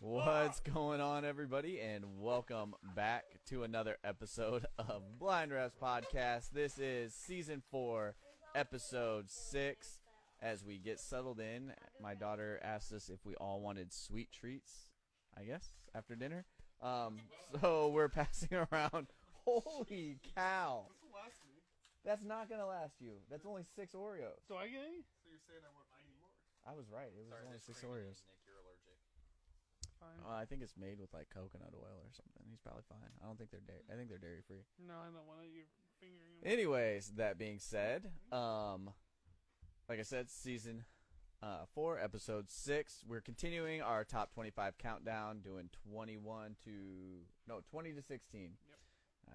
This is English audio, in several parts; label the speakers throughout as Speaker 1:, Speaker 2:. Speaker 1: What's going on, everybody, and welcome back to another episode of Blind Raps Podcast. This is season four, episode six. As we get settled in, my daughter asked us if we all wanted sweet treats, I guess, after dinner. Um, so we're passing around. Holy cow!
Speaker 2: This will last me.
Speaker 1: That's not gonna last you. That's only six Oreos.
Speaker 2: Do I get any?
Speaker 3: So you're saying I want I need more?
Speaker 1: I was right. It was only six Oreos.
Speaker 4: Nick, you're allergic.
Speaker 2: Fine.
Speaker 1: Uh, I think it's made with like coconut oil or something. He's probably fine. I don't think they're dairy. I think they're dairy free.
Speaker 2: no, I don't want to. You're fingering them.
Speaker 1: Anyways, that being said, um, like I said, season uh, four, episode six. We're continuing our top twenty-five countdown, doing twenty-one to no twenty to sixteen.
Speaker 2: Yep.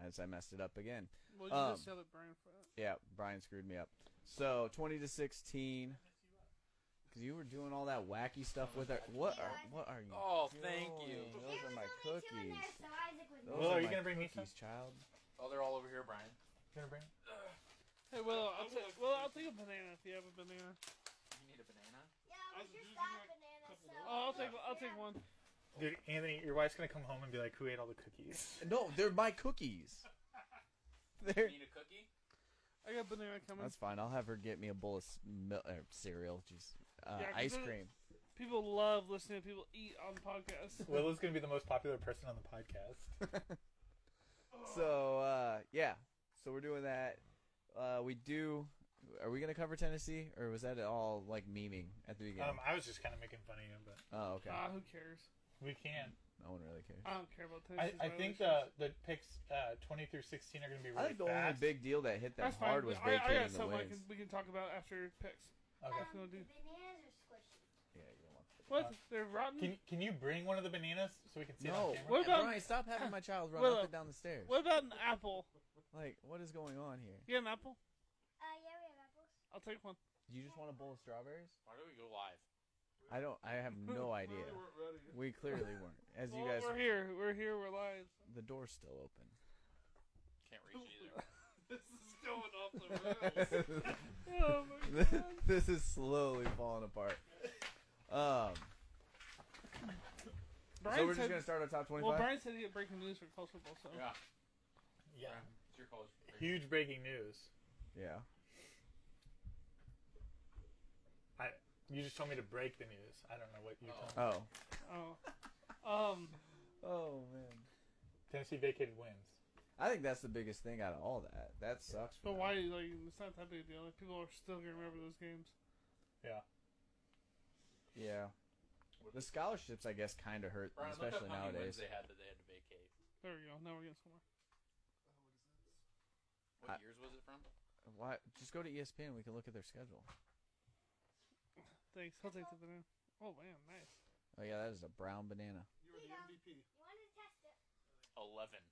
Speaker 1: As I messed it up again.
Speaker 2: Well, you
Speaker 1: um,
Speaker 2: just sell it, Brian. For that.
Speaker 1: Yeah, Brian screwed me up. So twenty to sixteen. Cause you were doing all that wacky stuff with our what are what are you?
Speaker 4: Oh, thank you.
Speaker 1: doing? Those are my cookies.
Speaker 5: so Isaac would
Speaker 1: Those
Speaker 5: know.
Speaker 1: are
Speaker 6: are you
Speaker 1: my
Speaker 6: gonna bring me
Speaker 1: cookies, child?
Speaker 4: Oh, they're all over here, Brian.
Speaker 6: Gonna bring?
Speaker 2: Hey, well, I'll take. Well, I'll take a banana if you have a banana.
Speaker 4: You need a banana?
Speaker 5: Yeah,
Speaker 2: Isaac, you
Speaker 5: where's your
Speaker 2: can
Speaker 5: stock
Speaker 2: have
Speaker 5: banana? So
Speaker 2: Oh, I'll take. I'll take one.
Speaker 6: Dude, Anthony, your wife's gonna come home and be like, "Who ate all the cookies?"
Speaker 1: No, they're my cookies.
Speaker 4: You
Speaker 1: They're.
Speaker 4: need a cookie?
Speaker 2: I got banana coming.
Speaker 1: That's fine. I'll have her get me a bowl of s- mil- er, cereal, jeez, uh,
Speaker 2: Yeah, 'cause
Speaker 1: ice
Speaker 2: it-
Speaker 1: cream.
Speaker 2: People love listening to people eat on podcasts.
Speaker 6: Willow's gonna be the most popular person on the podcast.
Speaker 1: So uh, yeah, so we're doing that. Uh, we do. Are we gonna cover Tennessee, or was that all like memeing at the beginning?
Speaker 6: Um, I was just kind of making fun of you, but
Speaker 1: oh, okay.
Speaker 2: Ah, who cares?
Speaker 6: we can.
Speaker 1: no one really cares.
Speaker 2: I don't care about
Speaker 6: I,
Speaker 2: Tennessee's
Speaker 6: I think
Speaker 2: violations.
Speaker 6: the the picks uh, twenty through sixteen are gonna be really
Speaker 1: I think the only
Speaker 6: fast.
Speaker 1: big deal that hit them
Speaker 2: That's fine.
Speaker 1: hard was
Speaker 2: I, I
Speaker 1: vacating
Speaker 2: got
Speaker 1: the Uh,
Speaker 2: something I
Speaker 1: wins.
Speaker 2: can, we can talk about after picks.
Speaker 6: Okay.
Speaker 2: What you gonna do?
Speaker 5: Um, Bananas are squishy.
Speaker 1: Yeah, you don't want.
Speaker 2: What?
Speaker 6: Uh,
Speaker 2: They're rotten.
Speaker 6: Can can you bring one of the bananas so we can see it on
Speaker 1: No,
Speaker 6: camera?
Speaker 2: Um, What about-
Speaker 1: Brian, stop having my child run
Speaker 2: Willow.
Speaker 1: up and down the stairs.
Speaker 2: what about an apple?
Speaker 1: Like, what is going on here?
Speaker 2: You got an apple?
Speaker 5: Uh, yeah, we have apples.
Speaker 2: I'll take one.
Speaker 1: You just want a bowl of strawberries?
Speaker 4: Why do we go live?
Speaker 1: I don't. I have no
Speaker 3: They
Speaker 1: idea.
Speaker 3: weren't ready.
Speaker 1: We clearly weren't. As you
Speaker 2: Well,
Speaker 1: guys,
Speaker 2: we're here. We're here. We're live.
Speaker 1: the door's still open.
Speaker 4: Can't reach either.
Speaker 2: This is going off the rails. oh my god.
Speaker 1: this is slowly falling apart. Um,
Speaker 2: Brian
Speaker 1: so we're
Speaker 2: said,
Speaker 1: just gonna start our top
Speaker 2: well,
Speaker 1: twenty-five.
Speaker 2: Brian said he had breaking news for college football, so
Speaker 4: yeah.
Speaker 6: Yeah.
Speaker 4: It's your college.
Speaker 6: Huge breaking news.
Speaker 1: yeah.
Speaker 6: I you just told me to break the news. I don't know what you
Speaker 4: Oh.
Speaker 6: told me.
Speaker 1: Oh.
Speaker 2: oh. Um,
Speaker 1: Oh man.
Speaker 6: Tennessee vacated wins.
Speaker 1: I think that's the biggest thing out of all that. That sucks. For
Speaker 2: but
Speaker 1: them.
Speaker 2: why? Like, it's not that big a deal. Like, people are still gonna remember those games.
Speaker 6: Yeah.
Speaker 1: Yeah. The scholarships, I guess, kind of hurt,
Speaker 4: Brian, look
Speaker 1: especially
Speaker 4: up how many wins
Speaker 1: nowadays.
Speaker 4: they had that they had to vacate.
Speaker 2: There we go. Now we're getting somewhere.
Speaker 3: Oh,
Speaker 4: What
Speaker 3: what is this?
Speaker 1: I-
Speaker 4: years was it from?
Speaker 1: Why? Just go to E ESPN. We can look at their schedule.
Speaker 2: Thanks. I'll take the banana. Oh man, nice.
Speaker 1: Oh yeah, that is a brown banana.
Speaker 3: You were the
Speaker 5: You
Speaker 3: MVP.
Speaker 5: wanted to test it.
Speaker 4: 11.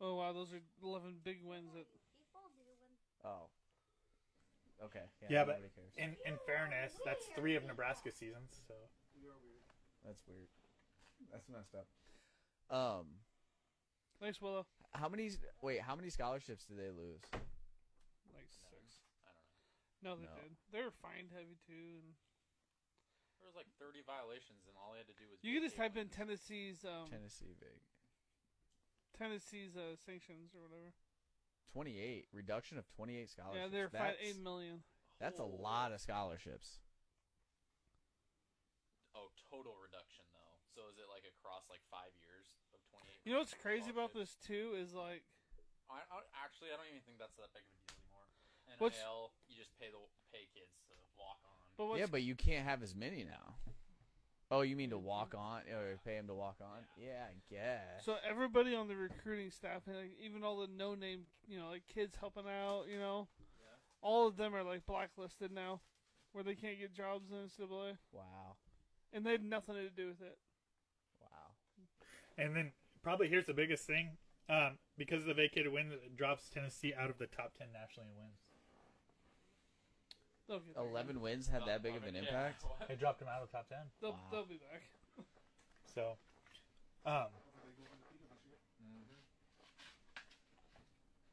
Speaker 2: Oh wow, those are eleven big wins. That
Speaker 5: People do when
Speaker 1: Oh. Okay. Yeah.
Speaker 6: Yeah,
Speaker 1: nobody
Speaker 6: but
Speaker 1: cares.
Speaker 6: in in fairness, that's three of Nebraska's seasons. So
Speaker 3: You are weird.
Speaker 1: That's weird. That's messed up. Um.
Speaker 2: nice Willow.
Speaker 1: How many? Wait. How many scholarships did they lose?
Speaker 2: Like six.
Speaker 4: I don't know.
Speaker 2: No, they
Speaker 1: No.
Speaker 2: did. They were fined heavy too, and
Speaker 4: There was like 30 violations, and all they had to do was.
Speaker 2: you can just
Speaker 4: vacate
Speaker 2: type in
Speaker 4: wins.
Speaker 2: Tennessee's um
Speaker 1: Tennessee, big.
Speaker 2: Tennessee's uh, sanctions or whatever.
Speaker 1: 28 reduction of 28 scholarships.
Speaker 2: Yeah, they're fined
Speaker 1: that's,
Speaker 2: eight million.
Speaker 1: that's a lot of scholarships.
Speaker 4: Oh, total reduction, though. So is it like across like five years of 28?
Speaker 2: You know what's crazy about
Speaker 4: scholarships?
Speaker 2: this too is like
Speaker 4: I, I, actually, I don't even think that's that big of a deal anymore.
Speaker 2: What's-
Speaker 4: NIL, you just pay the pay kids to walk on.
Speaker 2: But what's
Speaker 1: yeah, but you can't have as many now. Oh, you mean to walk on or pay him to walk on? Yeah, I guess.
Speaker 2: so everybody on the recruiting staff, and like, even all the no-name, you know, like kids helping out, you know,
Speaker 4: Yeah.
Speaker 2: all of them are like blacklisted now, where they can't get jobs in NCAA,
Speaker 1: wow.
Speaker 2: and they had nothing to do with it.
Speaker 1: Wow.
Speaker 6: And then probably here's the biggest thing. Um, because of the vacated win, it drops Tennessee out of the top ten nationally in wins.
Speaker 2: They'll get back.
Speaker 1: 11 wins had that big of an
Speaker 4: Yeah.
Speaker 1: impact?
Speaker 6: They dropped them out of the top ten.
Speaker 2: They'll,
Speaker 1: Wow.
Speaker 2: they'll be back.
Speaker 6: So, um,
Speaker 3: Hopefully they go win the Peter this year.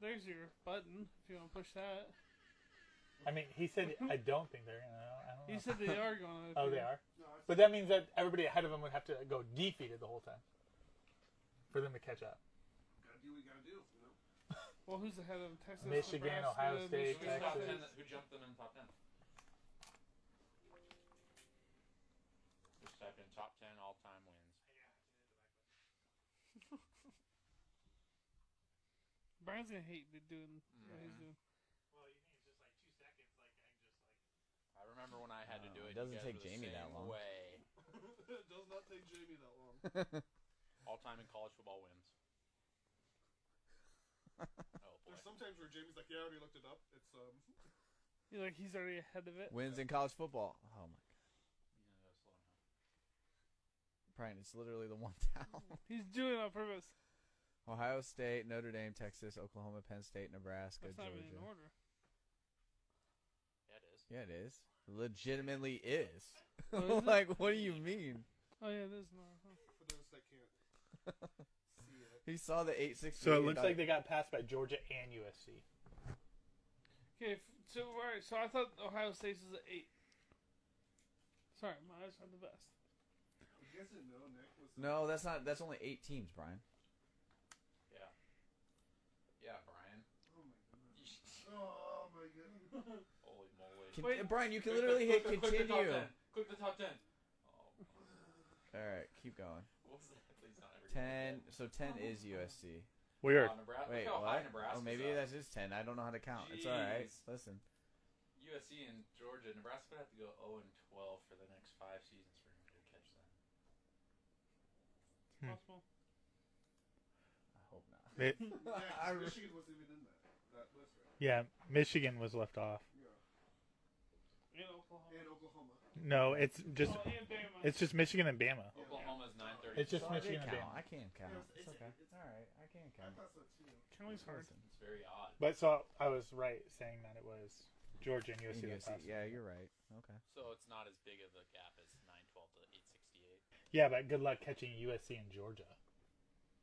Speaker 2: There's your button if you want to push that.
Speaker 6: I mean, he said I don't think they're. I don't know.
Speaker 2: He said they are going. to
Speaker 6: oh, they are.
Speaker 3: No, I
Speaker 6: But that means that everybody ahead of them would have to go defeated the whole time for them to catch up.
Speaker 3: gotta do what you gotta do, you know?
Speaker 2: Well, who's ahead of them? Texas,
Speaker 6: Michigan,
Speaker 2: Nebraska,
Speaker 6: Ohio State,
Speaker 4: Who's
Speaker 2: Michigan
Speaker 4: top
Speaker 6: Texas.
Speaker 4: ten? Who jumped them in top ten? Just type in top ten all time wins.
Speaker 2: Brian's gonna hate me doing what he's
Speaker 6: Mm-hmm.
Speaker 4: Mhm.
Speaker 2: doing.
Speaker 4: I remember when I had to do
Speaker 1: Oh,
Speaker 4: it.
Speaker 1: it
Speaker 4: you
Speaker 1: doesn't
Speaker 4: guys
Speaker 1: take
Speaker 4: were the
Speaker 1: Jamie that
Speaker 4: same
Speaker 1: long.
Speaker 4: Way.
Speaker 3: it does not take Jamie that long.
Speaker 4: All time in college football wins. oh boy.
Speaker 3: There's sometimes where Jamie's like, yeah, I already looked it up. It's, um,
Speaker 2: You like he's already ahead of it.
Speaker 1: Wins in college football. Oh my
Speaker 4: Yeah, that's slow now.
Speaker 1: Brian, it's literally the one down.
Speaker 2: He's doing it on purpose.
Speaker 1: Ohio State, Notre Dame, Texas, Oklahoma, Penn State, Nebraska,
Speaker 2: That's not even in
Speaker 1: Georgia.
Speaker 2: order.
Speaker 4: Yeah, it is.
Speaker 1: Yeah, it is. Legitimately is.
Speaker 2: Oh, is it?
Speaker 1: like, what do you mean?
Speaker 2: Oh yeah, there's no. Huh.
Speaker 3: for those that can't see it.
Speaker 1: He saw the eight six.
Speaker 6: So it looks like they got passed by Georgia and USC.
Speaker 2: Okay, f- so all right, so I thought Ohio State's was an eight. Sorry, my eyes are the best.
Speaker 3: You guys didn't know Nick was.
Speaker 1: No, that's not. That's only eight teams, Brian.
Speaker 4: Yeah. Yeah, Brian.
Speaker 3: Oh my goodness. Oh my goodness.
Speaker 4: Holy moly.
Speaker 1: Can,
Speaker 2: Wait.
Speaker 1: uh, Brian, you can
Speaker 4: Click the-
Speaker 1: literally hit
Speaker 4: click the- click the top
Speaker 1: continue. All
Speaker 4: 10. Click the top ten. Oh,
Speaker 1: right, keep going.
Speaker 4: what was that? Please not ever do that
Speaker 1: Ten.
Speaker 4: again.
Speaker 1: So ten is USC.
Speaker 6: Weird.
Speaker 4: Oh, Nebraska.
Speaker 1: Wait,
Speaker 4: Look how high
Speaker 1: what? Oh,
Speaker 4: Nebraska's
Speaker 1: maybe
Speaker 4: up.
Speaker 1: that is ten. I don't know how to count. It's all right.
Speaker 4: Jeez.
Speaker 1: Listen,
Speaker 4: USC and Georgia. Nebraska would have to go 0 and 12 for the next five seasons for him to catch that.
Speaker 6: Hmm.
Speaker 2: Possible.
Speaker 1: I hope not.
Speaker 3: Yeah,
Speaker 1: I
Speaker 3: 'cause
Speaker 1: re-
Speaker 3: Michigan wasn't even in that, that list, right?
Speaker 6: Yeah, Michigan was left off.
Speaker 3: Yeah.
Speaker 2: In Oklahoma.
Speaker 3: And Oklahoma.
Speaker 6: No, it's just
Speaker 2: oh, and Bama.
Speaker 6: it's just Michigan and Bama.
Speaker 3: Yeah.
Speaker 4: Oklahoma's 930.
Speaker 6: It's just
Speaker 1: So I did
Speaker 6: Michigan and
Speaker 1: count.
Speaker 6: Bama.
Speaker 1: I can count.
Speaker 3: Yeah, it's-
Speaker 1: It's,
Speaker 3: it's-
Speaker 1: okay.
Speaker 3: it's-
Speaker 1: It's all right. I can
Speaker 3: I
Speaker 1: count.
Speaker 3: thought so too.
Speaker 2: Kelly's hard.
Speaker 1: Listen.
Speaker 4: It's very odd.
Speaker 6: But so I was right saying that it was Georgia and
Speaker 1: And
Speaker 6: USC. that
Speaker 1: USC.
Speaker 6: passed.
Speaker 1: Yeah, you're right. Okay.
Speaker 4: So it's not as big of a gap as 912 to 868.
Speaker 6: Yeah, but good luck catching USC and Georgia.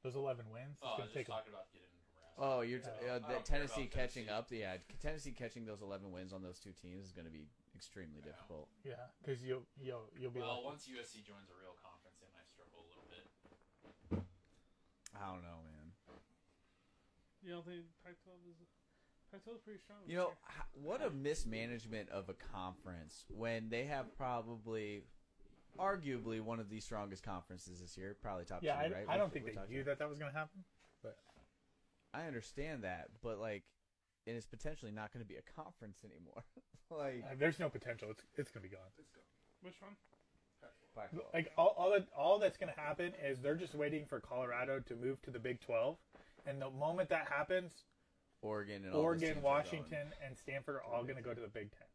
Speaker 6: Those eleven wins. It's
Speaker 4: Oh, I was
Speaker 6: gonna take
Speaker 4: just
Speaker 6: 'em.
Speaker 4: talking about getting Nebraska.
Speaker 1: Oh, you're t- uh, that
Speaker 4: I don't care
Speaker 6: Yeah.
Speaker 4: about
Speaker 1: Tennessee catching
Speaker 4: Tennessee.
Speaker 1: up. Yeah, Tennessee catching those 11 wins on those two teams is going to be extremely
Speaker 4: Yeah.
Speaker 1: difficult.
Speaker 6: Yeah, because you'll you'll you'll be
Speaker 4: well, once
Speaker 6: lucky.
Speaker 4: USC joins a real conference, they might struggle a little bit.
Speaker 1: I don't know, man.
Speaker 2: You don't think Pac-12 is? Pac-12 is pretty strong.
Speaker 1: You
Speaker 2: this
Speaker 1: know,
Speaker 2: year.
Speaker 1: h- what a mismanagement of a conference when they have probably, arguably, one of the strongest conferences this year. Probably top
Speaker 6: yeah,
Speaker 1: two,
Speaker 6: I,
Speaker 1: right?
Speaker 6: I
Speaker 1: We-
Speaker 6: don't think
Speaker 1: we
Speaker 6: they
Speaker 1: talked
Speaker 6: knew
Speaker 1: about-
Speaker 6: that that was gonna happen.
Speaker 1: I understand that, but like, and it's potentially not going to be a conference anymore. like,
Speaker 6: Uh, there's no potential. It's it's gonna be gone.
Speaker 3: It's gone.
Speaker 2: which one?
Speaker 1: Pac-12.
Speaker 6: Like all all, that, all that's going to happen is they're just waiting for Colorado to move to the Big 12, and the moment that happens,
Speaker 1: Oregon and all those teams are
Speaker 6: Oregon,
Speaker 1: going.
Speaker 6: Washington, and Stanford are all going to go to the Big Ten.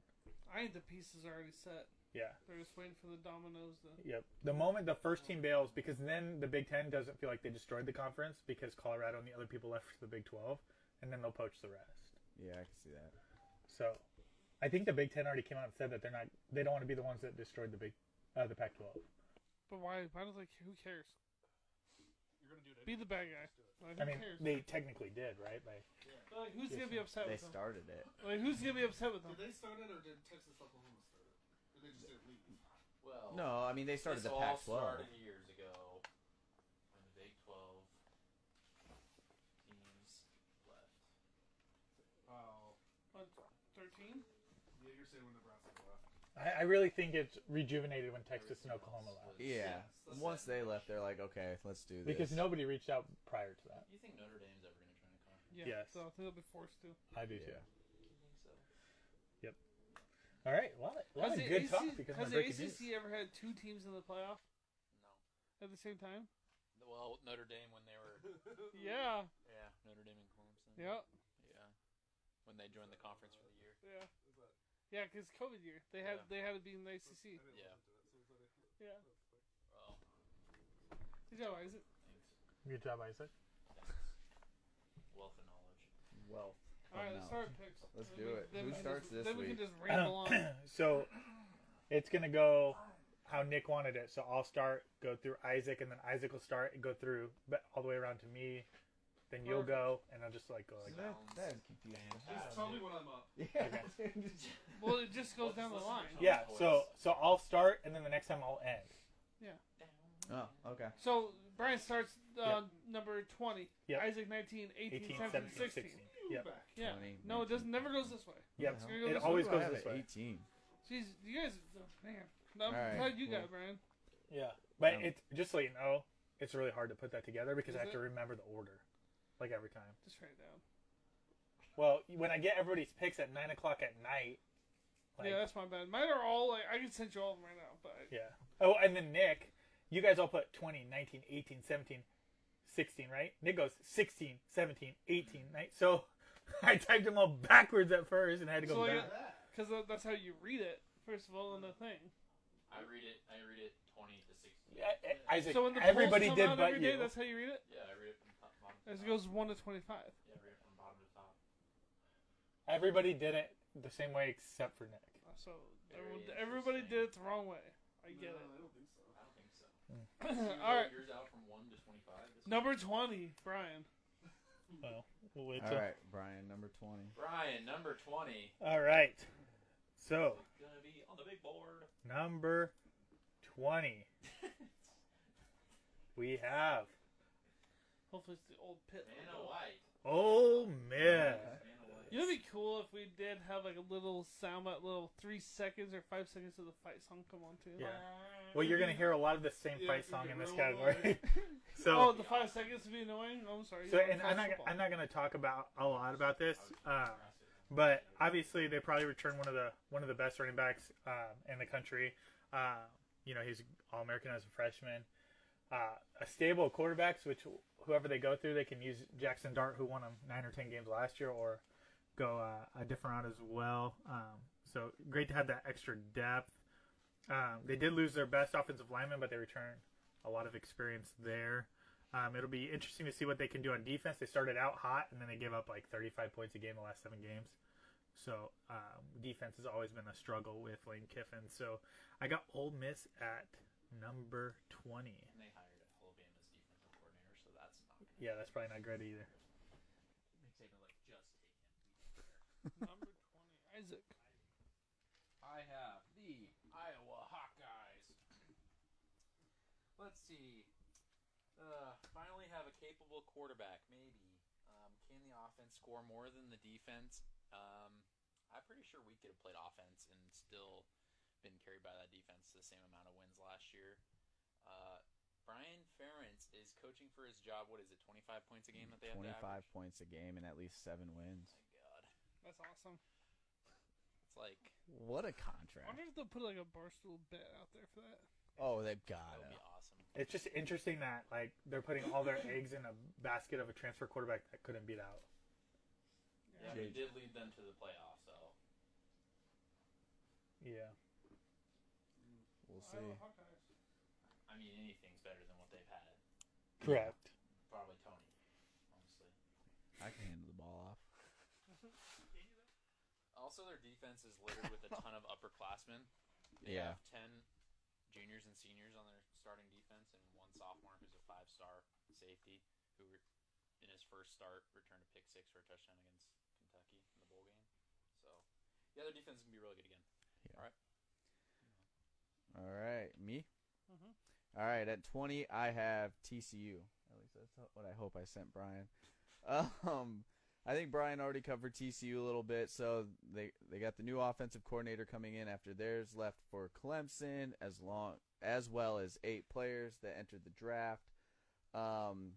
Speaker 2: I think the pieces are already set.
Speaker 6: Yeah,
Speaker 2: They're just waiting for the dominoes to.
Speaker 6: yep. The moment the first team bails, because then the Big Ten doesn't feel like they destroyed the conference because Colorado and the other people left for the Big 12, and then they'll poach the rest.
Speaker 1: Yeah, I can see that.
Speaker 6: So, I think the Big Ten already came out and said that they're not they don't want to be the ones that destroyed the Big uh, the Pac 12.
Speaker 2: But why? Why do they? Who cares?
Speaker 3: You're gonna do it.
Speaker 2: Be the bad guy. Like, who
Speaker 6: I mean,
Speaker 2: cares?
Speaker 6: they technically did, right? Like,
Speaker 2: like, who's gonna be upset
Speaker 1: They
Speaker 2: with them?
Speaker 1: started it.
Speaker 2: Like, who's gonna be upset with them?
Speaker 3: Did they start it or did Texas Oklahoma start it? Or they just didn't leave?
Speaker 4: Well,
Speaker 1: No, I mean they started
Speaker 4: Oh. this
Speaker 1: the
Speaker 4: all
Speaker 1: Pac-12.
Speaker 4: started years ago when the Big 12 teams left.
Speaker 3: Oh.
Speaker 2: What, thirteen?
Speaker 3: Yeah, you're saying when Nebraska left.
Speaker 6: I, I really think it's rejuvenated when Texas
Speaker 4: Everything
Speaker 6: and Oklahoma
Speaker 4: else
Speaker 6: left.
Speaker 4: was-
Speaker 1: Yeah.
Speaker 4: that's
Speaker 1: Once
Speaker 4: it.
Speaker 1: they left, they're like, okay, let's do this.
Speaker 6: Because nobody reached out prior to that.
Speaker 4: You think Notre Dame's ever going to join a conference?
Speaker 2: Yeah.
Speaker 6: Yes.
Speaker 2: So I think they'll be forced to.
Speaker 6: I do
Speaker 1: Yeah.
Speaker 6: too.
Speaker 4: You think so?
Speaker 6: All right, well, that was
Speaker 2: Has
Speaker 6: a
Speaker 2: the
Speaker 6: good
Speaker 2: AC
Speaker 6: talk because my
Speaker 2: has the
Speaker 6: breaking news.
Speaker 2: ACC ever had two teams in the playoff
Speaker 4: No.
Speaker 2: at the same time?
Speaker 4: Well, Notre Dame when they were
Speaker 2: Yeah.
Speaker 4: yeah Notre Dame and Clemson.
Speaker 2: Yeah.
Speaker 4: Yeah. When they joined the conference for the year.
Speaker 2: Yeah.
Speaker 3: But
Speaker 2: Yeah, because COVID year, they had
Speaker 4: Yeah.
Speaker 2: they had to be in the
Speaker 3: I
Speaker 2: ACC.
Speaker 3: didn't
Speaker 4: Yeah.
Speaker 3: listen to it, so it's like-
Speaker 2: Yeah.
Speaker 4: Oh,
Speaker 2: Good job, Isaac.
Speaker 4: thanks.
Speaker 6: Good job, Isaac.
Speaker 4: Thanks. Wealth of knowledge.
Speaker 1: Well,
Speaker 2: All right,
Speaker 1: Oh,
Speaker 2: let's
Speaker 1: no.
Speaker 2: start picks.
Speaker 1: Let's
Speaker 2: Then
Speaker 1: do
Speaker 2: we-
Speaker 1: it.
Speaker 2: then
Speaker 1: Who
Speaker 2: we can
Speaker 1: starts
Speaker 2: just-
Speaker 1: this
Speaker 2: Then we
Speaker 1: week?
Speaker 2: can just ramble on.
Speaker 6: so it's gonna go how Nick wanted it. So I'll start, go through Isaac, and then Isaac will start and go through, but all the way around to me, then you'll go, and I'll just like go like
Speaker 4: So
Speaker 6: that.
Speaker 4: that- that is
Speaker 1: confusing.
Speaker 3: Just tell me when I'm up.
Speaker 1: Yeah.
Speaker 2: Well, it just goes
Speaker 4: Let's
Speaker 2: down the
Speaker 4: listen to
Speaker 2: line.
Speaker 4: Tom.
Speaker 6: Yeah.
Speaker 4: Toys.
Speaker 6: So so I'll start, and then the next time I'll end.
Speaker 1: oh, okay.
Speaker 2: So Brian starts uh, number 20,
Speaker 6: Yep.
Speaker 2: Isaac 19, 18, 17,
Speaker 6: 18, 17,
Speaker 2: 16.
Speaker 6: 16.
Speaker 3: You
Speaker 6: Yep.
Speaker 3: back.
Speaker 2: Yeah.
Speaker 1: 20,
Speaker 2: No, it
Speaker 1: 19.
Speaker 2: doesn't. Never goes this way.
Speaker 6: Yep.
Speaker 1: What the hell?
Speaker 2: It goes
Speaker 6: It
Speaker 2: this
Speaker 6: always
Speaker 2: way.
Speaker 1: Why do I
Speaker 6: goes
Speaker 1: have
Speaker 6: this
Speaker 1: it
Speaker 6: way.
Speaker 1: 18.
Speaker 2: Jeez, you guys, oh, man. I'm
Speaker 1: Alright,
Speaker 2: glad you
Speaker 1: well.
Speaker 2: got Brian.
Speaker 6: Yeah. But
Speaker 1: Um,
Speaker 6: it's just so you know, it's really hard to put that together because I
Speaker 2: Is
Speaker 6: have to remember the order, like every time.
Speaker 2: Just write it down.
Speaker 6: Well, when I get everybody's picks at nine o'clock at night, like,
Speaker 2: yeah, that's my bad. Mine are all like I can send you all of them right now, but I-
Speaker 6: Yeah. Oh, and then Nick, you guys all put 20, 19, 18, 17, 16, right? Nick goes 16, 17, 18, right? So I typed them all backwards at first and had to go
Speaker 2: So,
Speaker 6: back.
Speaker 2: yeah.
Speaker 3: Look at that.
Speaker 2: because that's how you read it first of all in the thing.
Speaker 4: I read it. I read it twenty to sixty.
Speaker 6: I- I- Isaac,
Speaker 2: so when the polls
Speaker 6: everybody
Speaker 2: come
Speaker 6: did
Speaker 2: out
Speaker 6: but
Speaker 2: every day,
Speaker 6: you.
Speaker 2: that's how you read it.
Speaker 4: yeah, I read it from top, bottom. To
Speaker 2: It
Speaker 4: top.
Speaker 2: goes one to twenty-five.
Speaker 4: Yeah, I read it from bottom to top.
Speaker 6: Everybody did it the same way except for Nick.
Speaker 2: So
Speaker 4: Very
Speaker 2: everyone- everybody
Speaker 4: interesting.
Speaker 2: did it the wrong way. I get
Speaker 3: No, I don't think so.
Speaker 4: I don't think so.
Speaker 2: it.
Speaker 4: You
Speaker 2: all
Speaker 4: wrote
Speaker 2: right,
Speaker 4: Yours out from one to twenty-five. This
Speaker 2: number twenty, Brian.
Speaker 6: Oh, well, it's
Speaker 1: All
Speaker 6: a-
Speaker 1: right, Brian, number 20.
Speaker 4: one. Brian, number twenty.
Speaker 6: all right. So,
Speaker 4: It's gonna be on the big board.
Speaker 6: number 20, we have
Speaker 2: Hopefully, it's the old pit.
Speaker 4: Man
Speaker 2: logo.
Speaker 4: of White.
Speaker 6: Oh man.
Speaker 4: Man of White.
Speaker 2: You know, it'd be cool if we did have like a little sound, bite, little three seconds or five seconds of the fight song come on too.
Speaker 6: Yeah. Well, you're going to hear a lot of the same
Speaker 3: Yeah,
Speaker 6: fight
Speaker 3: you
Speaker 6: song
Speaker 3: can
Speaker 6: in this
Speaker 3: roll
Speaker 6: category. so
Speaker 2: Oh, the five seconds would be annoying. Oh, I'm sorry.
Speaker 6: So,
Speaker 2: You're on
Speaker 6: and I'm not,
Speaker 2: fast football.
Speaker 6: I'm not going to talk about a lot about this, uh,
Speaker 4: Impressive.
Speaker 6: but obviously they probably return one of the one of the best running backs um, in the country. Uh, you know, he's all American as a freshman. Uh, a stable of quarterbacks, which whoever they go through, they can use Jackson Dart, who won them nine or ten games last year, or go uh, a different route as well. Um, so great to have that extra depth. Um, they did lose their best offensive lineman, but they returned a lot of experience there. Um, it'll be interesting to see what they can do on defense. They started out hot, and then they gave up like 35 points a game the last seven games. So um, defense has always been a struggle with Lane Kiffin. So I got Ole Miss at number
Speaker 4: And
Speaker 6: 20.
Speaker 4: they hired Alabama's defensive coordinator, so that's not. Gonna
Speaker 6: Yeah, that's probably not great either.
Speaker 4: McSaban, like just take him.
Speaker 2: Number twenty, Isaac.
Speaker 4: I have the Iowa Hawkeyes. Let's see. Uh, finally have a capable quarterback, maybe. Um, can the offense score more than the defense? Um, I'm pretty sure we could have played offense and still been carried by that defense the same amount of wins last year. Uh, Brian Ferentz is coaching for his job. What is it, 25 points a game that they have to
Speaker 1: 25
Speaker 4: average?
Speaker 1: points a game and at least seven wins.
Speaker 4: My God.
Speaker 2: That's awesome.
Speaker 4: It's like,
Speaker 1: What a
Speaker 2: I
Speaker 1: contract.
Speaker 2: wonder if they'll put like a barstool bet out there for that.
Speaker 1: Oh, they've got
Speaker 4: that would be
Speaker 1: it.
Speaker 4: awesome.
Speaker 6: It's just interesting that like they're putting all their eggs in a basket of a transfer quarterback that couldn't beat out.
Speaker 4: Yeah, we did lead them to the playoffs, so.
Speaker 6: Yeah.
Speaker 1: We'll see.
Speaker 2: Iowa Hawkeyes.
Speaker 4: I mean, anything's better than what they've had.
Speaker 6: Correct.
Speaker 4: Probably Tony, honestly.
Speaker 1: I can handle the ball off.
Speaker 4: Also, their defense is littered with a ton of upperclassmen. They
Speaker 1: Yeah.
Speaker 4: have 10 juniors and seniors on their starting defense, and one sophomore who's a five star safety who, re- in his first start, returned a pick six for a touchdown against Kentucky in the bowl game. So, yeah, their defense can be really good again.
Speaker 1: All right, me.
Speaker 2: Mhm.
Speaker 1: All right, at twenty, I have TCU. At least that's what I hope I sent Brian. Um, I think Brian already covered TCU a little bit, so they they got the new offensive coordinator coming in after theirs left for Clemson, as long as well as eight players that entered the draft. Um,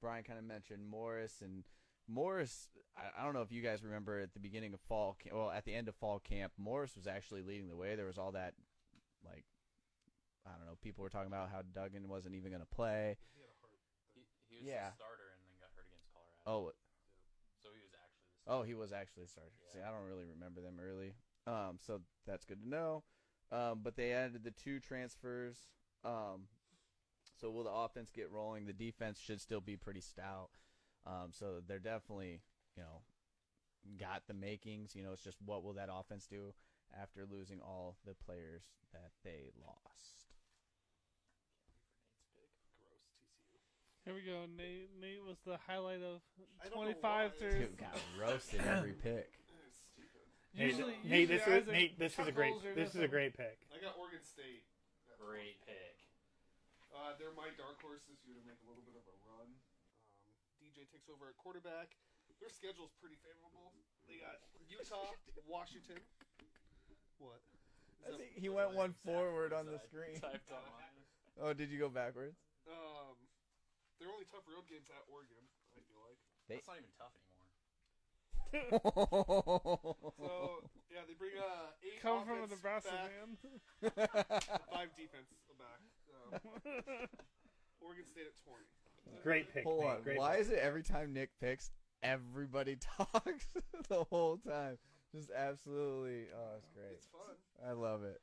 Speaker 1: Brian kind of mentioned Morris and Morris. I, I don't know if you guys remember at the beginning of fall, ca- well, at the end of fall camp, Morris was actually leading the way. There was all that like I don't know, people were talking about how Duggan wasn't even going to play.
Speaker 3: He had a heart.
Speaker 4: He, he was
Speaker 1: Yeah.
Speaker 4: the starter and then got hurt against Colorado.
Speaker 1: Oh,
Speaker 4: So, he was actually the
Speaker 1: oh, he was actually a starter. See, I don't really remember them early. Um, so that's good to know. Um, but they added the two transfers. Um, so will the offense get rolling? The defense should still be pretty stout. Um, so they're definitely, you know, got the makings. You know, it's just what will that offense do after losing all the players that they lost?
Speaker 4: starter. Nate's pick. Gross TCU.
Speaker 2: Here we go. Nate, Nate was the highlight of
Speaker 3: I don't know
Speaker 2: 25
Speaker 3: why.
Speaker 2: through.
Speaker 3: Dude,
Speaker 1: Dude got roasted every pick.
Speaker 3: They're stupid.
Speaker 6: Nate,
Speaker 2: Usually, usually
Speaker 6: Nate, this is
Speaker 2: Isaac
Speaker 6: Nate. This is a great.
Speaker 2: chuckles or
Speaker 6: This is a
Speaker 2: nothing.
Speaker 6: great pick.
Speaker 3: I got Oregon State.
Speaker 4: Great pick.
Speaker 3: Uh, they're my dark horses who are gonna make a little bit of a run. Um, DJ takes over at quarterback. Their schedule's pretty favorable. They got Utah, Washington. What? Is
Speaker 1: I
Speaker 3: that-
Speaker 1: think he went one forward on the
Speaker 4: Exactly.
Speaker 1: screen.
Speaker 4: Typed on
Speaker 3: Uh,
Speaker 4: mine.
Speaker 1: Oh, did you go backwards?
Speaker 3: Um, their only tough road games at Oregon. I feel like.
Speaker 4: That's not even tough anymore.
Speaker 3: So yeah, they bring uh eight
Speaker 2: Come from a
Speaker 3: offense
Speaker 2: Nebraska
Speaker 3: back, and five defense back. Um,
Speaker 2: man.
Speaker 3: Oregon State at twenty.
Speaker 6: Great pick.
Speaker 1: Hold
Speaker 6: Nate,
Speaker 1: on.
Speaker 6: Great
Speaker 1: Why
Speaker 6: pick.
Speaker 1: is it every time Nick picks, everybody talks the whole time? Just absolutely. Oh, it's great.
Speaker 3: It's fun.
Speaker 1: I love it.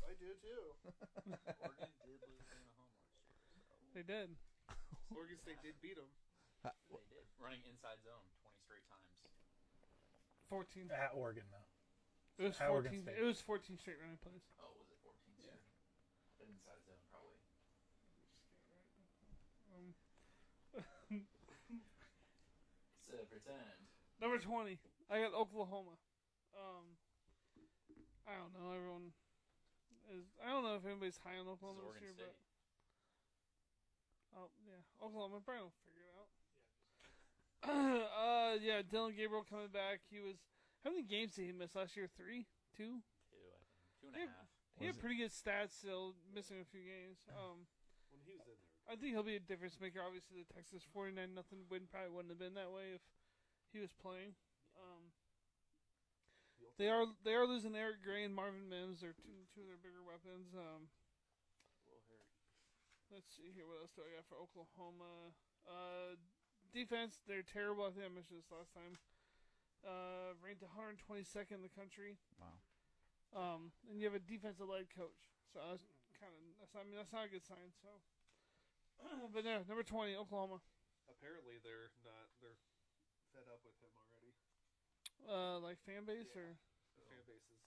Speaker 3: I do too.
Speaker 4: Oregon did lose in a home last year.
Speaker 2: they did.
Speaker 3: Oregon State did beat them.
Speaker 4: They did. Running inside zone 20 straight times.
Speaker 2: 14.
Speaker 6: at Oregon though?
Speaker 2: It was
Speaker 6: At Oregon
Speaker 2: 14.
Speaker 6: State.
Speaker 2: It was 14 straight running plays.
Speaker 4: Oh, was it 14?
Speaker 3: Yeah.
Speaker 4: Inside zone, probably.
Speaker 2: Um,
Speaker 4: So pretend.
Speaker 2: number 20. I got Oklahoma. Um, I don't know. Everyone is. I don't know if anybody's high on
Speaker 4: This is
Speaker 2: Oklahoma this
Speaker 4: Oregon
Speaker 2: year, but
Speaker 4: State.
Speaker 2: oh yeah, Oklahoma. Brian will figure it out. uh, yeah, Dylan Gabriel coming back. He was how many games did he miss last year? Three, two.
Speaker 4: Two, I think. Two and a
Speaker 2: Yeah.
Speaker 4: half.
Speaker 2: He
Speaker 1: Was
Speaker 2: had
Speaker 1: it-
Speaker 2: pretty good stats still, missing a few games. Um,
Speaker 3: When he was in there.
Speaker 2: I think he'll be a difference maker. Obviously, the Texas 49 nothing win probably wouldn't have been that way if he was playing. Um, they are they are losing Eric Gray and Marvin Mims. They're two two of their bigger weapons. Um, let's see here. What else do I got for Oklahoma? Uh, defense, they're terrible. I think I mentioned this last time. Uh, ranked 122nd in the country.
Speaker 1: Wow.
Speaker 2: Um, and you have a defensive led coach, so that's kind of that's not, I mean that's not a good sign. So, but no, number 20, Oklahoma.
Speaker 3: Apparently they're not. They're fed up with him already.
Speaker 2: Uh, like fan base
Speaker 3: Yeah.
Speaker 2: or
Speaker 3: The fan base is.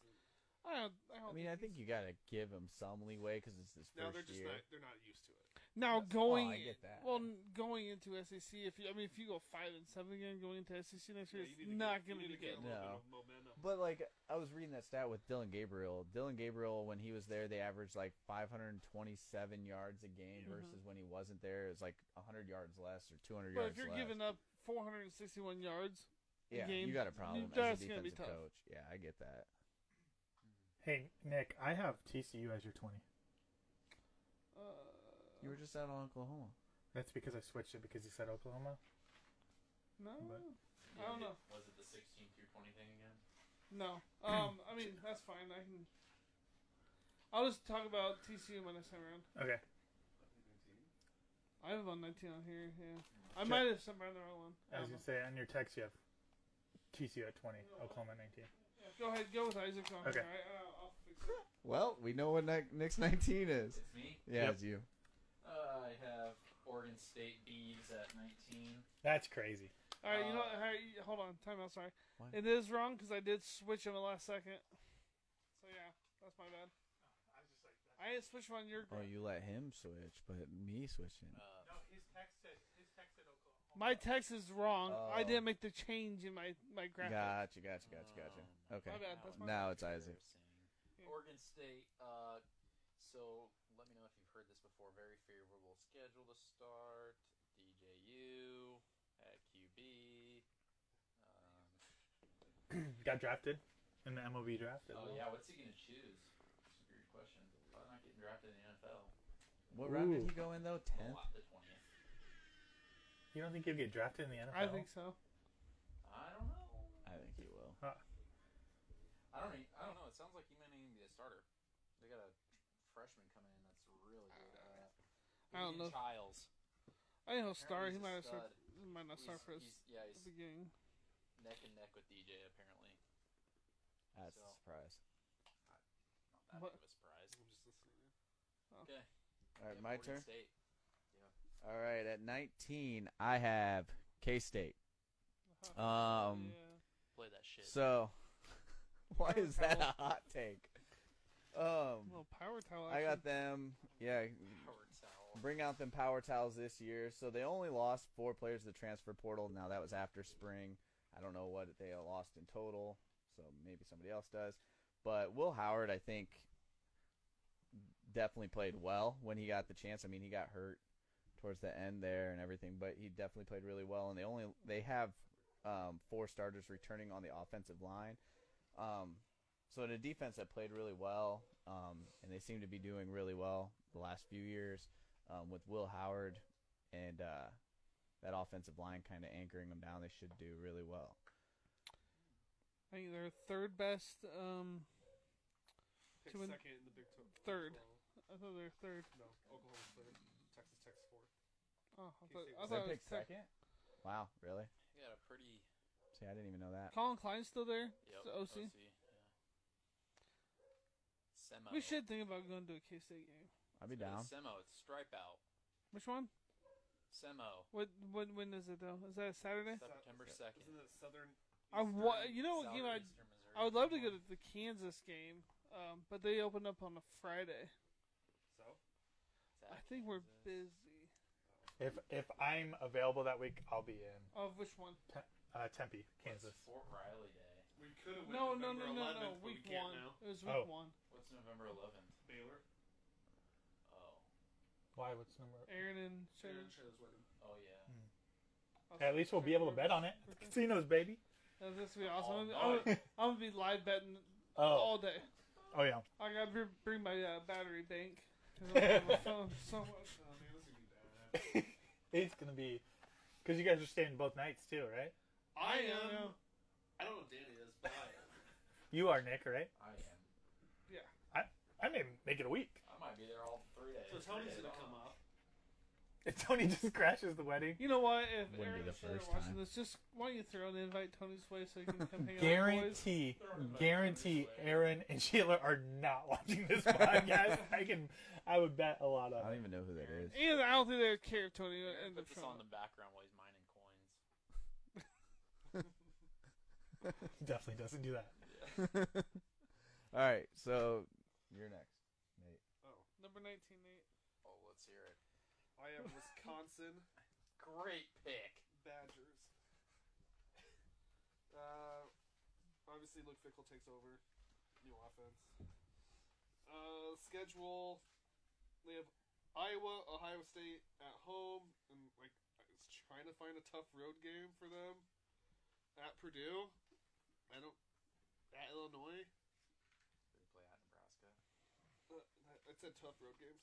Speaker 2: I don't. I,
Speaker 1: I
Speaker 2: don't
Speaker 1: mean, I think
Speaker 2: he's-
Speaker 1: you gotta give him some leeway because it's his first
Speaker 3: No, they're just
Speaker 1: year.
Speaker 3: not. They're not used to it.
Speaker 2: now going.
Speaker 1: Oh, I get that.
Speaker 2: Well, n- going into SEC, if you, I mean, if you go five and seven again, going into SEC next year,
Speaker 3: Yeah, you
Speaker 2: it's
Speaker 3: need to
Speaker 2: not
Speaker 3: get,
Speaker 2: going
Speaker 3: you
Speaker 2: to
Speaker 3: need
Speaker 2: be
Speaker 3: to get
Speaker 2: good.
Speaker 3: a little
Speaker 1: No.
Speaker 3: bit of momentum.
Speaker 1: But like I was reading that stat with Dylan Gabriel. Dylan Gabriel, when he was there, they averaged like 527 yards a game
Speaker 2: Yeah. Mhm.
Speaker 1: versus when he wasn't there, it was like 100 yards less or 200
Speaker 2: But
Speaker 1: yards
Speaker 2: if you're
Speaker 1: less.
Speaker 2: giving up 461 yards,
Speaker 1: yeah,
Speaker 2: game,
Speaker 1: you got a problem as
Speaker 2: that's
Speaker 1: a
Speaker 2: gonna be
Speaker 1: defensive
Speaker 2: tough.
Speaker 1: coach. Yeah, I get that.
Speaker 6: Hey Nick, I have TCU as your twenty.
Speaker 2: uh,
Speaker 1: You were just out on Oklahoma.
Speaker 6: That's because I switched it because you said Oklahoma.
Speaker 2: no,
Speaker 6: but-
Speaker 2: I don't know.
Speaker 4: Was it the 16 through 20 thing again?
Speaker 2: no. Um, I mean, that's fine. I can. I'll just talk about TCU my next time around.
Speaker 6: Okay.
Speaker 2: I have on 19 on here. Yeah, I
Speaker 6: Check.
Speaker 2: might have sent Brian the wrong one. Um, I
Speaker 6: I was
Speaker 2: don't
Speaker 6: gonna say on your text you have TCU at twenty, Oklahoma nineteen.
Speaker 2: know. Yeah, go ahead, go with Isaac on
Speaker 6: Okay.
Speaker 2: here. I, Uh, I'll, I'll fix it.
Speaker 1: Well, we know what ni- Nick's 19 is.
Speaker 4: It's me.
Speaker 1: Yeah,
Speaker 6: Yep.
Speaker 1: it's you.
Speaker 4: Uh, I have Oregon State Bees at 19.
Speaker 6: That's crazy.
Speaker 2: All right, you know, what,
Speaker 4: Uh,
Speaker 2: Harry, you- hold on, time out. Sorry,
Speaker 1: What?
Speaker 2: it is wrong because I did switch him at last second. So yeah, that's my bad.
Speaker 6: I was just like
Speaker 2: I didn't switch him on your
Speaker 1: Oh,
Speaker 2: group.
Speaker 1: you let him switch, but me switching.
Speaker 4: Uh,
Speaker 6: his text said his text said Oklahoma.
Speaker 2: My text is wrong.
Speaker 1: Oh.
Speaker 2: I didn't make the change in my my graphic. Oh.
Speaker 1: Gotcha, gotcha, gotcha, gotcha.
Speaker 4: Um,
Speaker 1: Okay.
Speaker 2: My bad, that's my
Speaker 1: Now it's Isaac.
Speaker 2: Yeah.
Speaker 4: Oregon State. Uh, so let me know if you've heard this before. Very favorable schedule to start. DJU at QB. Um,
Speaker 6: Got drafted in the MLB draft.
Speaker 4: oh yeah, what's he gonna choose? That's a Weird question. Probably not getting drafted in the NFL.
Speaker 1: What round did
Speaker 6: Ooh.
Speaker 1: he go in though?
Speaker 4: Oh,
Speaker 1: 10th.
Speaker 4: wow, the twentieth.
Speaker 6: You don't think you'll get drafted in the NFL?
Speaker 2: I think so.
Speaker 4: I don't know.
Speaker 1: I think he will.
Speaker 4: I don't. e- I don't know. It sounds like he might not even be a starter. They got a freshman coming in that's really good. Uh,
Speaker 2: I don't
Speaker 4: Aiden
Speaker 2: know.
Speaker 4: Childs.
Speaker 2: I think he'll start. He
Speaker 4: Apparently he's a
Speaker 2: might have start.
Speaker 4: stud.
Speaker 2: He might not start
Speaker 4: He's-
Speaker 2: for his
Speaker 4: he's- Yeah, he's
Speaker 2: beginning.
Speaker 4: neck and neck with DJ apparently.
Speaker 1: That's
Speaker 4: So-
Speaker 1: a surprise.
Speaker 4: Not that
Speaker 2: What? Oh.
Speaker 4: big of a surprise.
Speaker 3: I'm just listening.
Speaker 1: All right,
Speaker 4: Yeah,
Speaker 1: my
Speaker 4: Oregon
Speaker 1: turn.
Speaker 4: State.
Speaker 1: All right, at 19, I have K State.
Speaker 2: Oh,
Speaker 1: Um,
Speaker 2: yeah.
Speaker 4: Play that shit.
Speaker 1: So, why
Speaker 2: Power
Speaker 1: is that
Speaker 2: towel.
Speaker 1: a hot take?
Speaker 2: a
Speaker 1: Um,
Speaker 2: little power towel.
Speaker 1: I got them. Yeah,
Speaker 4: Howard Towel.
Speaker 1: bring out them power towels this year. So they only lost four players to the transfer portal. Now that was after spring. I don't know what they lost in total. So maybe somebody else does. But Will Howard, I think, definitely played well when he got the chance. I mean, he got hurt towards the end there and everything, but he definitely played really well. And they only they have um, four starters returning on the offensive line. Um, so the defense that played really well, um, and they seem to be doing really well the last few years um, with Will Howard and uh, that offensive line kind of anchoring them down. They should do really well.
Speaker 2: I think they're third best. Um,
Speaker 3: Pick
Speaker 2: To win-
Speaker 3: second in the Big Twelve.
Speaker 2: Third.
Speaker 3: Twelve.
Speaker 2: I thought they're third.
Speaker 3: No, Oklahoma's third. Texas Tech's fourth.
Speaker 2: Oh, I
Speaker 3: Can you
Speaker 2: thought,
Speaker 3: see
Speaker 2: I
Speaker 3: what
Speaker 2: thought it
Speaker 1: they
Speaker 2: was
Speaker 1: picked
Speaker 2: third.
Speaker 1: second. Wow, really?
Speaker 4: He got a pretty
Speaker 1: See, I didn't even know that.
Speaker 2: Colin Klein's still there.
Speaker 4: yep,
Speaker 2: The OC.
Speaker 4: yeah. Semo.
Speaker 2: We should think about going to a K State game.
Speaker 1: I'll be
Speaker 4: Go to
Speaker 1: down.
Speaker 4: Semo. It's stripe out.
Speaker 2: Which one?
Speaker 4: Semo.
Speaker 2: What? When? When is it though? Is that a Saturday?
Speaker 4: September
Speaker 3: Is
Speaker 4: second.
Speaker 3: Isn't it Southern?
Speaker 2: I wa-
Speaker 3: Eastern?
Speaker 2: You know what game I?
Speaker 4: Southeastern Missouri.
Speaker 2: I would love to go to the Kansas game, um, but they open up on a Friday.
Speaker 3: So
Speaker 4: Zach,
Speaker 2: I think we're
Speaker 4: Kansas.
Speaker 2: busy.
Speaker 6: If if I'm available that week, I'll be in
Speaker 2: Of which one?
Speaker 6: uh, Tempe,
Speaker 4: What's
Speaker 6: Kansas.
Speaker 4: Fort Riley Day.
Speaker 3: we could have.
Speaker 2: No, no,
Speaker 3: November
Speaker 2: no, no, no.
Speaker 3: 11th, but
Speaker 2: Week
Speaker 3: we can't
Speaker 2: one.
Speaker 3: Now.
Speaker 2: It was week
Speaker 6: Oh.
Speaker 2: one.
Speaker 4: What's November eleventh?
Speaker 3: Baylor.
Speaker 4: Oh.
Speaker 6: Why? What's number?
Speaker 2: Aaron and Shannon.
Speaker 3: Sharon Shannon's wedding.
Speaker 4: Oh yeah.
Speaker 6: At least we'll be able to bet on it. at the Casinos, baby.
Speaker 2: Uh, this would be awesome.
Speaker 4: Oh,
Speaker 2: I'm,
Speaker 4: no.
Speaker 2: gonna- I'm gonna be live betting
Speaker 6: Oh,
Speaker 2: all day.
Speaker 6: oh yeah.
Speaker 2: I gotta br- bring my uh, battery bank. 'cause I'm on my phone so much.
Speaker 3: Oh man, this would be bad.
Speaker 6: it's gonna be because you guys are staying both nights too, right?
Speaker 3: I
Speaker 2: don't
Speaker 3: am.
Speaker 2: know.
Speaker 3: I don't know what Danny is, but I am.
Speaker 6: You are Nick, right?
Speaker 4: I am.
Speaker 6: I may make it a week.
Speaker 4: I might be there all three days.
Speaker 3: So Tony's
Speaker 4: three days
Speaker 3: gonna
Speaker 4: off.
Speaker 3: come up.
Speaker 6: Tony just crashes the wedding.
Speaker 2: You know what?
Speaker 1: Wouldn't
Speaker 2: If
Speaker 1: be
Speaker 2: Aaron
Speaker 1: the
Speaker 2: and Shannon are
Speaker 1: first
Speaker 2: watching
Speaker 1: time.
Speaker 2: this, just why don't you throw an invite Tony's way so you can come hang out with the boys?
Speaker 6: Guarantee, guarantee, Aaron and Sheila are not watching this podcast. I can, I would bet a
Speaker 1: I
Speaker 6: lot on
Speaker 1: don't
Speaker 6: it.
Speaker 1: even know who that is.
Speaker 2: And I don't think they care if Tony
Speaker 4: Aaron
Speaker 2: end up
Speaker 4: puts this
Speaker 2: showing
Speaker 4: on the background while he's mining coins.
Speaker 6: Definitely doesn't do that.
Speaker 1: All right, so you're next, Nate.
Speaker 2: up. Number 19, Nate.
Speaker 4: Oh, let's hear it.
Speaker 3: I am Wisconsin
Speaker 4: Great pick.
Speaker 3: Badgers. Uh, obviously Luke Fickle takes over. New offense. Uh, schedule. They have Iowa, Ohio State at home, and like I was trying to find a tough road game for them. At Purdue, I don't. At Illinois,
Speaker 4: They play at Nebraska.
Speaker 3: uh, I said tough road games.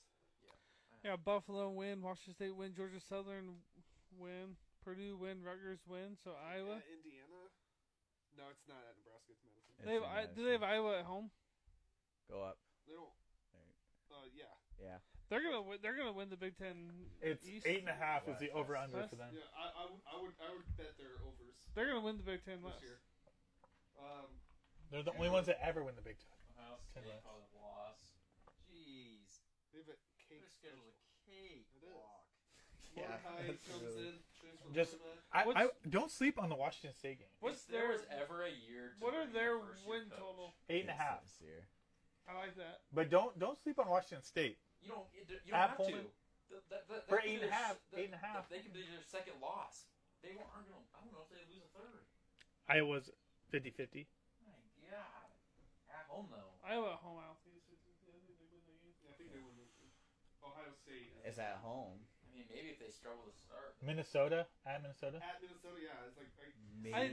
Speaker 2: Yeah, Buffalo win, Washington State win, Georgia Southern win, Purdue win, Rutgers win. So Iowa.
Speaker 3: At Indiana. No, it's not at Nebraska. It's Madison.
Speaker 1: It's
Speaker 2: They
Speaker 1: in
Speaker 2: have, I, do
Speaker 1: Madison.
Speaker 2: they have Iowa at home?
Speaker 1: Go up.
Speaker 3: They don't.
Speaker 1: Right.
Speaker 3: Uh, yeah.
Speaker 1: Yeah.
Speaker 2: They're gonna win, they're gonna win the Big Ten.
Speaker 6: It's
Speaker 2: East.
Speaker 6: eight and a half is the
Speaker 1: West.
Speaker 6: over under for
Speaker 2: West?
Speaker 6: them.
Speaker 3: Yeah, I, I, would- I would I would bet their overs
Speaker 2: They're gonna win the Big Ten
Speaker 3: this
Speaker 2: last
Speaker 3: year. Um,
Speaker 6: They're the only ones that ever win the Big Ten.
Speaker 4: Ohio
Speaker 6: Ten
Speaker 4: State
Speaker 6: left.
Speaker 4: called a loss. Jeez.
Speaker 3: they have a cake
Speaker 4: Their schedule's a
Speaker 3: schedule.
Speaker 4: cake
Speaker 3: It is.
Speaker 4: walk.
Speaker 6: Yeah,
Speaker 3: Mordecai
Speaker 6: that's
Speaker 3: comes
Speaker 6: really-
Speaker 3: in, transfer
Speaker 6: Just-
Speaker 3: quarterback.
Speaker 6: I, I
Speaker 2: What's-
Speaker 6: don't sleep on the Washington State game.
Speaker 2: What's
Speaker 4: if
Speaker 2: their
Speaker 4: there was ever a year? To
Speaker 2: What are
Speaker 4: bring the
Speaker 2: their
Speaker 4: first-year
Speaker 2: win
Speaker 4: coach,
Speaker 2: total?
Speaker 6: Eight and a
Speaker 1: It's
Speaker 6: half.
Speaker 1: this year.
Speaker 2: I like that.
Speaker 6: But don't don't sleep on Washington State.
Speaker 4: You don't. You don't
Speaker 6: At
Speaker 4: have to.
Speaker 6: Pullman.
Speaker 4: The, the, the,
Speaker 6: For
Speaker 4: that could be
Speaker 6: eight and
Speaker 4: their
Speaker 6: a half,
Speaker 4: s- the-
Speaker 6: eight and a half.
Speaker 4: They could be their second loss. They won't. aren't gonna- I don't know if they lose a third.
Speaker 6: Iowa's 50-50.
Speaker 4: My God. At home though.
Speaker 2: Iowa at home. I don't think it's- I think they win that game.
Speaker 3: I think they win this year. Ohio State. uh,
Speaker 1: It's at home.
Speaker 4: I mean, maybe if they struggle to start.
Speaker 6: Minnesota at Minnesota.
Speaker 3: At Minnesota, yeah, it's like I,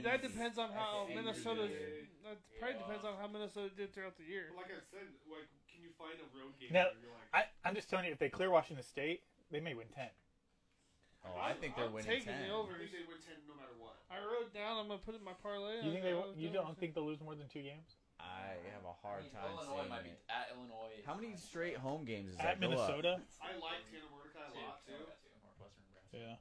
Speaker 2: I, that depends on how
Speaker 4: That's
Speaker 2: Minnesota's.
Speaker 3: angry.
Speaker 2: That probably depends on how Minnesota did throughout the year.
Speaker 3: but like I said, like can you find a road game?
Speaker 6: Now-
Speaker 3: where you're like,
Speaker 6: I, I'm just telling you, if they clear Washington State, they may win ten.
Speaker 1: Oh, I think they're
Speaker 2: I'm
Speaker 1: winning
Speaker 2: taking
Speaker 1: ten.
Speaker 2: the
Speaker 3: I
Speaker 2: over.
Speaker 3: think they win ten no matter what.
Speaker 2: I wrote down. I'm gonna put it in my parlay.
Speaker 6: You think
Speaker 2: I
Speaker 6: they? won't-
Speaker 2: wrote
Speaker 6: You
Speaker 2: down
Speaker 6: don't
Speaker 2: what's
Speaker 6: think they'll lose more than two games?
Speaker 1: I have a
Speaker 4: I
Speaker 1: hard
Speaker 4: mean,
Speaker 1: time
Speaker 4: Illinois
Speaker 1: seeing
Speaker 4: might be
Speaker 1: it.
Speaker 4: at Illinois.
Speaker 1: How many straight home games is that?
Speaker 6: At
Speaker 1: Go up.
Speaker 6: Minnesota.
Speaker 3: I like Tanner Mordecai a
Speaker 4: Two,
Speaker 3: lot too.
Speaker 4: yeah, two. Northwestern Nebraska.
Speaker 6: Yeah,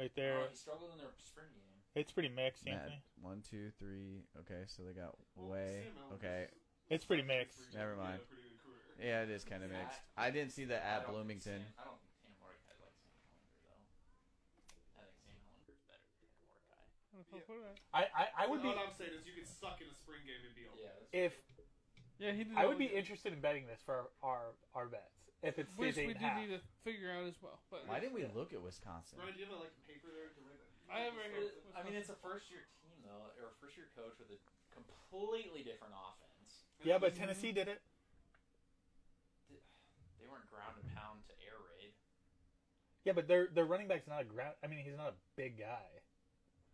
Speaker 6: right
Speaker 4: Oh,
Speaker 6: there.
Speaker 4: he struggled in their spring game.
Speaker 6: It's pretty mixed,
Speaker 1: Matt,
Speaker 6: Anthony.
Speaker 1: one, two, three. Okay, so they got
Speaker 3: Well,
Speaker 1: way.
Speaker 3: Sam Ellis
Speaker 1: Okay,
Speaker 3: has
Speaker 6: It's pretty mixed.
Speaker 3: pretty-
Speaker 1: Never mind.
Speaker 3: yeah, pretty good career.
Speaker 1: yeah, it is kind of mixed. I didn't see the
Speaker 4: I
Speaker 1: at
Speaker 4: don't think
Speaker 1: Bloomington.
Speaker 4: Sam- I don't think Sam Mordecai likes Sam Hollinger though. I think Sam Hollinger's better than Tanner Mordecai.
Speaker 2: in the quarterback.
Speaker 6: I, I, I would be
Speaker 3: What I'm saying is, you could suck in a spring game and be over.
Speaker 4: Yeah. that's-
Speaker 6: if
Speaker 2: Yeah, he did.
Speaker 6: I
Speaker 2: that
Speaker 6: would be
Speaker 2: with-
Speaker 6: interested in betting this for our our, our bets. if it's
Speaker 2: Which
Speaker 6: stays eight
Speaker 2: we
Speaker 6: and a
Speaker 2: do
Speaker 6: half.
Speaker 2: need to figure out as well. But
Speaker 1: Why didn't we look at Wisconsin?
Speaker 3: Ryan, do you have like a paper there to write that?
Speaker 2: I have right here.
Speaker 4: I mean, it's a first year team though, or a first year coach with a completely different offense.
Speaker 6: Yeah, but Tennessee did it.
Speaker 4: They weren't ground and pound to air raid.
Speaker 6: Yeah, but their their running back's not a ground. I mean, he's not a big guy.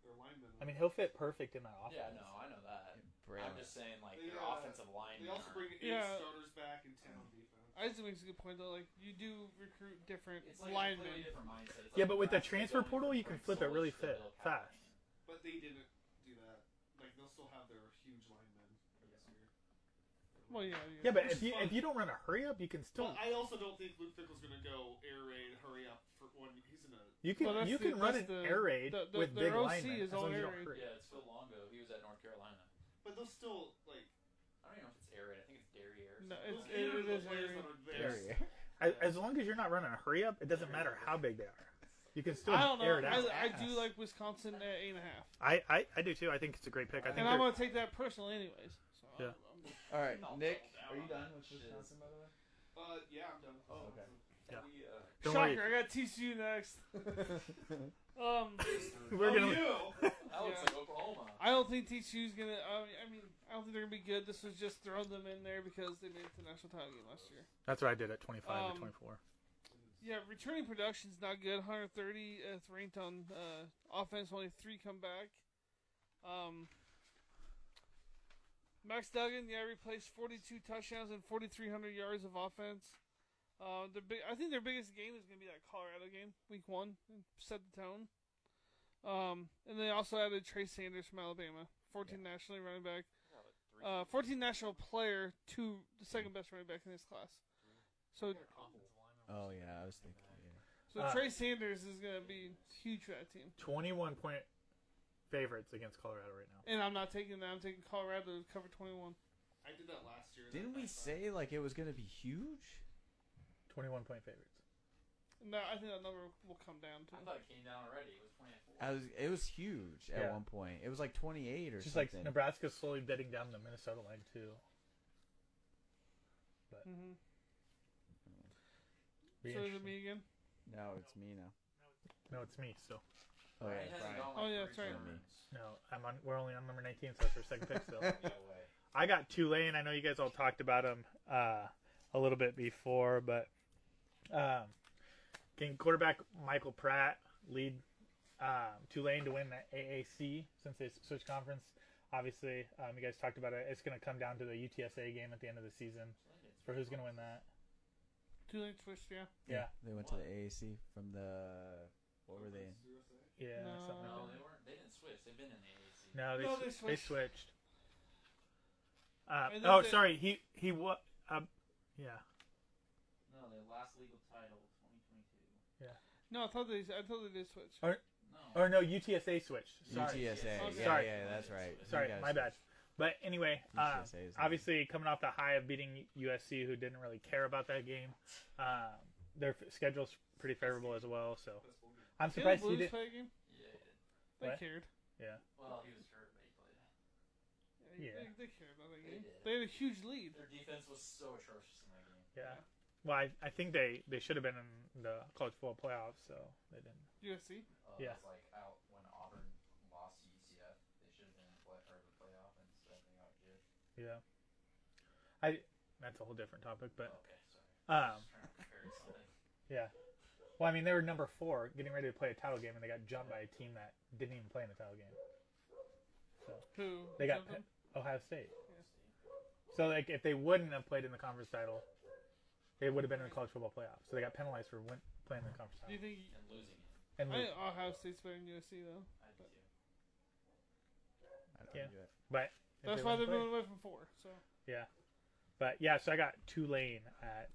Speaker 3: Their linemen.
Speaker 6: I mean, he'll fit perfect in that offense.
Speaker 4: Yeah, no, I know that. I'm just saying, like
Speaker 3: They,
Speaker 4: their
Speaker 3: uh,
Speaker 4: offensive line.
Speaker 3: they also bring eight
Speaker 2: Yeah.
Speaker 3: starters back and ten on defense.
Speaker 2: I just think it's a good point though. Like you do recruit different
Speaker 4: it's like a
Speaker 2: linemen.
Speaker 4: completely different mindset. It's
Speaker 6: Yeah,
Speaker 4: like
Speaker 6: but with the
Speaker 4: Nebraska
Speaker 6: transfer
Speaker 4: going from
Speaker 6: portal, you can
Speaker 4: Frank
Speaker 6: flip it
Speaker 4: Solich
Speaker 6: really
Speaker 4: to
Speaker 6: fit
Speaker 4: Bill Cowher.
Speaker 6: fast.
Speaker 3: But they didn't do that. Like they'll still have their huge linemen for this year.
Speaker 2: Well, yeah,
Speaker 6: Yeah,
Speaker 2: yeah.
Speaker 6: but
Speaker 3: Which
Speaker 6: if
Speaker 3: is
Speaker 6: you
Speaker 3: fine.
Speaker 6: if you don't run a hurry up, you can
Speaker 3: But
Speaker 6: still
Speaker 3: I also don't think Luke Fickle's gonna go air raid, hurry up for one. He's in a
Speaker 6: you
Speaker 2: Well,
Speaker 6: can
Speaker 2: that's
Speaker 6: you
Speaker 2: the-
Speaker 6: can run
Speaker 2: that's
Speaker 6: an
Speaker 2: the-
Speaker 6: air raid
Speaker 2: the- the-
Speaker 6: with
Speaker 2: their
Speaker 6: big
Speaker 2: OC
Speaker 6: linemen
Speaker 2: is
Speaker 6: as long
Speaker 2: all
Speaker 6: as you don't
Speaker 2: air raid.
Speaker 6: hurry.
Speaker 4: Yeah, it's Phil Longo. He was at North Carolina.
Speaker 3: But they'll still like.
Speaker 4: I don't even know if it's air raid. I think it's Dairy Air.
Speaker 2: No,
Speaker 3: they'll
Speaker 2: it's,
Speaker 3: cater
Speaker 2: it,
Speaker 3: to the
Speaker 2: it is
Speaker 3: players
Speaker 2: very-
Speaker 3: that are there.
Speaker 1: Area.
Speaker 6: As, as long as you're not running a hurry up, it doesn't matter how big they are. You can still
Speaker 2: I don't know.
Speaker 6: air it out.
Speaker 2: I, I do like Wisconsin at eight and a half,
Speaker 6: I, I, I do too. I think it's a great pick. I think
Speaker 2: and I'm
Speaker 6: they're-
Speaker 2: gonna take that personally, anyways. So I
Speaker 6: Yeah.
Speaker 2: don't know.
Speaker 1: All right,
Speaker 4: I'll
Speaker 1: Nick,
Speaker 4: double down
Speaker 1: are you
Speaker 4: on
Speaker 1: done
Speaker 4: that
Speaker 1: with
Speaker 4: shit.
Speaker 1: Wisconsin, by the way?
Speaker 3: Uh, yeah, I'm done.
Speaker 1: Oh, okay.
Speaker 6: Yeah.
Speaker 4: We, uh,
Speaker 6: Don't worry.
Speaker 2: Shocker! I got TCU next. Um,
Speaker 6: We're
Speaker 3: Oh,
Speaker 6: gonna-
Speaker 3: you.
Speaker 4: that looks
Speaker 2: Yeah.
Speaker 4: like Oklahoma.
Speaker 2: I don't think TCU's gonna. I mean- I mean, I don't think they're gonna be good. This was just throwing them in there because they made it to the national title game last year.
Speaker 6: That's what I did at 25
Speaker 2: Um,
Speaker 6: to 24.
Speaker 2: Yeah, returning production's not good. 130th ranked on uh, offense, only three come back. Um, Max Duggan, yeah, replaced 42 touchdowns and 4,300 yards of offense. Uh, their big, I think their biggest game is going to be that Colorado game, week one, and set the tone. Um, and they also added Trey Sanders from Alabama, 14 nationally running back, uh, 14 national player, two the second best running back in this class. So
Speaker 1: Oh yeah, I was thinking. Yeah.
Speaker 2: so
Speaker 6: Uh,
Speaker 2: Trey Sanders is going to be huge for that team.
Speaker 6: 21 point favorites against Colorado right now.
Speaker 2: And I'm not taking that. I'm taking Colorado to cover 21.
Speaker 3: I did that last year.
Speaker 1: Didn't we say like it was gonna be huge?
Speaker 6: 21 point favorites.
Speaker 2: And that, I think that number will come down
Speaker 4: I
Speaker 2: to.
Speaker 4: thought it came down already. It was 24.
Speaker 1: I was. It was huge at
Speaker 6: Yeah.
Speaker 1: one point. It was like 28 or
Speaker 6: Just like
Speaker 1: something.
Speaker 6: Nebraska's slowly bedding down the Minnesota line too.
Speaker 2: Mm-hmm. So
Speaker 6: Be
Speaker 2: is it
Speaker 6: interesting.
Speaker 2: me again?
Speaker 1: no, it's me now.
Speaker 6: No, it's me. So
Speaker 1: Oh
Speaker 4: Brian
Speaker 1: yeah,
Speaker 4: hasn't
Speaker 1: Brian.
Speaker 4: gone
Speaker 2: Oh,
Speaker 4: like
Speaker 2: yeah,
Speaker 4: three
Speaker 2: that's right.
Speaker 4: turns.
Speaker 6: no, I'm on. We're only on number 19, so that's our second pick still.
Speaker 4: No way.
Speaker 6: I got Tulane. I know you guys all talked about him uh, a little bit before, but um, getting quarterback Michael Pratt lead um, Tulane to win the AAC since they switched conference. Obviously, um, you guys talked about it. It's going to come down to the UTSA game at the end of the season for who's going to win that.
Speaker 2: Tulane twist, yeah.
Speaker 6: Yeah.
Speaker 1: They went to the AAC from the. What were they? in?
Speaker 6: Yeah,
Speaker 2: No.
Speaker 6: something
Speaker 4: No,
Speaker 6: like
Speaker 4: they weren't. They didn't switch. They've been in the AAC.
Speaker 6: that. No, they,
Speaker 2: No,
Speaker 6: sw-
Speaker 2: they
Speaker 6: they switched.
Speaker 2: switched.
Speaker 6: Uh,
Speaker 2: And then
Speaker 6: oh,
Speaker 2: they-
Speaker 6: sorry. He he what? Um, yeah,
Speaker 4: No, their last legal title, 2022.
Speaker 2: No, I thought they. I thought they did switch.
Speaker 4: No.
Speaker 6: or no, UTSA switched. Sorry,
Speaker 1: UTSA.
Speaker 2: Okay.
Speaker 1: Yeah,
Speaker 6: Sorry.
Speaker 1: yeah, that's right. You
Speaker 6: sorry,
Speaker 1: guys-
Speaker 6: my bad. But anyway, um,
Speaker 1: UTSA is
Speaker 6: obviously coming off the high of beating USC, who didn't really care about that game. Um, their f- schedule's pretty favorable as well, so I'm
Speaker 2: Did the
Speaker 6: surprised he
Speaker 2: Blues
Speaker 6: did.
Speaker 2: play a game?
Speaker 4: Yeah, he did.
Speaker 2: They
Speaker 6: What?
Speaker 2: cared.
Speaker 4: Well, he was hurt, but he played.
Speaker 2: Yeah.
Speaker 6: Yeah.
Speaker 2: They, they cared about that
Speaker 4: They
Speaker 2: game.
Speaker 4: did.
Speaker 2: They had a huge lead.
Speaker 4: Their defense was so atrocious in that game.
Speaker 6: Yeah. Well, I, I think they, they should have been in the college football playoffs, so they didn't.
Speaker 2: USC.
Speaker 4: Uh,
Speaker 6: Yeah.
Speaker 4: It was like out when Auburn lost to UCF. They should have been in play, or the playoff, and instead they got gypped.
Speaker 6: Yeah. I that's a whole different topic, but
Speaker 4: Oh, okay, sorry. I
Speaker 6: um,
Speaker 4: was trying to compare it to something.
Speaker 6: well, I mean they were number four, getting ready to play a title game, and they got jumped by a team that didn't even play in the title game,
Speaker 2: Who?
Speaker 6: They got
Speaker 2: jumped them?
Speaker 6: Ohio State.
Speaker 2: Yes.
Speaker 6: So like if they wouldn't have played in the conference title, they would have been in the college football playoffs. So they got penalized for win- playing in the conference
Speaker 2: Do you think?
Speaker 6: title.
Speaker 4: And losing it,
Speaker 6: And
Speaker 2: I
Speaker 6: lose.
Speaker 2: think Ohio State's better than USC though.
Speaker 4: I do too.
Speaker 1: I don't
Speaker 6: Yeah.
Speaker 1: do it.
Speaker 6: if
Speaker 2: That's
Speaker 6: they
Speaker 2: why
Speaker 6: wouldn't
Speaker 2: they're
Speaker 6: play.
Speaker 2: moving away from four. So
Speaker 6: But yeah, so I got Tulane at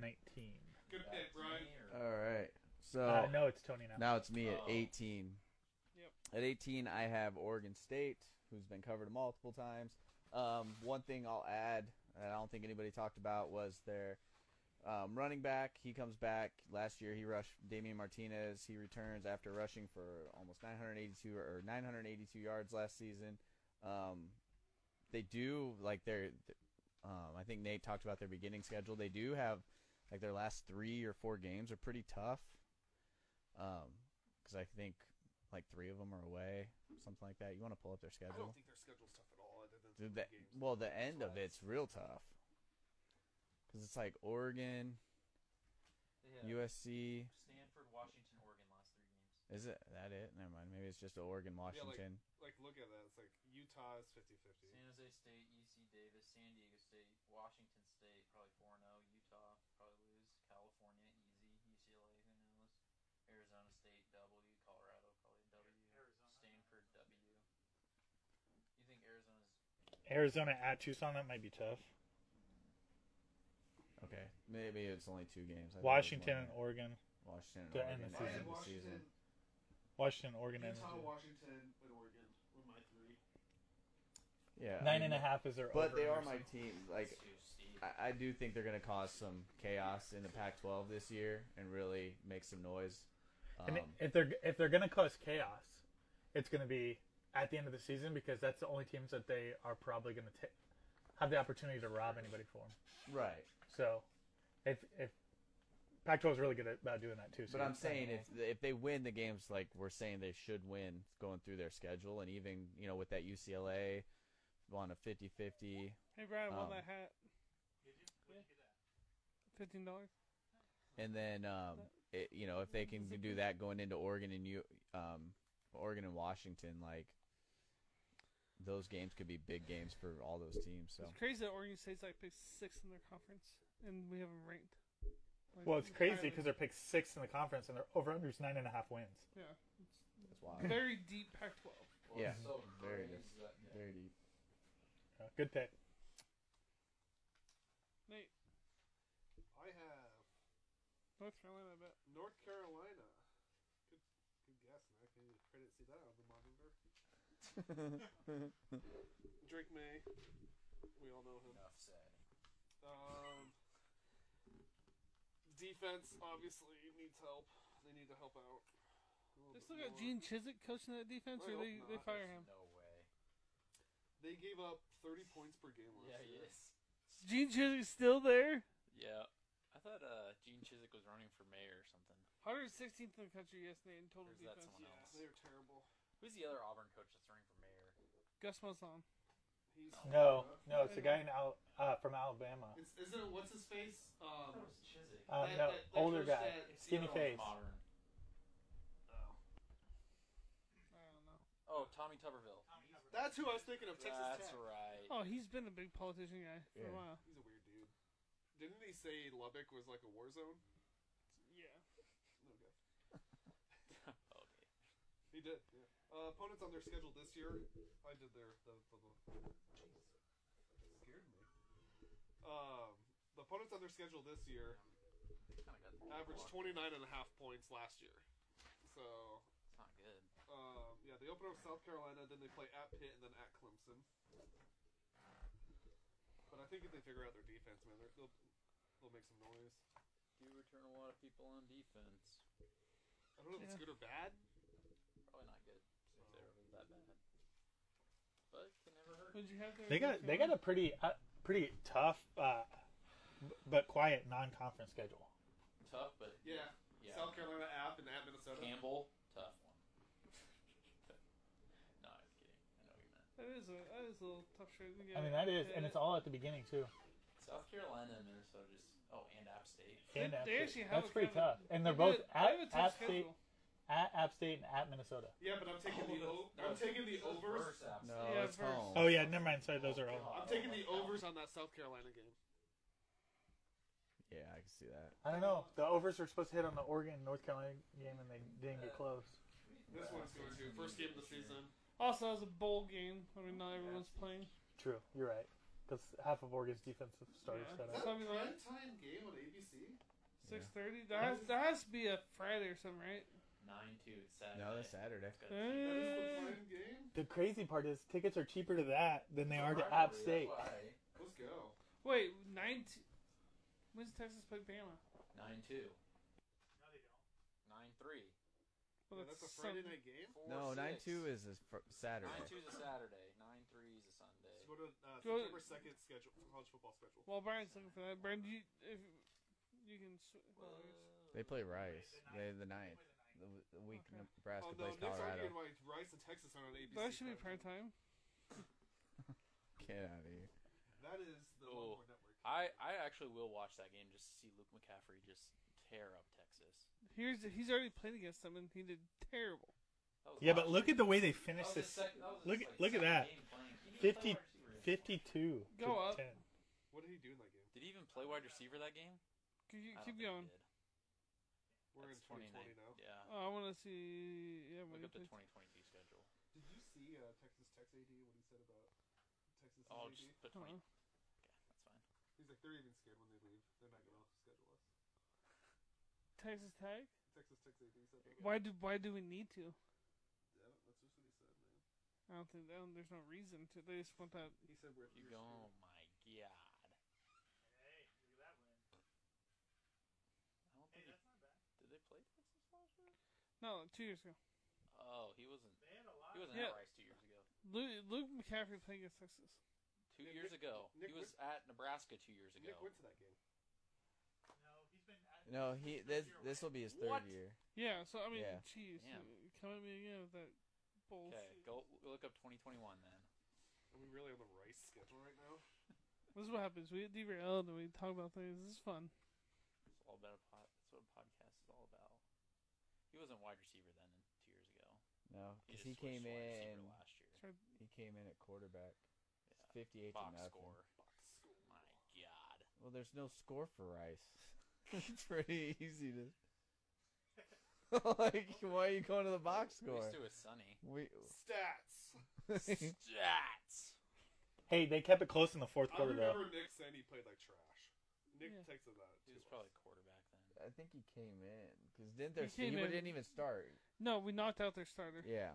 Speaker 6: 19.
Speaker 3: Good
Speaker 4: Back
Speaker 3: pick,
Speaker 4: to
Speaker 3: Brian.
Speaker 4: me, or-
Speaker 1: All right. So
Speaker 6: Uh, no, it's Tony now.
Speaker 1: Now it's me at
Speaker 4: Oh.
Speaker 1: 18.
Speaker 2: Yep.
Speaker 1: At 18, I have Oregon State, who's been covered multiple times. Um, one thing I'll add that I don't think anybody talked about was their um, running back. He comes back. Last year, he rushed Damian Martinez. He returns after rushing for almost 982 or 982 yards last season. Um, they do like their. Um, I think Nate talked about their beginning schedule. They do have Like their last three or four games are pretty tough. Um, because I think like three of them are away, something like that. You want to pull up their schedule?
Speaker 3: I don't think their schedule's tough at all, other than
Speaker 1: Dude,
Speaker 3: three
Speaker 1: the,
Speaker 3: games.
Speaker 1: well, the end
Speaker 3: That's
Speaker 1: of
Speaker 3: why
Speaker 1: it's real tough. Because it's like Oregon,
Speaker 4: They have
Speaker 1: USC.
Speaker 4: Stanford, Washington, Oregon last three games.
Speaker 1: Is it that it? Never mind. Maybe it's just Oregon,
Speaker 3: like-
Speaker 1: Washington.
Speaker 3: like look at that. It's like Utah is 50-50.
Speaker 4: San Jose State, UC Davis, San Diego State, Washington State, probably 4 0. Utah, probably lose. California, easy. UCLA, who knows? Arizona State, W. Colorado, probably W. Stanford, W. You think Arizona's.
Speaker 6: Arizona at Tucson, that might be tough.
Speaker 1: okay, maybe it's only two games. I thought it was
Speaker 6: Washington
Speaker 1: one.
Speaker 6: and Oregon.
Speaker 1: Washington, and
Speaker 6: to
Speaker 1: Oregon
Speaker 6: end the
Speaker 1: at the
Speaker 3: I
Speaker 6: season.
Speaker 3: had
Speaker 1: end of the season.
Speaker 3: Washington,
Speaker 6: Washington, Oregon, and
Speaker 3: Utah, Washington, and Oregon were my three.
Speaker 1: Yeah, I
Speaker 6: nine
Speaker 1: mean,
Speaker 6: and a half is their.
Speaker 1: But
Speaker 6: over
Speaker 1: they are
Speaker 6: under,
Speaker 1: my
Speaker 6: so-
Speaker 1: team. Like
Speaker 4: It's too steep.
Speaker 1: I, I do think they're going to cause some chaos in the Pac-12 this year and really make some noise. Um,
Speaker 6: And if they're if they're gonna cause chaos, it's gonna be at the end of the season because that's the only teams that they are probably gonna ta have the opportunity to rob anybody for. 'em.
Speaker 1: Um, right.
Speaker 6: So, if if Pac-12 is really good at, about doing that too. So
Speaker 1: But
Speaker 6: you
Speaker 1: I'm
Speaker 6: kinda
Speaker 1: saying
Speaker 6: know.
Speaker 1: if if they win the games like we're saying they should win going through their schedule and even you know with that UCLA on a 50-50
Speaker 2: Hey Brian, won
Speaker 1: Um,
Speaker 2: that hat. Fifteen dollars.
Speaker 1: and then um it, you know if they can do that going into Oregon and you um Oregon and Washington like those games could be big games for all those teams so
Speaker 2: It's crazy that Oregon State's like picked sixth in their conference, and we haven't ranked. Like,
Speaker 6: well, it's crazy
Speaker 2: entirely.
Speaker 6: because they're picked sixth in the conference and their over/under is nine and a half wins.
Speaker 2: yeah,
Speaker 1: that's wild
Speaker 2: very deep Pac-12.
Speaker 4: Well,
Speaker 1: yeah,
Speaker 4: it's so
Speaker 1: very
Speaker 4: crazy
Speaker 1: good.
Speaker 4: that- yeah.
Speaker 1: very deep
Speaker 6: Uh, Good pick.
Speaker 2: Nate,
Speaker 3: I have
Speaker 2: North Carolina, I bet.
Speaker 3: North Carolina. Good, good guess, man. I can credit see that on the monitor. Drake May. We all know him.
Speaker 4: Enough said.
Speaker 3: Um, defense obviously needs help. They need to help out. a little
Speaker 2: They
Speaker 3: bit
Speaker 2: still got
Speaker 3: more.
Speaker 2: Gene Chiswick coaching that defense,
Speaker 3: I
Speaker 2: or
Speaker 3: hope
Speaker 2: they, they
Speaker 3: not.
Speaker 2: fire
Speaker 4: There's
Speaker 2: him.
Speaker 4: No way.
Speaker 3: They gave up 30 points per game last
Speaker 4: Yeah,
Speaker 3: year.
Speaker 4: yes.
Speaker 2: Gene Chiswick's still there.
Speaker 4: Yeah. I thought uh, Gene Chiswick was running for mayor or something.
Speaker 2: 116th in the country, yes, Nate, in total
Speaker 4: Or is that
Speaker 2: defense.
Speaker 4: someone
Speaker 3: Yeah,
Speaker 4: else?
Speaker 3: they're terrible.
Speaker 4: Who's the other Auburn coach that's running for mayor?
Speaker 2: Gus Malzahn.
Speaker 3: He's
Speaker 6: No, no, it's a guy in Al, uh, from Alabama.
Speaker 3: It's, isn't it what's his face?
Speaker 4: I thought Oh,
Speaker 3: Um,
Speaker 4: it was Chiswick.
Speaker 6: Um,
Speaker 3: that-
Speaker 6: no,
Speaker 3: that- that
Speaker 6: older
Speaker 3: coach
Speaker 6: guy,
Speaker 3: that-
Speaker 4: It's the
Speaker 6: skinny
Speaker 4: other one
Speaker 6: face.
Speaker 4: with Auburn.
Speaker 3: oh.
Speaker 2: I don't know.
Speaker 4: Oh, Tommy Tuberville.
Speaker 3: That's who I was thinking of. Texas
Speaker 4: That's
Speaker 3: Tech.
Speaker 4: right.
Speaker 2: Oh, he's been a big politician guy for
Speaker 1: Yeah.
Speaker 2: a while.
Speaker 3: He's a weird dude. Didn't he say Lubbock was like a war zone?
Speaker 2: Yeah.
Speaker 3: Okay.
Speaker 4: okay.
Speaker 3: He did. Yeah. Uh, opponents on their schedule this year. I did their the the. the Jeez. Scared me. Um, the opponents on their schedule this year
Speaker 4: They kinda got the
Speaker 3: averaged
Speaker 4: block.
Speaker 3: 29 and a half points last year. So,
Speaker 4: It's not good.
Speaker 3: um, yeah, they open up South Carolina, then they play at Pitt, and then at Clemson. But I think if they figure out their defense, man, they're- they'll they'll make some noise.
Speaker 4: You return a lot of people on defense.
Speaker 3: I don't know if it's
Speaker 2: Yeah.
Speaker 3: good or bad.
Speaker 4: Probably not good. If they're that bad. But can never hurt.
Speaker 2: Who'd you have there?
Speaker 6: They got they got a pretty uh, pretty tough uh, b- but quiet non-conference schedule.
Speaker 4: Tough, but
Speaker 3: Yeah.
Speaker 4: yeah.
Speaker 3: South Carolina app and at Minnesota.
Speaker 4: Campbell, tough one. no, I'm kidding. I know what you meant.
Speaker 2: That is a, that is a little tough shit.
Speaker 6: I mean that is, and it's all at the beginning too.
Speaker 4: South Carolina and Minnesota just. Oh, and App State.
Speaker 6: And
Speaker 2: They-
Speaker 6: App
Speaker 2: they
Speaker 6: State.
Speaker 2: actually have
Speaker 6: That's
Speaker 2: a
Speaker 6: pretty
Speaker 2: kind of-
Speaker 6: tough, and they're both at App
Speaker 2: tough
Speaker 6: State,
Speaker 2: schedule.
Speaker 6: at App State, and at Minnesota.
Speaker 3: Yeah, but I'm
Speaker 4: Oh,
Speaker 3: taking the o-
Speaker 4: No,
Speaker 3: I'm taking the
Speaker 4: it's
Speaker 3: overs.
Speaker 4: reverse App
Speaker 1: no
Speaker 4: State.
Speaker 2: Yeah,
Speaker 1: it's
Speaker 2: versus-
Speaker 1: home
Speaker 6: Oh yeah, never mind. Sorry, those are all.
Speaker 4: God.
Speaker 3: I'm taking the overs on Oh, that South Carolina game.
Speaker 1: yeah I can see that
Speaker 6: I don't know. The overs were supposed to hit on the Oregon and North Carolina game, and they didn't get close.
Speaker 3: This one's going to first game of the season.
Speaker 2: Also, that was a bowl game. I mean, not everyone's playing.
Speaker 6: True, you're right. Because half of Oregon's defensive starters
Speaker 2: Yeah.
Speaker 6: set
Speaker 3: Is
Speaker 6: up.
Speaker 3: that a prime time game on ABC?
Speaker 2: Six thirty. That has that has to be a Friday or something, right?
Speaker 4: Nine two Saturday.
Speaker 1: no that's Saturday
Speaker 4: It's gonna be-
Speaker 3: That is the
Speaker 2: Eh,
Speaker 3: prime game.
Speaker 6: The crazy part is tickets are cheaper to that than they are to
Speaker 4: Rivalry,
Speaker 6: App
Speaker 4: that's
Speaker 6: State.
Speaker 4: why.
Speaker 3: Let's go.
Speaker 2: wait, nineteen. When's Texas play Bama?
Speaker 4: Nine two. Nine three.
Speaker 2: Well,
Speaker 3: that's a
Speaker 2: Sunday.
Speaker 3: Friday night game.
Speaker 4: Four,
Speaker 1: no
Speaker 4: six.
Speaker 1: nine two is a fr- Saturday
Speaker 4: Nine two is a Saturday. Nine three is a Sunday.
Speaker 3: Let's go to uh,
Speaker 2: Go-
Speaker 3: September second schedule, college football schedule.
Speaker 2: Well, Brian's looking for that. Brian, do you, if, You can. Sw- well, I guess-
Speaker 1: They play Rice. They the ninth. The, w- the week
Speaker 2: Okay.
Speaker 1: Nebraska
Speaker 3: Oh no,
Speaker 1: plays
Speaker 3: next time
Speaker 1: Colorado.
Speaker 3: you're gonna Rice and Texas on an ABC.
Speaker 2: that should be prime
Speaker 3: program.
Speaker 2: time.
Speaker 1: Get out of here.
Speaker 3: That is the
Speaker 4: Oh.
Speaker 3: Longhorn Network.
Speaker 4: I, I actually will watch that game just to see Luke McCaffrey just tear up Texas.
Speaker 2: Here's he's already played against them and he did terrible.
Speaker 4: That was
Speaker 6: Yeah,
Speaker 4: last
Speaker 6: but look
Speaker 4: year.
Speaker 6: at the way they finished
Speaker 4: That was his
Speaker 6: this.
Speaker 4: sec- that was his,
Speaker 6: look at-
Speaker 4: like,
Speaker 6: look at
Speaker 4: second
Speaker 6: that.
Speaker 4: game playing. He didn't
Speaker 6: 50
Speaker 4: play wide receiver.
Speaker 6: 52
Speaker 2: Go
Speaker 6: to
Speaker 2: up.
Speaker 6: 10.
Speaker 3: What did he do in that game?
Speaker 4: Did he even play wide receiver that game?
Speaker 2: Keep,
Speaker 4: I don't
Speaker 2: keep
Speaker 4: think he
Speaker 2: going.
Speaker 4: did.
Speaker 3: We're
Speaker 4: That's
Speaker 3: in 2020
Speaker 4: 29.
Speaker 3: now.
Speaker 4: Yeah.
Speaker 2: Oh, I want to see. Yeah, when he
Speaker 4: Look up the
Speaker 2: played-
Speaker 4: 2022 schedule.
Speaker 3: Did you see uh, Texas Tech AD what he said about Texas
Speaker 4: Oh,
Speaker 3: AD?
Speaker 4: just put
Speaker 2: I don't
Speaker 4: 20.
Speaker 2: know.
Speaker 4: Okay, that's fine.
Speaker 3: He's like, they're even scared when they leave. They're not gonna schedule us.
Speaker 2: Texas Tech.
Speaker 3: Texas Tech AD said that.
Speaker 2: Why do why do we need to?
Speaker 3: Yeah, that's just what he said, man.
Speaker 2: I don't think I don't- there's no reason to. They just want that.
Speaker 3: He said we're
Speaker 4: You
Speaker 3: you're
Speaker 4: go, oh
Speaker 3: scared.
Speaker 4: my god. I don't think he- did they play Texas last year?
Speaker 2: No, two years ago,
Speaker 4: Oh, he wasn't. He wasn't
Speaker 2: Yeah.
Speaker 4: at Rice two years ago.
Speaker 2: Luke, Luke McCaffrey played against Texas.
Speaker 4: Two
Speaker 3: Nick
Speaker 4: years
Speaker 3: Wick-
Speaker 4: ago,
Speaker 3: Nick
Speaker 4: he was at Nebraska two years ago.
Speaker 3: Nick went to that game.
Speaker 1: No, he this this will be his third
Speaker 4: What?
Speaker 1: year.
Speaker 2: Yeah, so I mean,
Speaker 1: Yeah.
Speaker 2: jeez,
Speaker 4: Damn.
Speaker 2: uh, come at me again with that bullshit.
Speaker 4: Okay, go look up 2021 then.
Speaker 3: Are we really on the Rice schedule right now?
Speaker 2: This is what happens. We get derailed and we talk about things. This is fun.
Speaker 4: It's all about a pod. That's what a podcast is all about. He wasn't wide receiver then two years ago.
Speaker 1: No, because
Speaker 4: just
Speaker 1: he
Speaker 4: switched
Speaker 1: came
Speaker 4: to wide
Speaker 1: in.
Speaker 4: receiver last year.
Speaker 2: Sorry.
Speaker 1: He came in at quarterback.
Speaker 4: Yeah.
Speaker 1: Fifty eight to
Speaker 4: Box
Speaker 1: nothing.
Speaker 4: score. My god.
Speaker 1: Well, there's no score for Rice. it's pretty easy to. like, why are you going to the box score?
Speaker 4: At least it was sunny.
Speaker 1: We.
Speaker 3: Stats.
Speaker 4: Stats.
Speaker 6: Hey, they kept it close in the fourth
Speaker 3: I
Speaker 6: quarter, though.
Speaker 3: remember Nick saying he played like trash. Nick
Speaker 2: Yeah.
Speaker 3: texted that.
Speaker 4: He
Speaker 3: to
Speaker 4: was
Speaker 3: us.
Speaker 4: probably quarterback then.
Speaker 1: I think he came in because didn't there?
Speaker 2: He came
Speaker 1: he
Speaker 2: in.
Speaker 1: didn't even start.
Speaker 2: No, we knocked out their starter.
Speaker 1: Yeah.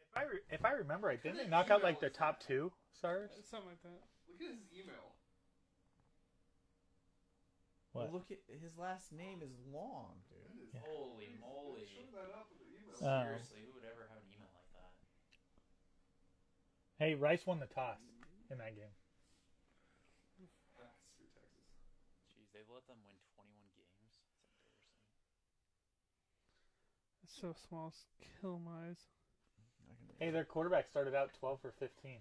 Speaker 6: If I, re- if I remember right, didn't they knock out like their top two stars?
Speaker 2: Uh, Something like that.
Speaker 3: Look at his email.
Speaker 1: Well,
Speaker 6: What?
Speaker 1: look at his last name is long,
Speaker 3: That
Speaker 1: dude.
Speaker 3: is
Speaker 6: Yeah.
Speaker 4: Holy
Speaker 3: crazy.
Speaker 4: moly.
Speaker 3: uh, Show that up in the email.
Speaker 6: Uh,
Speaker 1: Um,
Speaker 4: Seriously, who would ever have an email like that?
Speaker 6: Hey, Rice won the toss in that game.
Speaker 3: Bastard, Texas.
Speaker 4: Jeez, they've let them win 21 games. That's embarrassing.
Speaker 2: It's so small. It's kill my eyes.
Speaker 6: Hey, their quarterback started out 12 for 15.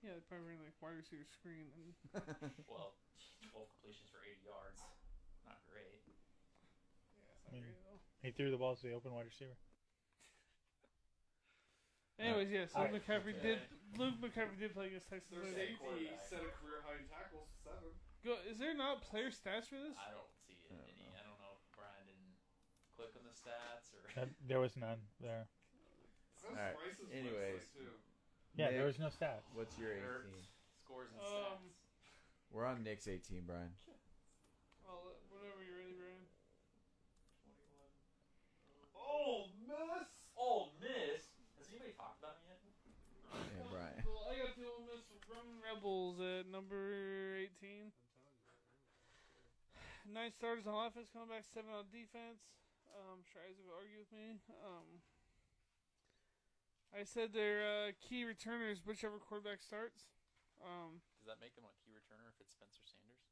Speaker 2: Yeah, they probably ran like wide receiver screen and
Speaker 4: Well, 12 completions for 80 yards. Not great.
Speaker 2: yeah, it's not great
Speaker 6: Mm.
Speaker 2: at all.
Speaker 6: He threw the ball to the open wide receiver.
Speaker 2: Anyways, yeah, so
Speaker 6: Alright.
Speaker 2: Luke McCaffrey did. Luke McCaffrey did play against Texas.
Speaker 3: Their
Speaker 2: Right?
Speaker 4: Thursday.
Speaker 3: safety
Speaker 4: quarterback.
Speaker 3: set a career high in tackles, seven.
Speaker 2: Go, is there not player stats for this?
Speaker 4: I don't see it.
Speaker 1: I don't
Speaker 4: Any, I don't know if Brian didn't click on the stats or.
Speaker 6: That, there was none there.
Speaker 3: That's
Speaker 1: Alright,
Speaker 3: Rice's
Speaker 1: anyways.
Speaker 3: website, too.
Speaker 6: Yeah, there
Speaker 1: Nick,
Speaker 6: was no stats.
Speaker 1: What's your 18?
Speaker 4: Or Scores and
Speaker 2: Um,
Speaker 4: stats.
Speaker 1: We're on Nick's 18, Brian.
Speaker 2: I'll let- whenever uh, you're ready, Brian.
Speaker 3: Oh, mess!
Speaker 4: Ole Miss. Has anybody talked about it yet?
Speaker 1: Yeah, Brian.
Speaker 2: Well, I got the Ole Miss Roman Rebels at number 18. Nine starters on offense, coming back seven on defense. Um, sure, Isaac will argue with me. Um, I said they're uh, key returners, whichever quarterback starts. Um,
Speaker 4: Does that make them a key returner if it's Spencer Sanders?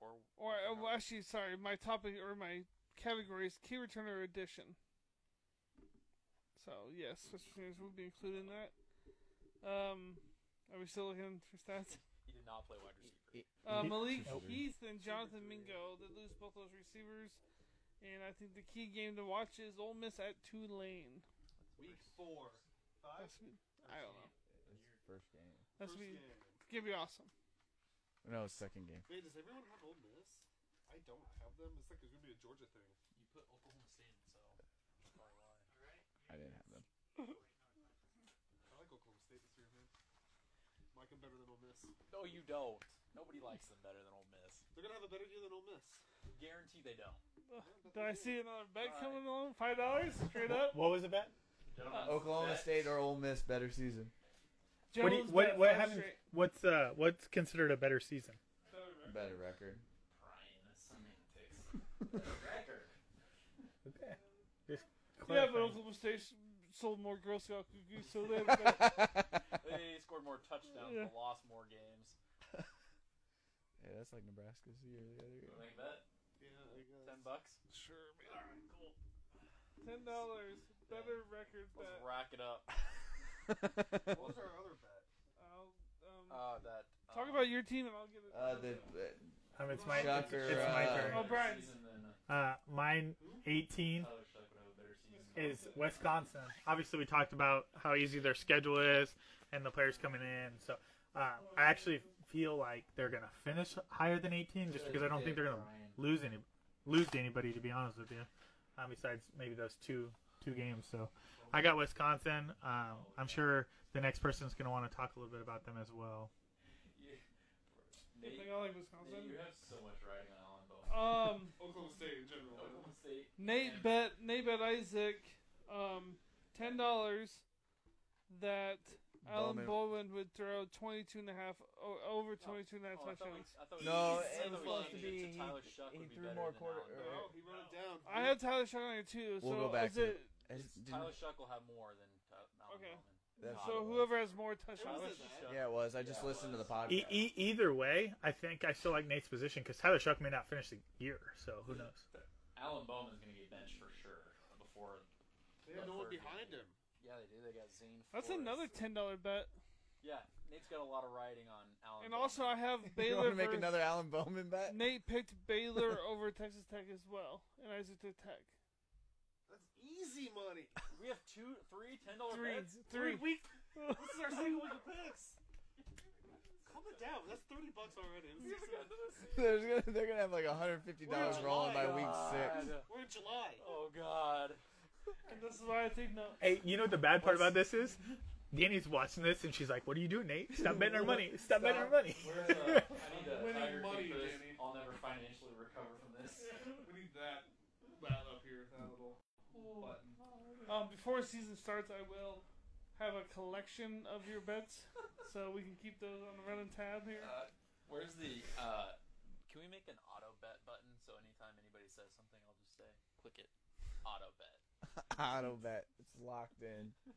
Speaker 4: Or
Speaker 2: or uh, well, actually, sorry, my topic or my category is key returner addition. So yes, Spencer Sanders will be included in that. Um, are we still looking for stats?
Speaker 4: he did not play wide receiver.
Speaker 2: Uh,
Speaker 6: He-
Speaker 2: Malik
Speaker 6: Nope.
Speaker 2: Heath and Jonathan Mingo that lose both those receivers, and I think the key game to watch is Ole Miss at Tulane.
Speaker 3: Week four. Five?
Speaker 2: That's I don't know.
Speaker 1: First game.
Speaker 2: That's
Speaker 3: First
Speaker 2: be gonna
Speaker 3: game.
Speaker 2: be awesome.
Speaker 1: No, second game.
Speaker 3: Wait, does everyone have Ole Miss? I don't have them. It's like it's gonna be a Georgia thing.
Speaker 4: You put Oklahoma State in, so that's probably why.
Speaker 1: I didn't have them.
Speaker 3: I like Oklahoma State this year, man. Like them better than Ole Miss.
Speaker 4: No, you don't. Nobody likes them better than Ole Miss.
Speaker 3: They're gonna have a better year than Ole Miss.
Speaker 4: Guarantee they don't.
Speaker 2: Ugh, do I see another bet
Speaker 4: Alright.
Speaker 2: coming on? Five dollars straight up.
Speaker 6: What was the bet?
Speaker 4: Don't
Speaker 1: Oklahoma
Speaker 4: bet.
Speaker 1: State or Ole Miss better season?
Speaker 6: What, do you-
Speaker 2: Jones
Speaker 6: what,
Speaker 2: bet
Speaker 6: what
Speaker 2: five
Speaker 6: happened?
Speaker 2: straight.
Speaker 6: What's uh, what's considered a better season?
Speaker 1: Better record.
Speaker 4: Brian, that's semantics. Record.
Speaker 6: Just
Speaker 2: Yeah,
Speaker 6: clarifying.
Speaker 2: but Oklahoma State s- sold more Girl Scout cookies, so they. have a better-
Speaker 4: They scored more touchdowns but lost more games.
Speaker 1: Yeah, that's like Nebraska's year the other year.
Speaker 4: Make a bet.
Speaker 3: Yeah, I guess.
Speaker 4: Ten bucks.
Speaker 3: Sure, man.
Speaker 4: cool.
Speaker 2: Ten dollars. Better record
Speaker 4: Let's
Speaker 2: bet.
Speaker 4: rack it up.
Speaker 3: What was our other bet?
Speaker 2: I'll, um,
Speaker 4: Uh, that.
Speaker 2: talk
Speaker 4: um,
Speaker 2: about your team and I'll give it.
Speaker 1: uh, the,
Speaker 6: Um, it's my it's,
Speaker 1: Shocker,
Speaker 6: it's my
Speaker 1: uh,
Speaker 6: turn.
Speaker 2: Oh, Brian.
Speaker 4: Season than, uh,
Speaker 6: Uh, mine 18
Speaker 4: Tyler Shuck would have a better season.
Speaker 6: is Wisconsin. Obviously, we talked about how easy their schedule is and the players coming in. So uh, I actually feel like they're gonna finish higher than 18, just because I don't think they're gonna
Speaker 4: Brian.
Speaker 6: lose any lose to anybody. To be honest with you, um, besides maybe those two two games. So I got Wisconsin. Um, I'm sure the next person's gonna want to talk a little bit about them as well.
Speaker 4: You,
Speaker 2: They
Speaker 4: Nate,
Speaker 2: play all like
Speaker 4: Nate,
Speaker 2: Wisconsin.
Speaker 4: you have so much riding on Allen Bowen.
Speaker 2: Um,
Speaker 3: Oklahoma State in general.
Speaker 4: Oklahoma State.
Speaker 2: Nate bet Nate bet Isaac, um, ten dollars that Alan
Speaker 1: Bowman.
Speaker 2: Bowman would throw 22 and a half o- over 22 and a half
Speaker 4: Oh, I thought we,
Speaker 2: touchdowns.
Speaker 4: I thought we,
Speaker 1: No,
Speaker 4: I
Speaker 1: it
Speaker 4: thought
Speaker 1: was
Speaker 4: we
Speaker 1: supposed to
Speaker 4: changed it
Speaker 1: be-
Speaker 4: Tyler
Speaker 1: he-
Speaker 4: Shuck
Speaker 1: he
Speaker 4: would be
Speaker 1: threw
Speaker 4: better
Speaker 1: more
Speaker 4: than
Speaker 1: quarter-
Speaker 4: Allen
Speaker 1: or-
Speaker 4: Bowen.
Speaker 3: Oh, he wrote it down.
Speaker 2: I had Tyler Shuck on here too.
Speaker 1: We'll
Speaker 2: so
Speaker 1: go back
Speaker 2: is
Speaker 1: to
Speaker 2: it,
Speaker 4: It's- Tyler Shuck will have more than uh, Alan
Speaker 2: Okay.
Speaker 4: Bowman.
Speaker 1: That's-
Speaker 2: so
Speaker 1: Tyler.
Speaker 2: whoever has more touchdowns.
Speaker 4: Tyler
Speaker 3: was it?
Speaker 4: Shuck.
Speaker 1: yeah, it was. I just
Speaker 4: Yeah, it
Speaker 1: listened to the
Speaker 4: was.
Speaker 1: podcast.
Speaker 6: E- e- either way, I think I still like Nate's position because Tyler Shuck may not finish the year, so who knows.
Speaker 4: Alan Bowman's going to get benched for sure before.
Speaker 3: They have no one behind him.
Speaker 4: Yeah, they do. They got Zane.
Speaker 2: That's
Speaker 4: Forrest.
Speaker 2: another ten dollar bet.
Speaker 4: Yeah, Nate's got a lot of riding on Alan.
Speaker 2: And
Speaker 4: Bowman.
Speaker 2: also, I have
Speaker 1: you want
Speaker 2: Baylor.
Speaker 1: to make
Speaker 2: versus-
Speaker 1: another Alan Bowman bet?
Speaker 2: Nate picked Baylor over Texas Tech as well, and Isaac took Tech.
Speaker 3: That's easy money.
Speaker 4: we have two, three ten dollar
Speaker 2: Three,
Speaker 4: bets.
Speaker 2: three.
Speaker 3: week. This is our second week of picks. Calm it down. That's thirty bucks already. This is-
Speaker 1: There's gonna, they're gonna have like 150 dollars
Speaker 3: We're
Speaker 1: rolling by
Speaker 3: alive.
Speaker 1: week six.
Speaker 4: God.
Speaker 3: We're in July.
Speaker 4: Oh God.
Speaker 2: And this is why I think no.
Speaker 6: Hey, you know what the bad part about this is? Danny's watching this and she's like, "What are you doing, Nate? Stop betting our money! Stop, betting our money!"
Speaker 4: Where's uh, I need a
Speaker 3: Winning
Speaker 4: tiger
Speaker 3: money,
Speaker 4: kick for this.
Speaker 3: Danny.
Speaker 4: I'll never financially recover from this.
Speaker 3: We need that that up here. That little button.
Speaker 2: Um, before season starts, I will have a collection of your bets, so we can keep those on the running tab here.
Speaker 4: Uh, where's the? Uh, can we make an auto bet button so anytime anybody says something, I'll just say click it. Auto bet.
Speaker 1: Auto bet. It's locked in.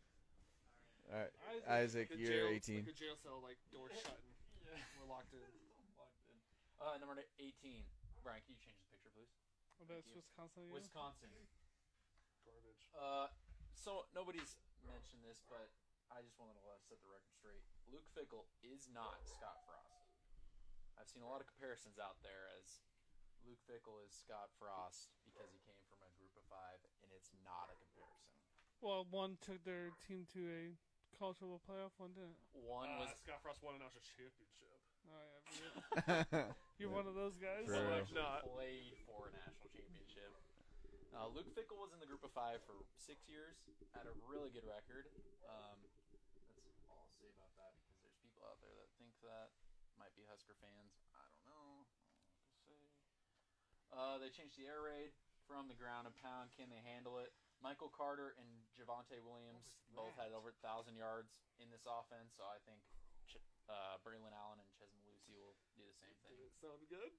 Speaker 1: All right, Isaac,
Speaker 3: Like a
Speaker 1: you're 18.
Speaker 3: jail- Like a jail cell, like door shutting. We're locked in.
Speaker 4: Uh, number na- 18. Brian, can you change the picture, please?
Speaker 2: Oh, that's Wisconsin. again.
Speaker 4: Wisconsin.
Speaker 3: Garbage.
Speaker 4: Uh, so nobody's mentioned this, but I just wanted to let- set the record straight. Luke Fickle is not Scott Frost. I've seen a lot of comparisons out there as Luke Fickle is Scott Frost because he came from a group of five, and it's not a comparison.
Speaker 2: Well, one took their team to a college football playoff. One didn't.
Speaker 4: One
Speaker 3: Uh,
Speaker 4: was
Speaker 3: Scott Frost won a national championship.
Speaker 2: Oh, yeah, forget it. you're one of those guys.
Speaker 1: True.
Speaker 4: Well,
Speaker 1: Fair
Speaker 4: actually
Speaker 3: enough.
Speaker 4: played for a national championship. Uh, Luke Fickle was in the group of five for six years, had a really good record. Um, that's all I'll say about that because there's people out there that think that might be Husker fans. I don't know. I don't know what to say. Uh, they changed the air raid from the ground and pound. Can they handle it? Michael Carter and Javante Williams
Speaker 3: What was
Speaker 4: both had
Speaker 3: that?
Speaker 4: over a thousand yards in this offense, so I think Ch- uh, Braylon Allen and Chesma Lucy will do the same
Speaker 3: Did
Speaker 4: thing.
Speaker 3: it sound good?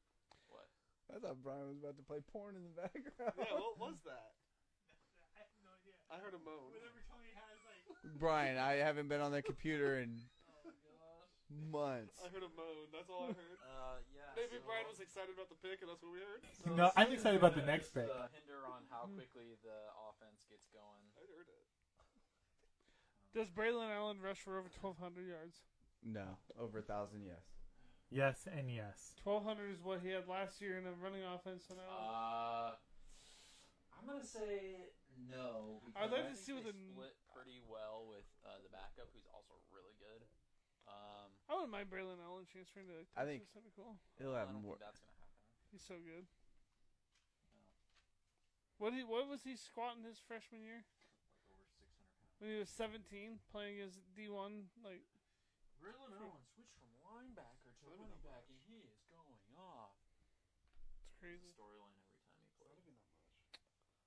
Speaker 4: What?
Speaker 1: I thought Brian was about to play porn in the background.
Speaker 3: Yeah, what was that? I heard a moan.
Speaker 1: Brian, I haven't been on the computer in
Speaker 4: Oh,
Speaker 1: months.
Speaker 3: I heard a moan. That's all I heard.
Speaker 4: Uh, yeah.
Speaker 3: Maybe
Speaker 4: so-
Speaker 3: Brian was excited about the pick, and that's what we heard.
Speaker 4: so
Speaker 6: No, I'm
Speaker 4: Steven's
Speaker 6: excited about the
Speaker 4: gonna
Speaker 6: next
Speaker 4: just,
Speaker 6: pick.
Speaker 4: Uh, hinder on how quickly the offense gets going.
Speaker 3: I heard it.
Speaker 2: Does Braylon Allen rush for over 1,200 yards?
Speaker 1: No, over a thousand, yes.
Speaker 6: Yes and yes.
Speaker 2: 1,200 is what he had last year in a running offense. So now
Speaker 4: Uh, I'm gonna say no.
Speaker 2: I'd
Speaker 4: because
Speaker 2: like
Speaker 4: I
Speaker 2: to
Speaker 4: think
Speaker 2: see what
Speaker 4: they
Speaker 2: the-
Speaker 4: split pretty well with uh, the backup, who's also really good. Um,
Speaker 2: I wouldn't mind Braylon Allen transferring to. Texas.
Speaker 1: Uh, I think-
Speaker 2: that'd be cool.
Speaker 1: He'll
Speaker 4: I
Speaker 1: have
Speaker 4: don't
Speaker 1: more.
Speaker 4: think that's gonna happen.
Speaker 2: He's so good. What he, what was he squatting his freshman year? when he
Speaker 4: Over 600 pounds.
Speaker 2: was 17 playing as D1 like
Speaker 4: Braylon Allen switched from linebacker to
Speaker 3: That'd be
Speaker 4: running
Speaker 3: not
Speaker 4: back,
Speaker 3: much.
Speaker 4: and he is going off.
Speaker 2: it's crazy.
Speaker 4: Storyline every time he plays.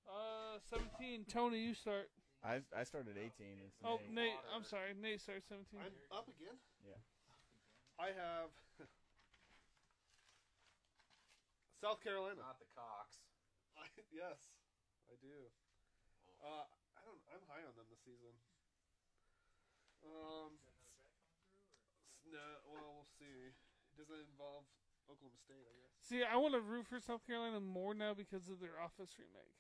Speaker 2: Uh 17 Tony you start.
Speaker 1: I I started 18. It's
Speaker 2: Oh
Speaker 1: Nate.
Speaker 2: Nate, I'm sorry. Nate starts 17.
Speaker 3: I'm up again.
Speaker 1: Yeah.
Speaker 3: I have South Carolina.
Speaker 4: Not the Cox.
Speaker 3: I, yes, I do. Uh, I don't. I'm high on them this season. Um, s- no. Well, we'll see. It doesn't involve Oklahoma State, I guess.
Speaker 2: See, I want to root for South Carolina more now because of their Office remake,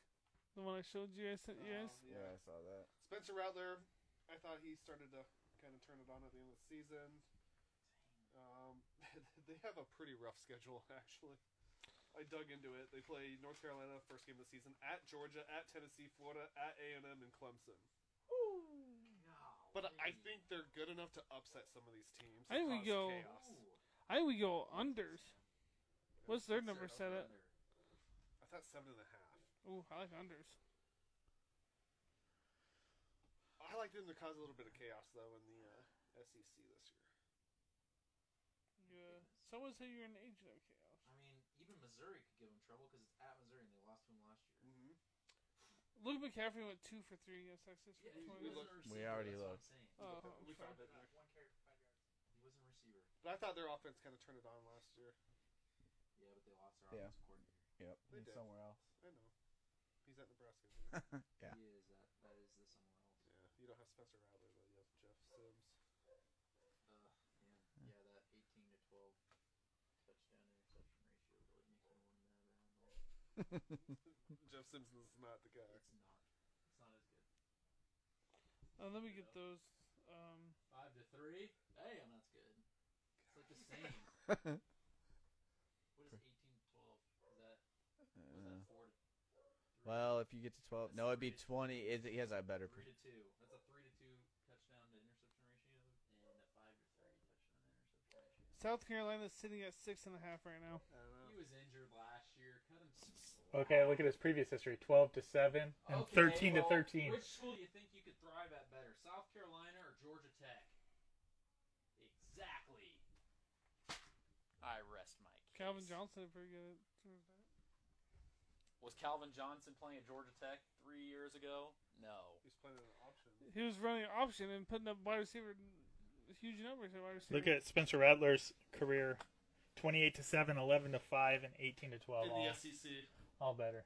Speaker 2: the one I showed you. I sent you guys.
Speaker 3: Oh, yeah.
Speaker 1: I saw that.
Speaker 3: Spencer Rattler, I thought he started to kind of turn it on at the end of the season. Um, they have a pretty rough schedule, actually. I dug into it. They play North Carolina first game of the season at Georgia, at Tennessee, Florida, at A and M, and Clemson. But I think they're good enough to upset some of these teams.
Speaker 2: I think we
Speaker 3: and cause
Speaker 2: go-
Speaker 3: chaos.
Speaker 2: I think we go unders. What's their number set at?
Speaker 3: I thought seven and a half.
Speaker 2: Ooh, I like unders.
Speaker 3: I like them to cause a little bit of chaos though in the uh, SEC this year.
Speaker 2: Yeah. Someone said you're an agent of chaos.
Speaker 4: I mean, even Missouri could give them trouble because it's at Missouri and they lost to them last
Speaker 1: Mm.
Speaker 4: year.
Speaker 3: Mm-hmm.
Speaker 2: Luke McCaffrey went two for three against Texas. for 20
Speaker 3: we looked-
Speaker 1: We already
Speaker 4: looked.
Speaker 2: Oh,
Speaker 3: Okay, we
Speaker 2: okay.
Speaker 3: found it.
Speaker 4: One carry for five yards. He was a receiver.
Speaker 3: But I thought their offense kind of turned it on last year.
Speaker 4: Yeah, but they lost their
Speaker 1: Yeah.
Speaker 4: offensive coordinator.
Speaker 1: Yep.
Speaker 3: They did.
Speaker 1: somewhere else.
Speaker 3: I know. He's at Nebraska. Isn't he?
Speaker 1: Yeah.
Speaker 4: He is that. That is the somewhere else.
Speaker 3: yeah. You don't have Spencer Rattler, but you have Jeff Sims.
Speaker 4: Uh, man, yeah, that 18 to 12 touchdown interception ratio really makes me want to nab around. all-
Speaker 3: Jeff Sims is not the guy.
Speaker 4: It's not. It's not as good.
Speaker 2: Uh, let me get those. Um,
Speaker 4: Five to three. Damn, that's good. It's like the same. what is 18 to 12? Is that was that
Speaker 1: Uh,
Speaker 4: four to three?
Speaker 1: well, if you get to 12. No, it'd be 20. It, he has a better.
Speaker 4: three to two. That's a three to two touchdown to interception ratio, and a five to three touchdown to interception ratio.
Speaker 2: South Carolina's sitting at six and a half right now.
Speaker 3: I don't know.
Speaker 4: He was injured last year. Cut him some slack.
Speaker 6: Okay, look at his previous history: twelve to seven and
Speaker 4: Okay,
Speaker 6: thirteen to
Speaker 4: well,
Speaker 6: thirteen.
Speaker 4: Which school do you think you could thrive at better, South Carolina or Georgia Tech? Exactly. I rest Mike.
Speaker 2: Calvin Johnson did pretty good. at-
Speaker 4: Was Calvin Johnson playing at Georgia Tech three years ago? No.
Speaker 3: He's playing an option.
Speaker 2: He was running option and putting up wide receiver huge numbers at wide receiver.
Speaker 6: Look at Spencer Rattler's career: twenty-eight to seven, eleven to five, and eighteen to twelve.
Speaker 3: In
Speaker 6: All,
Speaker 3: the
Speaker 4: E
Speaker 3: E SEC.
Speaker 6: all better.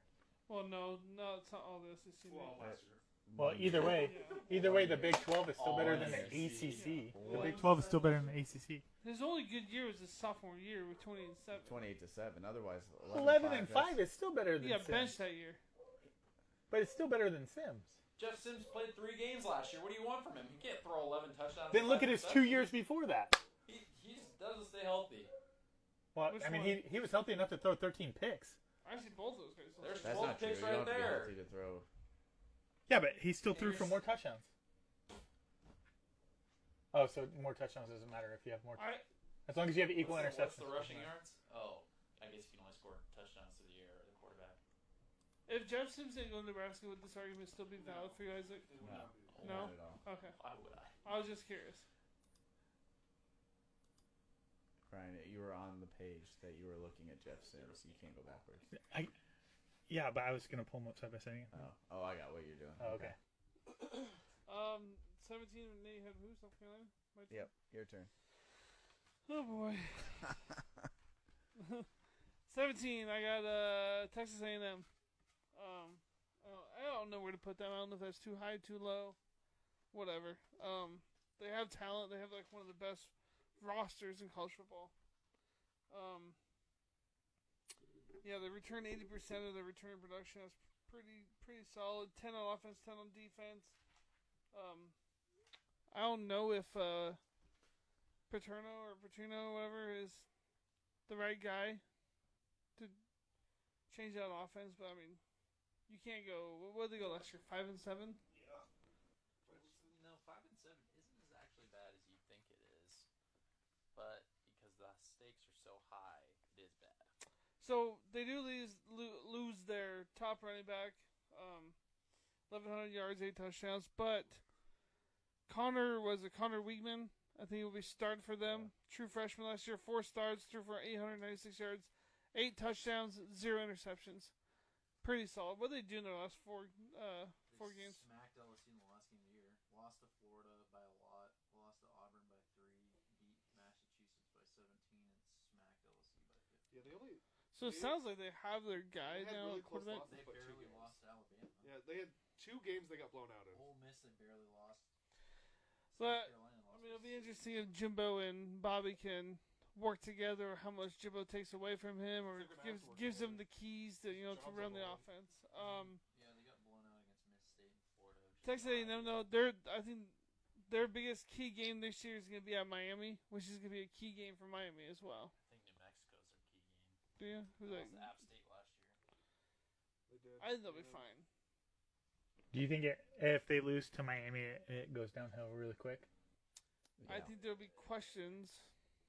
Speaker 2: Well, no, no, it's not all the SEC. names.
Speaker 3: Well, last year.
Speaker 6: Well, either way,
Speaker 2: Yeah.
Speaker 6: either way, the Big Twelve is still
Speaker 4: All
Speaker 6: better than the
Speaker 4: SEC.
Speaker 6: ACC. The
Speaker 1: Boy.
Speaker 6: Big Twelve is still better than the ACC.
Speaker 2: His only good year was his sophomore year with twenty and seven.
Speaker 1: 28 to 7. Otherwise, 11,
Speaker 6: Eleven and five is still better
Speaker 2: He
Speaker 6: than
Speaker 2: got
Speaker 6: Sims,
Speaker 2: benched that year.
Speaker 6: but it's still better than Sims.
Speaker 4: Jeff Sims played three games last year. What do you want from him? He can't throw 11 touchdowns.
Speaker 6: Then look at his two
Speaker 4: interceptions.
Speaker 6: years before that.
Speaker 4: He, he just doesn't stay healthy.
Speaker 6: Well,
Speaker 2: Which
Speaker 6: I mean,
Speaker 2: one?
Speaker 6: he he was healthy enough to throw thirteen picks.
Speaker 2: Actually, both those guys.
Speaker 4: There's
Speaker 1: That's
Speaker 4: 12
Speaker 1: not true.
Speaker 4: picks
Speaker 1: You
Speaker 4: right
Speaker 1: don't have to be
Speaker 4: there.
Speaker 1: healthy to throw.
Speaker 6: Yeah, but he still
Speaker 4: threw for more
Speaker 6: touchdowns. Oh, so more touchdowns doesn't matter if you have more.
Speaker 2: I
Speaker 6: As long as you have equal
Speaker 4: what's the,
Speaker 6: interceptions.
Speaker 4: what's the rushing yards? Oh, I guess you can only score touchdowns to the year the quarterback.
Speaker 2: if Jeff Sims didn't go to Nebraska, would this argument still be valid for you, Isaac?
Speaker 3: It would
Speaker 1: No.
Speaker 3: not be.
Speaker 2: No.
Speaker 1: Not at all.
Speaker 2: Okay,
Speaker 4: Why would I?
Speaker 2: I was just curious.
Speaker 1: Brian, you were on the page that you were looking at Jeff Sims. You can't go backwards.
Speaker 6: Yeah, but I was gonna pull him up by saying it.
Speaker 1: Oh, oh, I got what you're doing.
Speaker 6: Oh, okay.
Speaker 2: Um, seventeen and they had who? South Carolina. My team?
Speaker 1: Yep, your turn.
Speaker 2: Oh boy. Seventeen. I got uh Texas A and M. Um, I don't- I don't know where to put them. I don't know if that's too high, too low, whatever. Um, they have talent. They have like one of the best rosters in college football. Um, yeah, they return eighty percent of their return production. That's pretty pretty solid. Ten on offense, ten on defense. Um, I don't know if uh. Paterno or Paterno, whatever, is the right guy to change that offense. But I mean, you can't go. What what did they go last year? Five and seven.
Speaker 4: No, five and seven isn't as actually bad as you think it is, but because the stakes are so high, it is bad.
Speaker 2: So they do lose lo- lose their top running back, um, eleven hundred yards, eight touchdowns. But Connor was a Connor Wiegman. I think he will be started for them. True freshman last year, four starts, threw for eight hundred ninety six yards, eight touchdowns, zero interceptions. Pretty solid. What did they do in their last four uh,
Speaker 4: They
Speaker 2: four games?
Speaker 4: Smacked LSU in the last game of the year. Lost to Florida by a lot. Lost to Auburn by three. Beat Massachusetts by seventeen, and smacked LSU by fifteen.
Speaker 3: Yeah, they only.
Speaker 2: So it
Speaker 3: They-
Speaker 2: sounds like they have their guy
Speaker 3: they had
Speaker 2: now.
Speaker 3: really
Speaker 2: at
Speaker 3: close
Speaker 2: quarterback.
Speaker 3: losses.
Speaker 4: They
Speaker 3: But two
Speaker 4: barely
Speaker 3: games.
Speaker 4: lost to Alabama.
Speaker 3: Yeah, they had two games they got blown out in.
Speaker 4: Ole Miss, they barely lost.
Speaker 2: But,
Speaker 4: South Carolina lost
Speaker 2: I mean, it'll
Speaker 4: to
Speaker 2: be
Speaker 4: State.
Speaker 2: interesting if Jimbo and Bobby can work together, or how much Jimbo takes away from him, or
Speaker 3: They're gonna have
Speaker 2: gives
Speaker 3: to work
Speaker 2: gives him
Speaker 3: together.
Speaker 2: the keys to you know to
Speaker 3: Jobs
Speaker 2: run the
Speaker 3: alone.
Speaker 2: offense. Um,
Speaker 4: Yeah, they got blown out against Miss State and Florida. which is
Speaker 2: Texas
Speaker 4: not
Speaker 2: A&M
Speaker 4: ideal.
Speaker 2: though, they're I think their biggest key game this year is going to be at Miami, which is going to be a key game for Miami as well.
Speaker 4: I think New Mexico's their key game.
Speaker 2: Do you? Who's
Speaker 4: They
Speaker 2: like,
Speaker 4: lost to App State last year.
Speaker 3: They did.
Speaker 2: I think they'll be
Speaker 3: Yeah.
Speaker 2: fine.
Speaker 6: Do you think it, if they lose to Miami, it, it goes downhill really quick?
Speaker 2: I
Speaker 1: Yeah.
Speaker 2: think there'll be questions,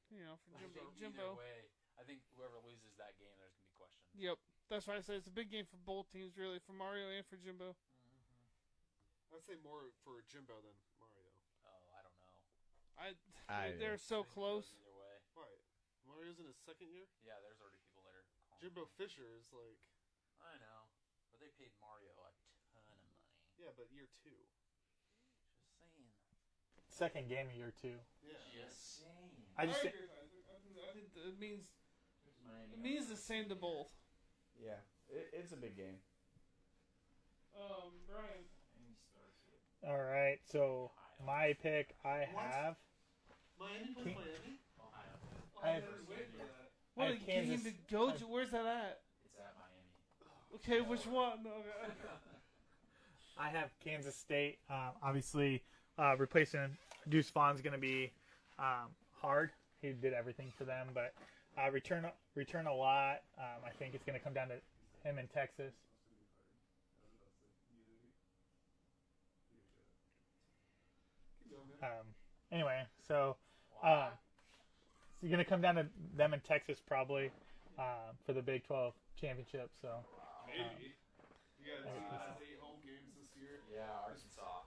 Speaker 2: you know, for Jimbo.
Speaker 4: Either-
Speaker 2: Jimbo.
Speaker 4: Either way, I think whoever loses that game, there's gonna be questions.
Speaker 2: Yep, that's why I said it's a big game for both teams, really, for Mario and for Jimbo.
Speaker 4: Mm-hmm.
Speaker 3: I'd say more for Jimbo than Mario.
Speaker 4: Oh, I don't know.
Speaker 2: I,
Speaker 1: I-
Speaker 2: they're so
Speaker 4: I think it goes
Speaker 2: close.
Speaker 4: Either way,
Speaker 3: Why? Mario's in his second year.
Speaker 4: yeah. There's already people that are. calling
Speaker 3: Jimbo
Speaker 4: for him.
Speaker 3: Fisher is like,
Speaker 4: I know, but they paid Mario a ton of money.
Speaker 3: yeah, but year two.
Speaker 4: Just saying.
Speaker 6: Second game of year two.
Speaker 3: Yeah.
Speaker 4: Just saying.
Speaker 6: I just
Speaker 2: agree with that. I think- I think- I think it means
Speaker 4: Miami
Speaker 2: it means the same to both.
Speaker 1: Yeah, it, it's a big game.
Speaker 2: Um, Brian,
Speaker 4: Miami starts with
Speaker 6: all right. So
Speaker 4: Ohio.
Speaker 6: my pick, I
Speaker 3: What?
Speaker 6: have
Speaker 3: Miami
Speaker 6: King-
Speaker 3: Miami.
Speaker 4: Ohio.
Speaker 6: I have- I
Speaker 2: what a
Speaker 6: have Kansas-
Speaker 2: game to go
Speaker 6: I-
Speaker 2: to. Where's that at?
Speaker 4: It's at Miami.
Speaker 2: Okay, which one? Okay. uh,
Speaker 6: I have Kansas State. Um, obviously, uh, replacing Deuce Vaughn's going to be um, hard. He did everything for them, but uh, return return a lot. Um, I think it's going to come down to him in Texas. Um, anyway, so uh, it's going to come down to them in Texas probably uh, for the Big 12 championship. So
Speaker 3: Maybe. You got
Speaker 6: Uh,
Speaker 3: two
Speaker 6: uh,
Speaker 3: state home games this year.
Speaker 4: yeah, Arkansas.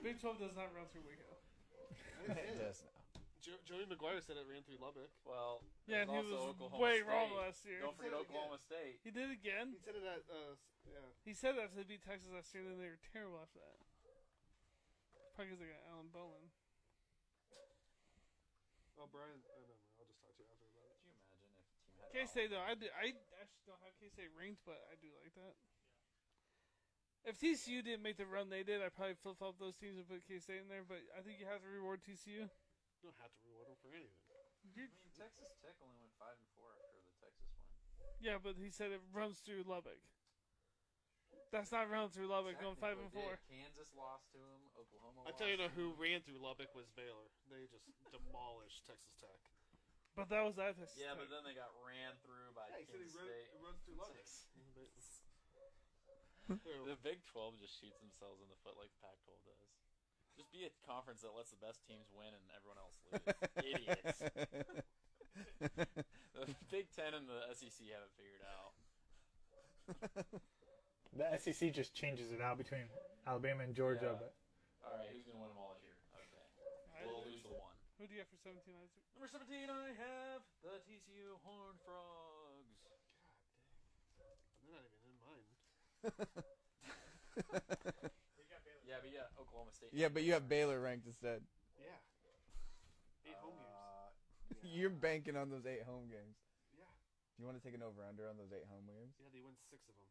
Speaker 2: Big 12 does not run through Waco.
Speaker 1: It does.
Speaker 3: Jo- Joey McGuire said it ran through Lubbock.
Speaker 4: Well,
Speaker 2: Yeah, and
Speaker 4: there's
Speaker 2: he was
Speaker 4: also Oklahoma
Speaker 2: way
Speaker 4: State.
Speaker 2: wrong last year.
Speaker 4: Don't forget
Speaker 3: Yeah.
Speaker 4: Oklahoma State.
Speaker 2: He did again.
Speaker 3: He said it at uh s- yeah.
Speaker 2: He said that after they beat Texas last year, then they were terrible after that. Probably because they got Alan Bowen.
Speaker 3: Oh Brian, I don't know. I'll just talk to you after about it.
Speaker 4: Could you imagine if the team had
Speaker 2: K State though, I
Speaker 4: Alabama?
Speaker 2: do. I actually don't have K State ranked, but I do like that. If TCU didn't make the run they did, I probably flip flop those teams and put K State in there. But I think you have to reward TCU.
Speaker 3: You don't have to reward him for anything.
Speaker 4: I mean, Texas Tech only went five and four after the Texas one.
Speaker 2: Yeah, but he said it runs through Lubbock. That's not running through Lubbock. Oh, Going five and
Speaker 4: Technically,
Speaker 2: four.
Speaker 4: did. Kansas lost to him.
Speaker 2: Oh,
Speaker 4: Oklahoma.
Speaker 3: I tell you
Speaker 4: lost
Speaker 3: though,
Speaker 4: to 'em.
Speaker 3: who ran through Lubbock was Baylor. They just demolished Texas Tech.
Speaker 2: But that was that. Texas
Speaker 4: Yeah,
Speaker 2: Tech.
Speaker 4: but then they got ran through by Kansas State.
Speaker 3: runs through
Speaker 4: Lubbock. The Big 12 just shoots themselves in the foot like the Pac 12 does. Just be a conference that lets the best teams win and everyone else lose. Idiots. The Big 10 and the SEC have it figured out.
Speaker 6: the SEC just changes it out between Alabama and Georgia,
Speaker 4: Yeah.
Speaker 6: but
Speaker 4: All right, who's going to win them all this year? Okay.
Speaker 2: I-
Speaker 4: We'll lose the one.
Speaker 2: Who do you have for seventeen? I think?
Speaker 4: Number 17, I have the TCU Horned Frogs.
Speaker 3: They're not even in mine.
Speaker 4: Yeah, but yeah, Oklahoma State.
Speaker 1: yeah, but you have Baylor ranked instead.
Speaker 3: Yeah. Eight home games.
Speaker 4: Uh,
Speaker 1: You're banking on those eight home games.
Speaker 3: Yeah.
Speaker 1: Do you want to take an over under on those eight home games?
Speaker 3: Yeah, they win six of them.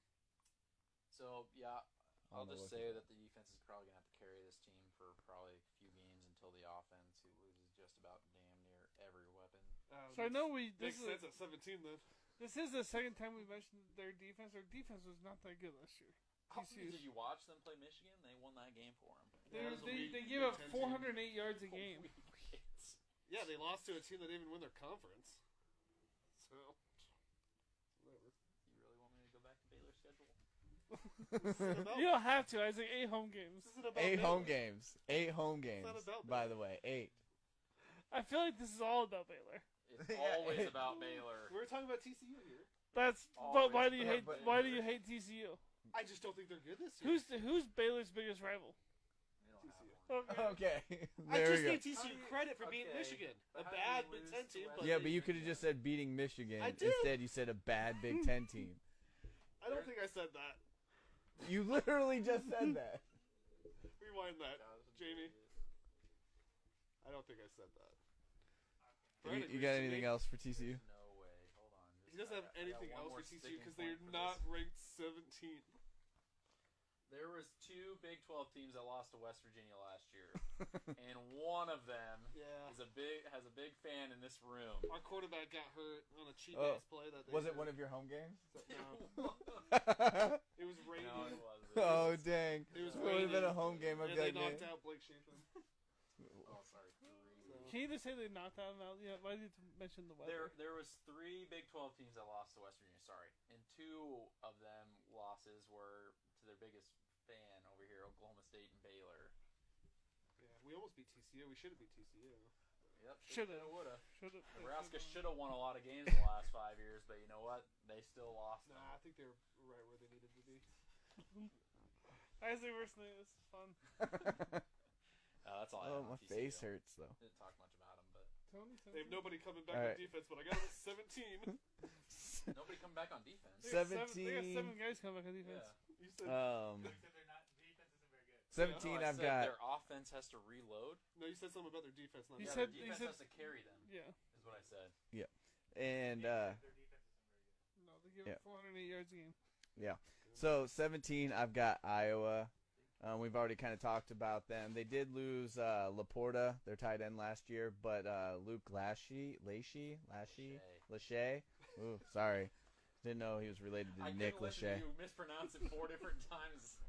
Speaker 4: So, yeah,
Speaker 1: On
Speaker 4: I'll
Speaker 1: the look
Speaker 4: just say that the defense is probably going to have to carry this team for probably a few games until the offense, who loses just about damn near every weapon.
Speaker 3: Um,
Speaker 2: So I know we this is a,
Speaker 3: Makes sense at 17 then.
Speaker 2: this is the second time we mentioned their defense. Their defense was not that good last year.
Speaker 4: How
Speaker 2: TCU 's-
Speaker 4: did you watch them play Michigan? They won that game for them.
Speaker 2: They,
Speaker 3: Yeah, it was a
Speaker 2: they,
Speaker 3: weak
Speaker 2: they
Speaker 3: Big
Speaker 2: give up
Speaker 3: Ten team.
Speaker 2: 408 yards a game.
Speaker 3: Yeah, they lost to a team that didn't even win their conference. So, whatever.
Speaker 4: You really want me to go back to Baylor's schedule?
Speaker 1: at.
Speaker 2: You don't have to. I like eight home games.
Speaker 3: This isn't about
Speaker 1: eight
Speaker 3: Baylor.
Speaker 1: home games. Eight home games.
Speaker 3: not about
Speaker 1: By
Speaker 3: Baylor.
Speaker 1: the way, eight.
Speaker 2: I feel like this is all about Baylor.
Speaker 4: It's
Speaker 1: Yeah.
Speaker 4: always about Baylor.
Speaker 3: We're talking about TCU here.
Speaker 2: That's
Speaker 4: All
Speaker 2: but why
Speaker 4: is
Speaker 2: do you
Speaker 4: about
Speaker 2: hate
Speaker 1: Baylor.
Speaker 2: why do you hate TCU?
Speaker 3: I just don't think they're good this year.
Speaker 2: Who's the, who's Baylor's biggest rival? Oh,
Speaker 4: They don't have one.
Speaker 2: Okay.
Speaker 1: Okay.
Speaker 3: I
Speaker 1: there we
Speaker 3: just
Speaker 1: go.
Speaker 3: gave TCU
Speaker 4: How do you-
Speaker 3: credit for beating
Speaker 4: okay,
Speaker 3: Michigan, a
Speaker 4: but how do
Speaker 3: bad
Speaker 4: you
Speaker 3: Big
Speaker 4: lose
Speaker 3: Ten
Speaker 4: to
Speaker 3: team.
Speaker 4: West
Speaker 3: But
Speaker 1: Yeah, but you could have just said beating Michigan.
Speaker 3: I did.
Speaker 1: Instead, you said a bad Big Ten team.
Speaker 3: I don't think I said that.
Speaker 1: You literally just said that.
Speaker 3: Rewind that, Jamie. I don't think I said that. Brian
Speaker 1: You, you
Speaker 3: agrees
Speaker 1: got
Speaker 3: with me.
Speaker 1: anything else for TCU?
Speaker 4: There's no way. Hold on.
Speaker 3: He doesn't have anything else for TCU because they're not ranked 17.
Speaker 4: There was two Big 12 teams that lost to West Virginia last year, and one of them
Speaker 2: Yeah.
Speaker 4: is a big has a big fan in this room.
Speaker 2: Our quarterback got hurt on a cheap
Speaker 1: Oh.
Speaker 2: ass play that day.
Speaker 1: Was it one of your home games?
Speaker 4: no,
Speaker 2: It was raining.
Speaker 4: it wasn't.
Speaker 1: oh dang!
Speaker 2: It was
Speaker 1: It would have been a
Speaker 2: raining.
Speaker 1: home game. I'd
Speaker 2: and
Speaker 1: be
Speaker 2: they
Speaker 1: like,
Speaker 2: knocked
Speaker 1: "Man."
Speaker 2: out Blake Shapen.
Speaker 4: Oh, sorry.
Speaker 2: Can you just say they knocked out him out? Yeah, why did you mention the weather?
Speaker 4: There, there was three Big 12 teams that lost to West Virginia. Sorry, and two of them losses were to their biggest fan over here, Oklahoma State and Baylor.
Speaker 3: Yeah, we almost beat TCU. We should have beat TCU.
Speaker 4: Yep,
Speaker 2: Shoulda.
Speaker 4: shoulda, woulda.
Speaker 2: Should have.
Speaker 4: Nebraska should have won a lot of games in the last five years, but you know what? They still lost.
Speaker 3: Nah, I think they were right where they needed to be.
Speaker 2: I say worst thing. This is fun.
Speaker 4: Uh, that's all. I
Speaker 1: oh,
Speaker 4: have on
Speaker 1: my
Speaker 4: TCU.
Speaker 1: face hurts though.
Speaker 4: Didn't talk much about them, but
Speaker 2: Tony, Tony.
Speaker 3: They have nobody coming
Speaker 1: All
Speaker 3: back
Speaker 1: right.
Speaker 3: on defense, but I got them at 17.
Speaker 4: nobody come back on defense.
Speaker 2: They got seven- They got
Speaker 1: 17.
Speaker 2: seven guys coming back on defense.
Speaker 4: Yeah.
Speaker 3: You said
Speaker 1: Um,
Speaker 6: Except they're not. Defense isn't very good.
Speaker 1: seventeen.
Speaker 4: No, I
Speaker 1: I've
Speaker 4: said
Speaker 1: got.
Speaker 4: their offense has to reload.
Speaker 3: no. You said something about their defense. Not
Speaker 2: You
Speaker 4: yeah,
Speaker 3: their-
Speaker 2: said-
Speaker 4: their
Speaker 2: you
Speaker 4: defense
Speaker 2: said-
Speaker 4: has to carry them.
Speaker 2: Yeah.
Speaker 4: Is what I said.
Speaker 1: And uh,
Speaker 6: Their defense isn't very good.
Speaker 2: No, they give
Speaker 1: Yeah.
Speaker 2: him 408 yards a game.
Speaker 1: so 17, I've got Iowa. Um, we've already kind of talked about them. They did lose uh, Laporta, their tight end last year, but uh, Luke Lashy, Lashy, Lashy,
Speaker 4: Lachey.
Speaker 1: Lachey. Ooh, sorry, didn't know he was related to
Speaker 4: I
Speaker 1: Nick
Speaker 4: couldn't listen to
Speaker 1: Lachey.
Speaker 4: You mispronounce it four different times.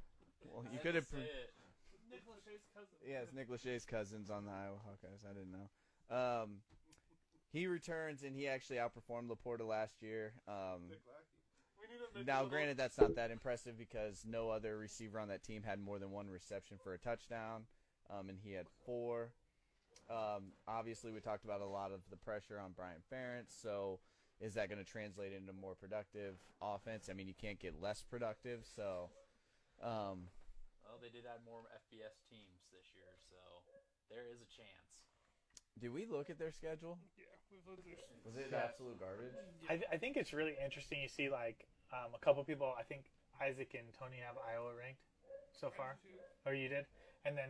Speaker 1: Well,
Speaker 4: I
Speaker 1: you
Speaker 4: had
Speaker 1: could
Speaker 4: to
Speaker 1: have.
Speaker 4: say it.
Speaker 2: Nick Lachey's cousin.
Speaker 1: Yeah, it's Nick Lachey's cousins on the Iowa Hawkeyes. I didn't know. Um, he returns and he actually outperformed Laporta last year. Um,
Speaker 3: Nick Lackey. We need to make a
Speaker 1: Now,
Speaker 3: little-
Speaker 1: granted, that's not that impressive because no other receiver on that team had more than one reception for a touchdown, um, and he had four. Um, obviously, we talked about a lot of the pressure on Brian Ferentz. So, is that going to translate into more productive offense? I mean, you can't get less productive. So, um,
Speaker 4: Well, they did add more FBS teams this year, so there is a chance.
Speaker 1: do we look at their schedule?
Speaker 2: Yeah, we've lived there.
Speaker 1: Was it
Speaker 6: Yeah.
Speaker 1: absolute garbage?
Speaker 6: I, th- I think it's really interesting. You see, like um, a couple people. I think Isaac and Tony have Iowa ranked so far, or Oh, you did, and then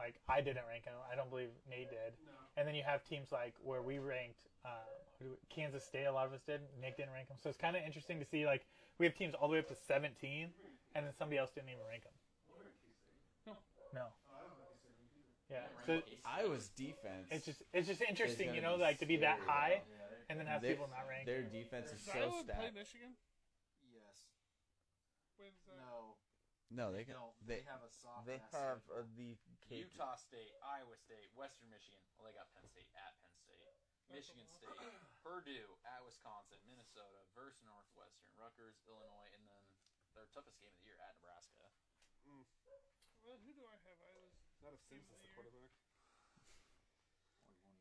Speaker 6: like I didn't rank them. I don't believe Nate did.
Speaker 3: No.
Speaker 6: And then you have teams like where we ranked um, who do we- Kansas State. A lot of us did. Nick didn't rank them, so it's kind of interesting to see. Like we have teams all the way up to 17, and then somebody else didn't even rank them. No. Yeah. So
Speaker 1: Iowa's defense.
Speaker 6: it's just it's just interesting,
Speaker 1: gonna
Speaker 6: you know,
Speaker 1: be
Speaker 6: like to be that
Speaker 1: scary,
Speaker 6: high
Speaker 1: though.
Speaker 6: and then have
Speaker 1: They-
Speaker 6: people not ranked.
Speaker 1: their defense is
Speaker 2: Does
Speaker 1: so
Speaker 2: Iowa play
Speaker 1: stacked.
Speaker 2: Michigan?
Speaker 4: Yes.
Speaker 2: When is that?
Speaker 4: No.
Speaker 1: No, Oh, they can. They,
Speaker 4: have a soft.
Speaker 1: they have uh, the cake.
Speaker 4: Utah State, Iowa State, Western Michigan. Well, they got Penn State at Penn State, Michigan State, Purdue at Wisconsin, Minnesota versus Northwestern, Rutgers, Illinois, and then their toughest game of the year at Nebraska.
Speaker 2: Well, who do I have? Iowa's.
Speaker 3: Not if Sims is the quarterback.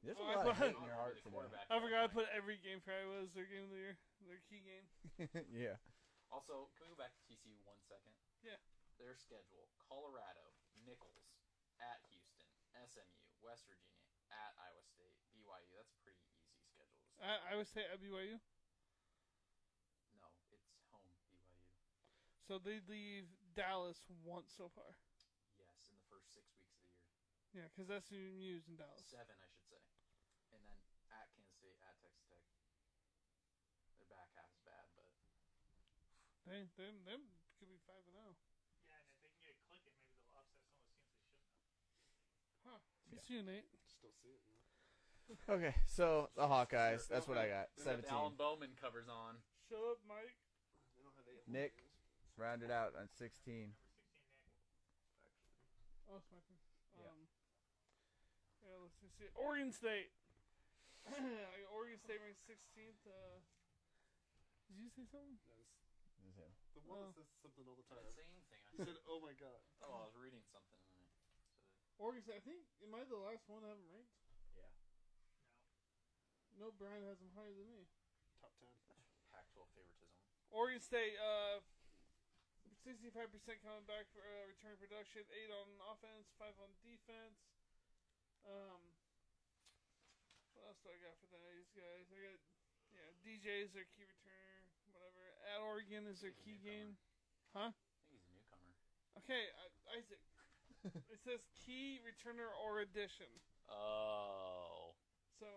Speaker 1: There's a
Speaker 2: Oh, I
Speaker 1: lot of
Speaker 2: thought-
Speaker 1: hate in your heart
Speaker 4: The
Speaker 1: today.
Speaker 4: quarterback
Speaker 2: I forgot I
Speaker 4: at that
Speaker 2: put every game for Iowa as their game of the year, their key game.
Speaker 1: yeah.
Speaker 4: point. Also, can we go back to TCU one second?
Speaker 2: Yeah.
Speaker 4: Their schedule: Colorado, Nichols, at Houston, SMU, West Virginia, at Iowa State, BYU. That's a pretty easy schedule. to start.
Speaker 2: I, I would say at BYU.
Speaker 4: no, it's home BYU.
Speaker 2: So they leave Dallas once so far.
Speaker 4: Yes, in the first six weeks of the year.
Speaker 2: Yeah, because that's who you use in Dallas.
Speaker 4: seven, I should say, and then at Kansas State, at Texas Tech. Their back half is bad, but
Speaker 2: They, them, them could be five and oh. zero.
Speaker 6: Yeah, and if they can get it clicking, maybe they'll upset some of the teams they shouldn't.
Speaker 2: It's you, Nate.
Speaker 3: Still see it. man.
Speaker 1: Okay, so the Hawkeyes. That's what I got.
Speaker 4: They got the
Speaker 1: 17.
Speaker 4: Alan Bowman covers on.
Speaker 2: Shut up, Mike.
Speaker 3: They don't have eight home
Speaker 1: Nick.
Speaker 3: games.
Speaker 1: Rounded out on 16.
Speaker 2: Oh, it's my turn.
Speaker 1: Yeah.
Speaker 2: Um, yeah, let's just see. Oregon State. I got Oregon State ranked sixteenth. Uh, did you say something?
Speaker 3: No, this- The one
Speaker 2: Well.
Speaker 3: that says something all the time.
Speaker 4: The same thing. I
Speaker 3: He said, "Oh my god."
Speaker 4: oh, I was reading something. and I-
Speaker 2: Oregon State. I think am I the last one I haven't ranked?
Speaker 4: Yeah.
Speaker 2: No, Brian has them higher than me.
Speaker 3: Top ten.
Speaker 4: Pac-12 favoritism.
Speaker 2: Oregon State, uh, sixty-five percent coming back for uh, return production, eight on offense, five on defense. Um, what else do I got for these guys? I got yeah, DJ is their key returner, whatever. At Oregon is their key game. Huh?
Speaker 4: I think he's a newcomer.
Speaker 2: Okay, I, Isaac. it says key returner or addition.
Speaker 4: Oh,
Speaker 2: So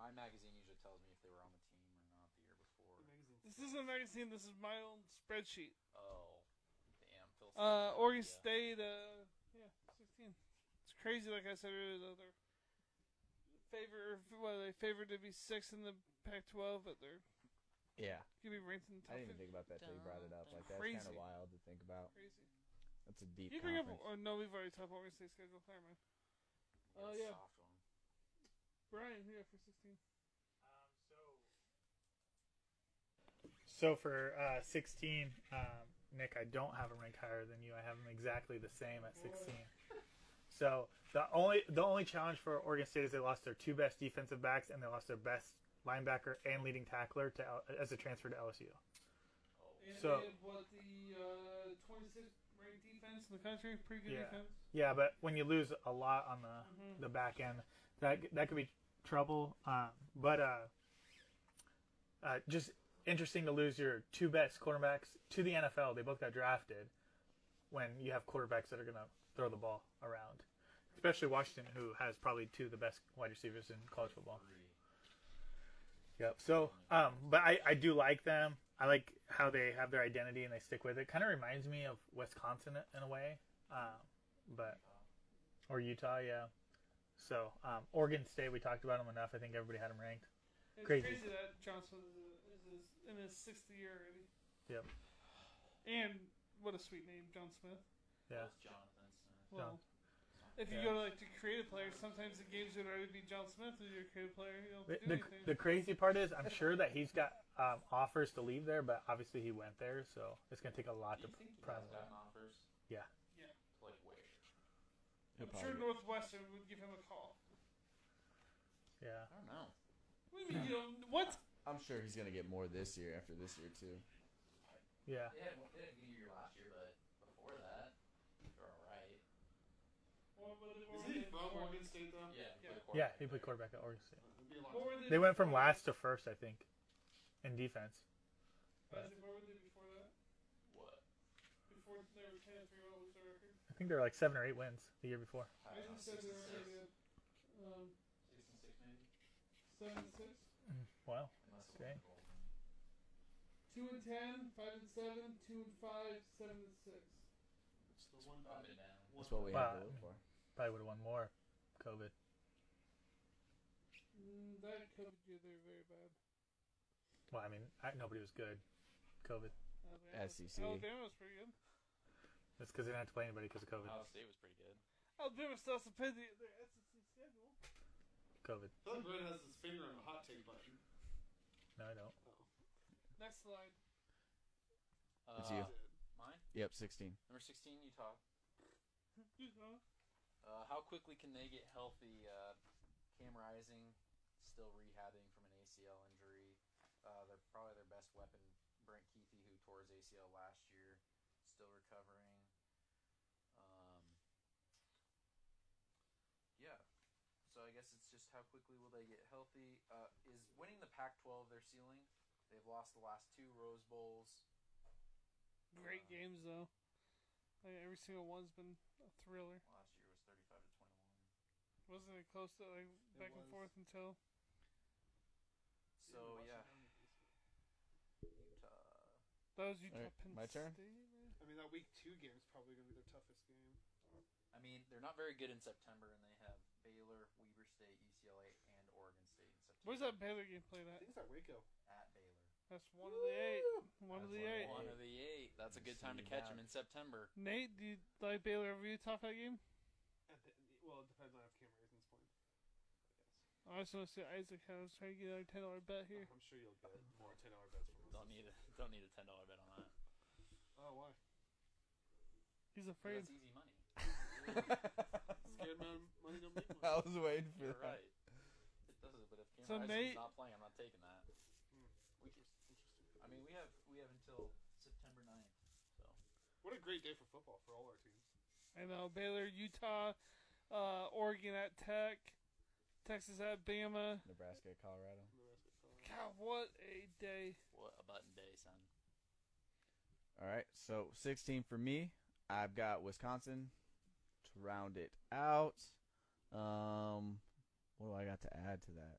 Speaker 4: my magazine usually tells me if they were on the team or not the year before.
Speaker 2: this isn't a magazine. This is my own spreadsheet.
Speaker 4: Oh, damn. Phil Stein.
Speaker 2: Uh, Oregon
Speaker 4: Yeah.
Speaker 2: State, uh, yeah, 16. It's crazy, like I said earlier, though. They're favor, well, they favored to be six in the Pac 12, but they're
Speaker 1: Yeah.
Speaker 2: going to be ranked in the
Speaker 1: I
Speaker 2: top
Speaker 1: didn't even
Speaker 2: 50.
Speaker 1: think about that. till you brought it up. Like that's
Speaker 2: Crazy.
Speaker 1: kind of wild to think about.
Speaker 2: Crazy.
Speaker 1: That's a deep.
Speaker 2: You bring up,
Speaker 1: conference.
Speaker 2: oh, no, we've already talked about Oregon State schedule. Never mind.
Speaker 4: Got a
Speaker 2: uh, yeah.
Speaker 4: soft one.
Speaker 2: Brian, who you got for 16?
Speaker 6: So for uh, 16, um, Nick, I don't have him ranked higher than you. I have him exactly the same at 16. So the only the only challenge for Oregon State is they lost their two best defensive backs and they lost their best linebacker and leading tackler to L- as a transfer to LSU.
Speaker 4: Oh,
Speaker 2: And
Speaker 6: So-
Speaker 2: they have, what, the uh, 26th ranked defense in the country? Pretty good
Speaker 6: Yeah.
Speaker 2: defense.
Speaker 6: Yeah, but when you lose a lot on the the back end, that that could be trouble. Um, but uh, uh, just interesting to lose your two best quarterbacks to the NFL. They both got drafted when you have quarterbacks that are going to throw the ball around, especially Washington, who has probably two of the best wide receivers in college football. Yep. So, um, but I, I do like them. I like how they have their identity and they stick with it. Kind of reminds me of Wisconsin in a way, um,
Speaker 4: Uh, Oh,
Speaker 6: but or Utah, yeah. So um, Oregon State, we talked about them enough. I think everybody had them ranked.
Speaker 2: It's
Speaker 6: Crazy.
Speaker 2: crazy, that Johnson is, is, is in his sixth year already.
Speaker 6: Yep.
Speaker 2: And what a sweet name, John Smith.
Speaker 6: Yeah.
Speaker 4: Phil's Jonathan Smith.
Speaker 2: Well, if you
Speaker 6: Yeah.
Speaker 2: go to like the creative players, sometimes the games would already be John Smith as your creative player. You don't
Speaker 6: The,
Speaker 2: have to do
Speaker 6: the,
Speaker 2: anything.
Speaker 6: the crazy part is, I'm sure that he's got um, offers to leave there, but obviously he went there, so it's going to take a lot
Speaker 4: Do
Speaker 6: to
Speaker 4: you think he has
Speaker 6: process.
Speaker 4: gotten offers?
Speaker 6: Yeah.
Speaker 2: Yeah.
Speaker 4: To, Like where?
Speaker 1: He'll
Speaker 2: I'm sure
Speaker 1: probably-
Speaker 2: Northwestern would give him a call.
Speaker 6: Yeah.
Speaker 4: I don't know.
Speaker 2: What do you mean you don't? What?
Speaker 1: I'm sure he's gonna get more this year after this year too.
Speaker 6: Yeah.
Speaker 4: They had, they had a good year last year, but before that, they're all right.
Speaker 2: What were they- what
Speaker 3: Is
Speaker 2: were
Speaker 3: he
Speaker 2: they-
Speaker 3: from
Speaker 2: what were
Speaker 3: Oregon
Speaker 2: they-
Speaker 3: State though?
Speaker 4: Yeah.
Speaker 2: Yeah.
Speaker 6: Um, Yeah. He played quarterback at Oregon State.
Speaker 3: It'd be a lot
Speaker 2: what were
Speaker 6: They went from last to first, I think, in defense.
Speaker 2: Isaac, What were they before that?
Speaker 4: What?
Speaker 2: Before they were 10 3 what was their record?
Speaker 6: I think they were like seven or eight wins the year before.
Speaker 4: I
Speaker 2: I
Speaker 4: don't know,
Speaker 2: just said
Speaker 4: six
Speaker 2: they
Speaker 4: and
Speaker 2: were
Speaker 4: six.
Speaker 2: already at, um,
Speaker 4: Six and six maybe.
Speaker 2: 7 and 6.
Speaker 6: Wow.
Speaker 4: It must
Speaker 6: Okay.
Speaker 4: have been Golden.
Speaker 2: Two and ten, five and seven, two and five, seven and six.
Speaker 3: It's the one
Speaker 4: Up and down.
Speaker 1: That's what we
Speaker 6: Wow.
Speaker 1: have to look for.
Speaker 6: Probably would have won more. COVID.
Speaker 2: Mm, that could do there very bad.
Speaker 6: Well, I mean, I, nobody was good. COVID.
Speaker 2: Alabama was-
Speaker 1: SEC.
Speaker 2: Alabama was pretty good.
Speaker 6: That's because they didn't have to play anybody because of COVID.
Speaker 4: Ohio State was pretty good.
Speaker 2: Alabama still has to play the, their SEC schedule.
Speaker 6: COVID.
Speaker 3: Doug Grant has his finger on the hot take button.
Speaker 6: No, I
Speaker 3: Oh.
Speaker 6: don't.
Speaker 2: Next slide.
Speaker 4: Uh,
Speaker 1: It's you.
Speaker 4: Mine?
Speaker 1: Yep, 16.
Speaker 4: Number 16, Utah.
Speaker 2: You go.
Speaker 4: Uh, how quickly can they get healthy? Uh, Cam Rising, still rehabbing from an ACL injury. Uh, they're probably their best weapon. Brent Keithy, who tore his ACL last year, still recovering. Um, yeah. So I guess it's just how quickly will they get healthy? Uh, is winning the Pac-12 their ceiling? They've lost the last two Rose Bowls.
Speaker 2: Great games though. Like, every single one's been a thriller.
Speaker 4: Last year was 35 to 21.
Speaker 2: Wasn't it close to like back and
Speaker 3: was.
Speaker 2: forth until
Speaker 4: So yeah,
Speaker 2: that
Speaker 4: Uh, Utah.
Speaker 2: was Utah
Speaker 1: Alright,
Speaker 2: Penn
Speaker 1: my turn?
Speaker 2: State, maybe?
Speaker 3: I mean, that week two game is probably going to be their toughest game.
Speaker 4: I mean, they're not very good in September, and they have Baylor, Weber State, UCLA, and Oregon State in September.
Speaker 2: Where's that Baylor game played
Speaker 3: I
Speaker 2: at?
Speaker 3: think it's at Waco.
Speaker 4: At Baylor.
Speaker 2: That's one of the eight. One of
Speaker 4: That's
Speaker 2: the eight.
Speaker 4: One of the eight. That's a good time to
Speaker 1: See
Speaker 4: catch
Speaker 1: that.
Speaker 4: them in September.
Speaker 2: Nate, do you like Baylor over Utah for that game?
Speaker 3: At the, well, it depends on if Cam Rising's playing.
Speaker 2: I just want to see Isaac how I was trying to get our ten dollar bet here.
Speaker 3: I'm sure you'll get more ten dollar bets from us.
Speaker 4: Don't need a don't need a ten dollar bet on that.
Speaker 3: Oh, why?
Speaker 2: He's afraid.
Speaker 4: That's easy money.
Speaker 3: Scared man, money don't make money.
Speaker 1: I was waiting for
Speaker 4: You're
Speaker 1: that.
Speaker 4: right. It doesn't. But if Cam
Speaker 2: So
Speaker 4: Rising's
Speaker 2: Nate-
Speaker 4: not playing, I'm not taking that. We can, I mean, we have we have until September 9th. So
Speaker 3: What a great day for football for all our teams.
Speaker 2: I know uh, Baylor, Utah, uh, Oregon at Tech, Texas at Bama.
Speaker 1: Nebraska, Colorado.
Speaker 3: Nebraska, Colorado.
Speaker 2: God, what a day!
Speaker 4: what a button day, son.
Speaker 1: All right, so 16 for me. I've got Wisconsin to round it out. Um, what do I got to add to that?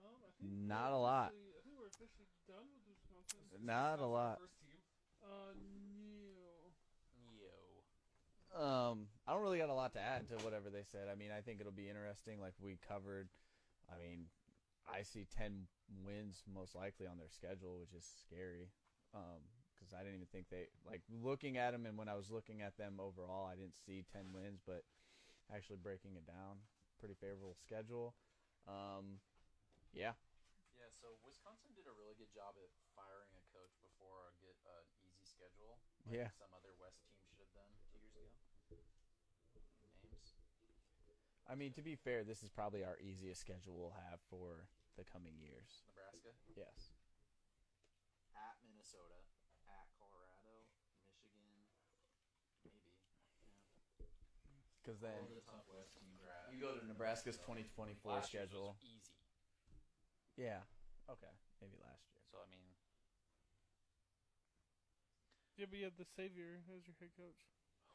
Speaker 2: Um, I
Speaker 1: Not a lot.
Speaker 2: I think we're officially done with Wisconsin.
Speaker 1: Not a lot.
Speaker 3: First team.
Speaker 2: Uh,
Speaker 1: Um, I don't really got a lot to add to whatever they said. I mean, I think it'll be interesting. Like we covered, I mean, I see ten wins most likely on their schedule, which is scary. Because I didn't even think they like looking at them, and when I was looking at them overall, I didn't see ten wins, but actually breaking it down, pretty favorable schedule. Um, yeah,
Speaker 4: Yeah, so Wisconsin did a really good job at firing a coach before a get an easy schedule. Like
Speaker 1: Yeah.
Speaker 4: Some other West team should have done two years ago. Names.
Speaker 1: I mean to be fair, this is probably our easiest schedule we'll have for the coming years.
Speaker 4: Nebraska
Speaker 1: Yes.
Speaker 4: at Minnesota at Colorado, Michigan, maybe.
Speaker 1: Because then
Speaker 4: All the top West teams are at-
Speaker 1: you go to Nebraska's 2024
Speaker 4: Last year's
Speaker 1: schedule.
Speaker 4: was easy.
Speaker 1: Yeah. Okay. Maybe last year.
Speaker 4: So I mean,
Speaker 2: Yeah, but you have the savior as your head coach.
Speaker 4: I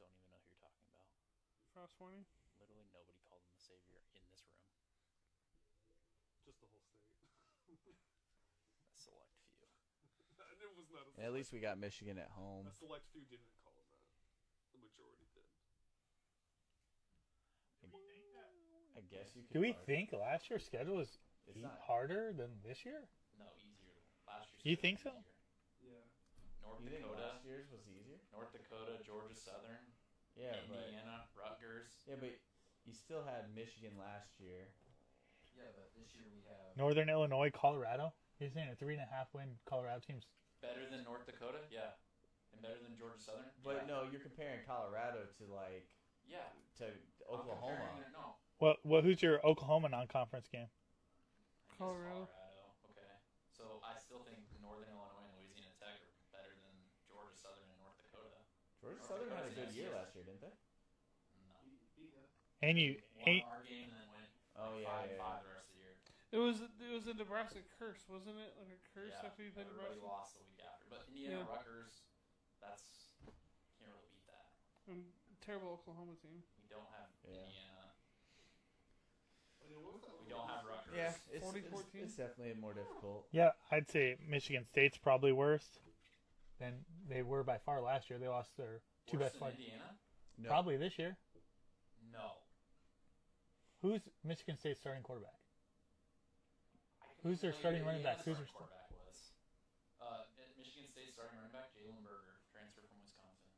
Speaker 4: don't even know who you're talking about.
Speaker 2: Frost warning.
Speaker 4: Literally nobody called him the savior in this room.
Speaker 3: Just the whole state.
Speaker 4: A select few.
Speaker 3: And it was not a
Speaker 1: And at least we got Michigan at home.
Speaker 3: A select few didn't call him that. The majority did.
Speaker 1: I guess you could.
Speaker 6: Do we
Speaker 1: argue-
Speaker 6: think last year's schedule was
Speaker 1: It's not-
Speaker 6: harder than this year?
Speaker 4: No, easier. Last year's
Speaker 6: You
Speaker 4: schedule
Speaker 6: think
Speaker 4: was
Speaker 6: so?
Speaker 4: easier.
Speaker 3: Yeah.
Speaker 4: North
Speaker 1: You think
Speaker 4: Dakota,
Speaker 1: last year's was easier?
Speaker 4: North Dakota, Georgia Southern,
Speaker 1: Yeah, but
Speaker 4: Indiana, Rutgers.
Speaker 1: yeah, but you still had Michigan last year.
Speaker 4: Yeah, but this year we have
Speaker 6: Northern Illinois, Colorado. You're saying a three and a half win Colorado team's
Speaker 4: better than North Dakota. Yeah, and better than Georgia Southern.
Speaker 1: But
Speaker 4: yeah.
Speaker 1: no, you're comparing Colorado to like
Speaker 4: yeah,
Speaker 1: to
Speaker 4: I'm
Speaker 1: Oklahoma.
Speaker 4: comparing it- No,
Speaker 6: Well, well, who's your Oklahoma non-conference
Speaker 4: I
Speaker 6: game?
Speaker 4: guess
Speaker 2: Colorado.
Speaker 4: Colorado. Okay, so I still think Northern Illinois and Louisiana Tech are better than Georgia Southern and North Dakota.
Speaker 1: Georgia Southern had a good year last year, didn't they?
Speaker 4: No,
Speaker 2: uh,
Speaker 6: And you,
Speaker 4: won
Speaker 6: ain't,
Speaker 4: our game and then went
Speaker 1: Oh
Speaker 4: like,
Speaker 1: yeah,
Speaker 4: five and
Speaker 1: yeah,
Speaker 4: five the rest of the year.
Speaker 2: It was it was a Nebraska curse, wasn't it? Like a curse
Speaker 4: yeah,
Speaker 2: after you played
Speaker 4: everybody
Speaker 2: Nebraska.
Speaker 4: lost the week after. But
Speaker 2: Yeah.
Speaker 4: Indiana Rutgers, that's can't really beat that.
Speaker 2: And terrible Oklahoma team.
Speaker 4: We don't have
Speaker 1: Yeah.
Speaker 4: Indiana.
Speaker 3: And what was that
Speaker 4: We don't have Rutgers.
Speaker 1: yeah. It's,
Speaker 2: 40-14?
Speaker 1: it's, it's definitely more difficult.
Speaker 6: yeah, I'd say Michigan State's probably worse than they were by far last year. They lost their two
Speaker 4: Worse
Speaker 6: best
Speaker 4: than
Speaker 6: players.
Speaker 4: Indiana?
Speaker 1: No,
Speaker 6: Probably this year.
Speaker 4: No.
Speaker 6: Who's Michigan State's starting quarterback?
Speaker 4: I couldn't
Speaker 6: Who's their
Speaker 4: tell you
Speaker 6: starting
Speaker 4: who
Speaker 6: running
Speaker 4: Indiana's
Speaker 6: backs? Who's
Speaker 4: starting
Speaker 6: their
Speaker 4: quarterback was. Uh, at Michigan State starting running back Jalen Berger, transfer from Wisconsin.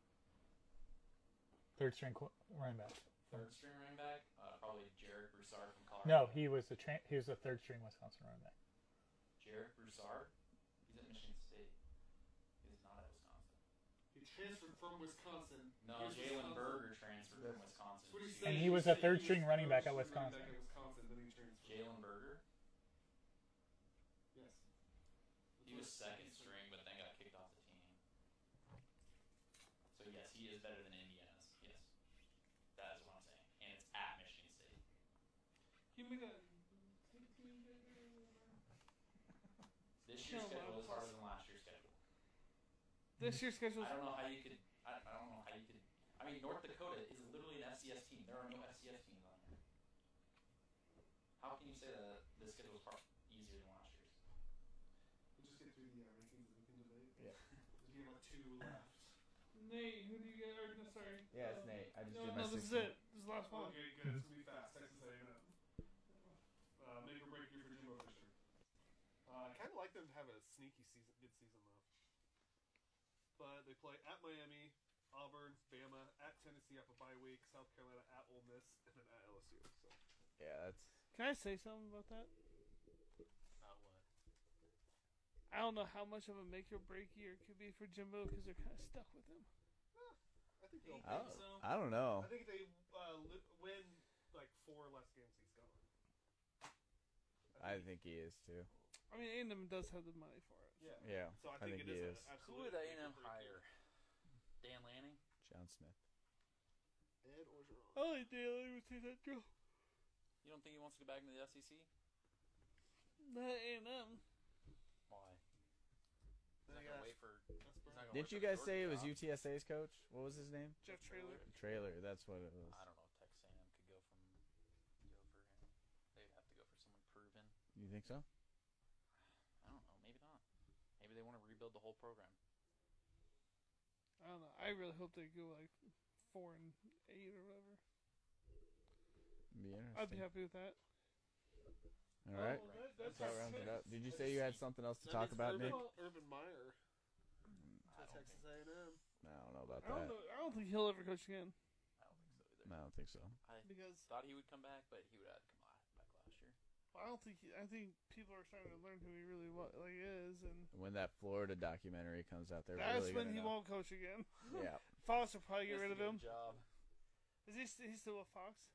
Speaker 6: Third string qu- running back.
Speaker 4: Third string running back, uh, probably Jarek Broussard from Colorado.
Speaker 6: Hmm. No, he was the tra- he was the third string Wisconsin running back.
Speaker 4: Jarek Broussard. He's at Michigan State. He's not at Wisconsin.
Speaker 3: He transferred from Wisconsin.
Speaker 4: No,
Speaker 3: Here's
Speaker 4: Jalen
Speaker 3: Wisconsin.
Speaker 4: Berger transferred from Wisconsin.
Speaker 3: That's what
Speaker 4: to-
Speaker 3: he's saying.
Speaker 6: he
Speaker 3: He's
Speaker 6: was
Speaker 3: saying
Speaker 6: a third
Speaker 3: he
Speaker 6: string
Speaker 3: was
Speaker 6: running
Speaker 3: third
Speaker 6: back at
Speaker 3: string running
Speaker 6: Wisconsin.
Speaker 3: back at Wisconsin, then he transferred.
Speaker 4: Jalen Berger.
Speaker 3: Yes.
Speaker 4: He was second string, but then got kicked off the team. So yes, he is better than Indiana's. Yes, that is what I'm saying, and it's at Michigan State.
Speaker 2: Give me that.
Speaker 3: uh,
Speaker 4: This year's
Speaker 2: No,
Speaker 4: schedule
Speaker 2: but-
Speaker 4: is harder than last year's schedule.
Speaker 2: This year's schedule.
Speaker 4: I don't know how you could. I, I don't know how you could. I mean, North Dakota is literally an FCS team. There are no FCS teams on here. How can you say that this schedule is hard, easier than last year's?
Speaker 3: We'll just get through the uh, rankings and we can debate.
Speaker 1: Yeah.
Speaker 3: There's gonna be like two uh, left.
Speaker 2: Nate, who do you get? Or, no, sorry.
Speaker 1: Yeah, it's
Speaker 2: Uh,
Speaker 1: Nate. I just
Speaker 2: No,
Speaker 1: did my
Speaker 2: no, this is
Speaker 1: 16.
Speaker 2: it. This is the last one.
Speaker 3: Okay, good. It's gonna be fast. Texas A&M. Uh, make or break year for Jimbo Fisher. Uh, I kind of like them to have a sneaky season, good season though. But they play at Miami, Auburn, Bama, at Tennessee after bye week, South Carolina at Ole Miss, and then at LSU. So
Speaker 1: Yeah, that's
Speaker 2: Can I say something about that?
Speaker 4: Not what.
Speaker 2: I don't know how much of a make or break year it could be for Jimbo because they're kind of stuck with him.
Speaker 3: I think they'll.
Speaker 1: I don't,
Speaker 4: Think so?
Speaker 1: I don't know.
Speaker 3: I think if they uh, li- win like four less games, he's gone.
Speaker 1: I think he is too.
Speaker 2: I mean, A&M does have the money for it.
Speaker 3: Yeah.
Speaker 1: Yeah,
Speaker 3: So I
Speaker 1: I
Speaker 3: think,
Speaker 1: think
Speaker 3: it
Speaker 1: he
Speaker 3: is.
Speaker 1: is.
Speaker 3: an
Speaker 4: Who
Speaker 3: absolute
Speaker 4: would
Speaker 3: make or
Speaker 4: A&M
Speaker 3: break
Speaker 4: hire? Dan Lanning.
Speaker 1: John Smith.
Speaker 3: year. Ed Orgeron.
Speaker 2: Oh, Daly would say that too.
Speaker 4: You don't think he wants to go back into the E SEC?
Speaker 2: Not A&M.
Speaker 4: Why?
Speaker 3: Then I got
Speaker 4: for.
Speaker 3: Spencer Brown.
Speaker 1: Didn't you guys say it was UTSA's coach? What was his name?
Speaker 2: Jeff Trailer.
Speaker 1: Trailer. That's what it was.
Speaker 4: I don't know if Texas A&M could go from go for him. They'd have to go for someone proven.
Speaker 1: You think so?
Speaker 4: I don't know. Maybe not. Maybe they want to rebuild the whole program.
Speaker 2: I don't know. I really hope they go like four and eight or whatever.
Speaker 1: Be
Speaker 2: I'd be
Speaker 1: interesting.
Speaker 2: happy with that.
Speaker 1: All right.
Speaker 2: Oh, that-
Speaker 1: That's
Speaker 2: that's
Speaker 1: about
Speaker 2: our
Speaker 1: rounds it
Speaker 2: six.
Speaker 1: up. Did you say you had something else to
Speaker 3: That
Speaker 1: talk
Speaker 3: means
Speaker 1: about,
Speaker 3: Urban,
Speaker 1: Nick?
Speaker 3: Urban Meyer
Speaker 4: I
Speaker 3: to
Speaker 4: don't
Speaker 3: Texas
Speaker 4: think-
Speaker 3: A&M.
Speaker 1: I don't know about
Speaker 2: I don't
Speaker 1: that.
Speaker 2: know. I don't think he'll ever coach again
Speaker 4: I don't think so either.
Speaker 1: No, I don't think so.
Speaker 2: because
Speaker 4: Thought he would come back, but he would have come la- back last year.
Speaker 2: I don't think. He, I think people are starting to learn who he really wa- like is, and
Speaker 1: When that Florida documentary comes out, they're
Speaker 2: that's
Speaker 1: really
Speaker 2: when
Speaker 1: gonna
Speaker 2: he
Speaker 1: know.
Speaker 2: won't coach again.
Speaker 1: Yeah,
Speaker 2: Fox will probably get
Speaker 4: Just
Speaker 2: rid
Speaker 4: to
Speaker 2: of him.
Speaker 4: Job.
Speaker 2: Is he? St- he's still with Fox?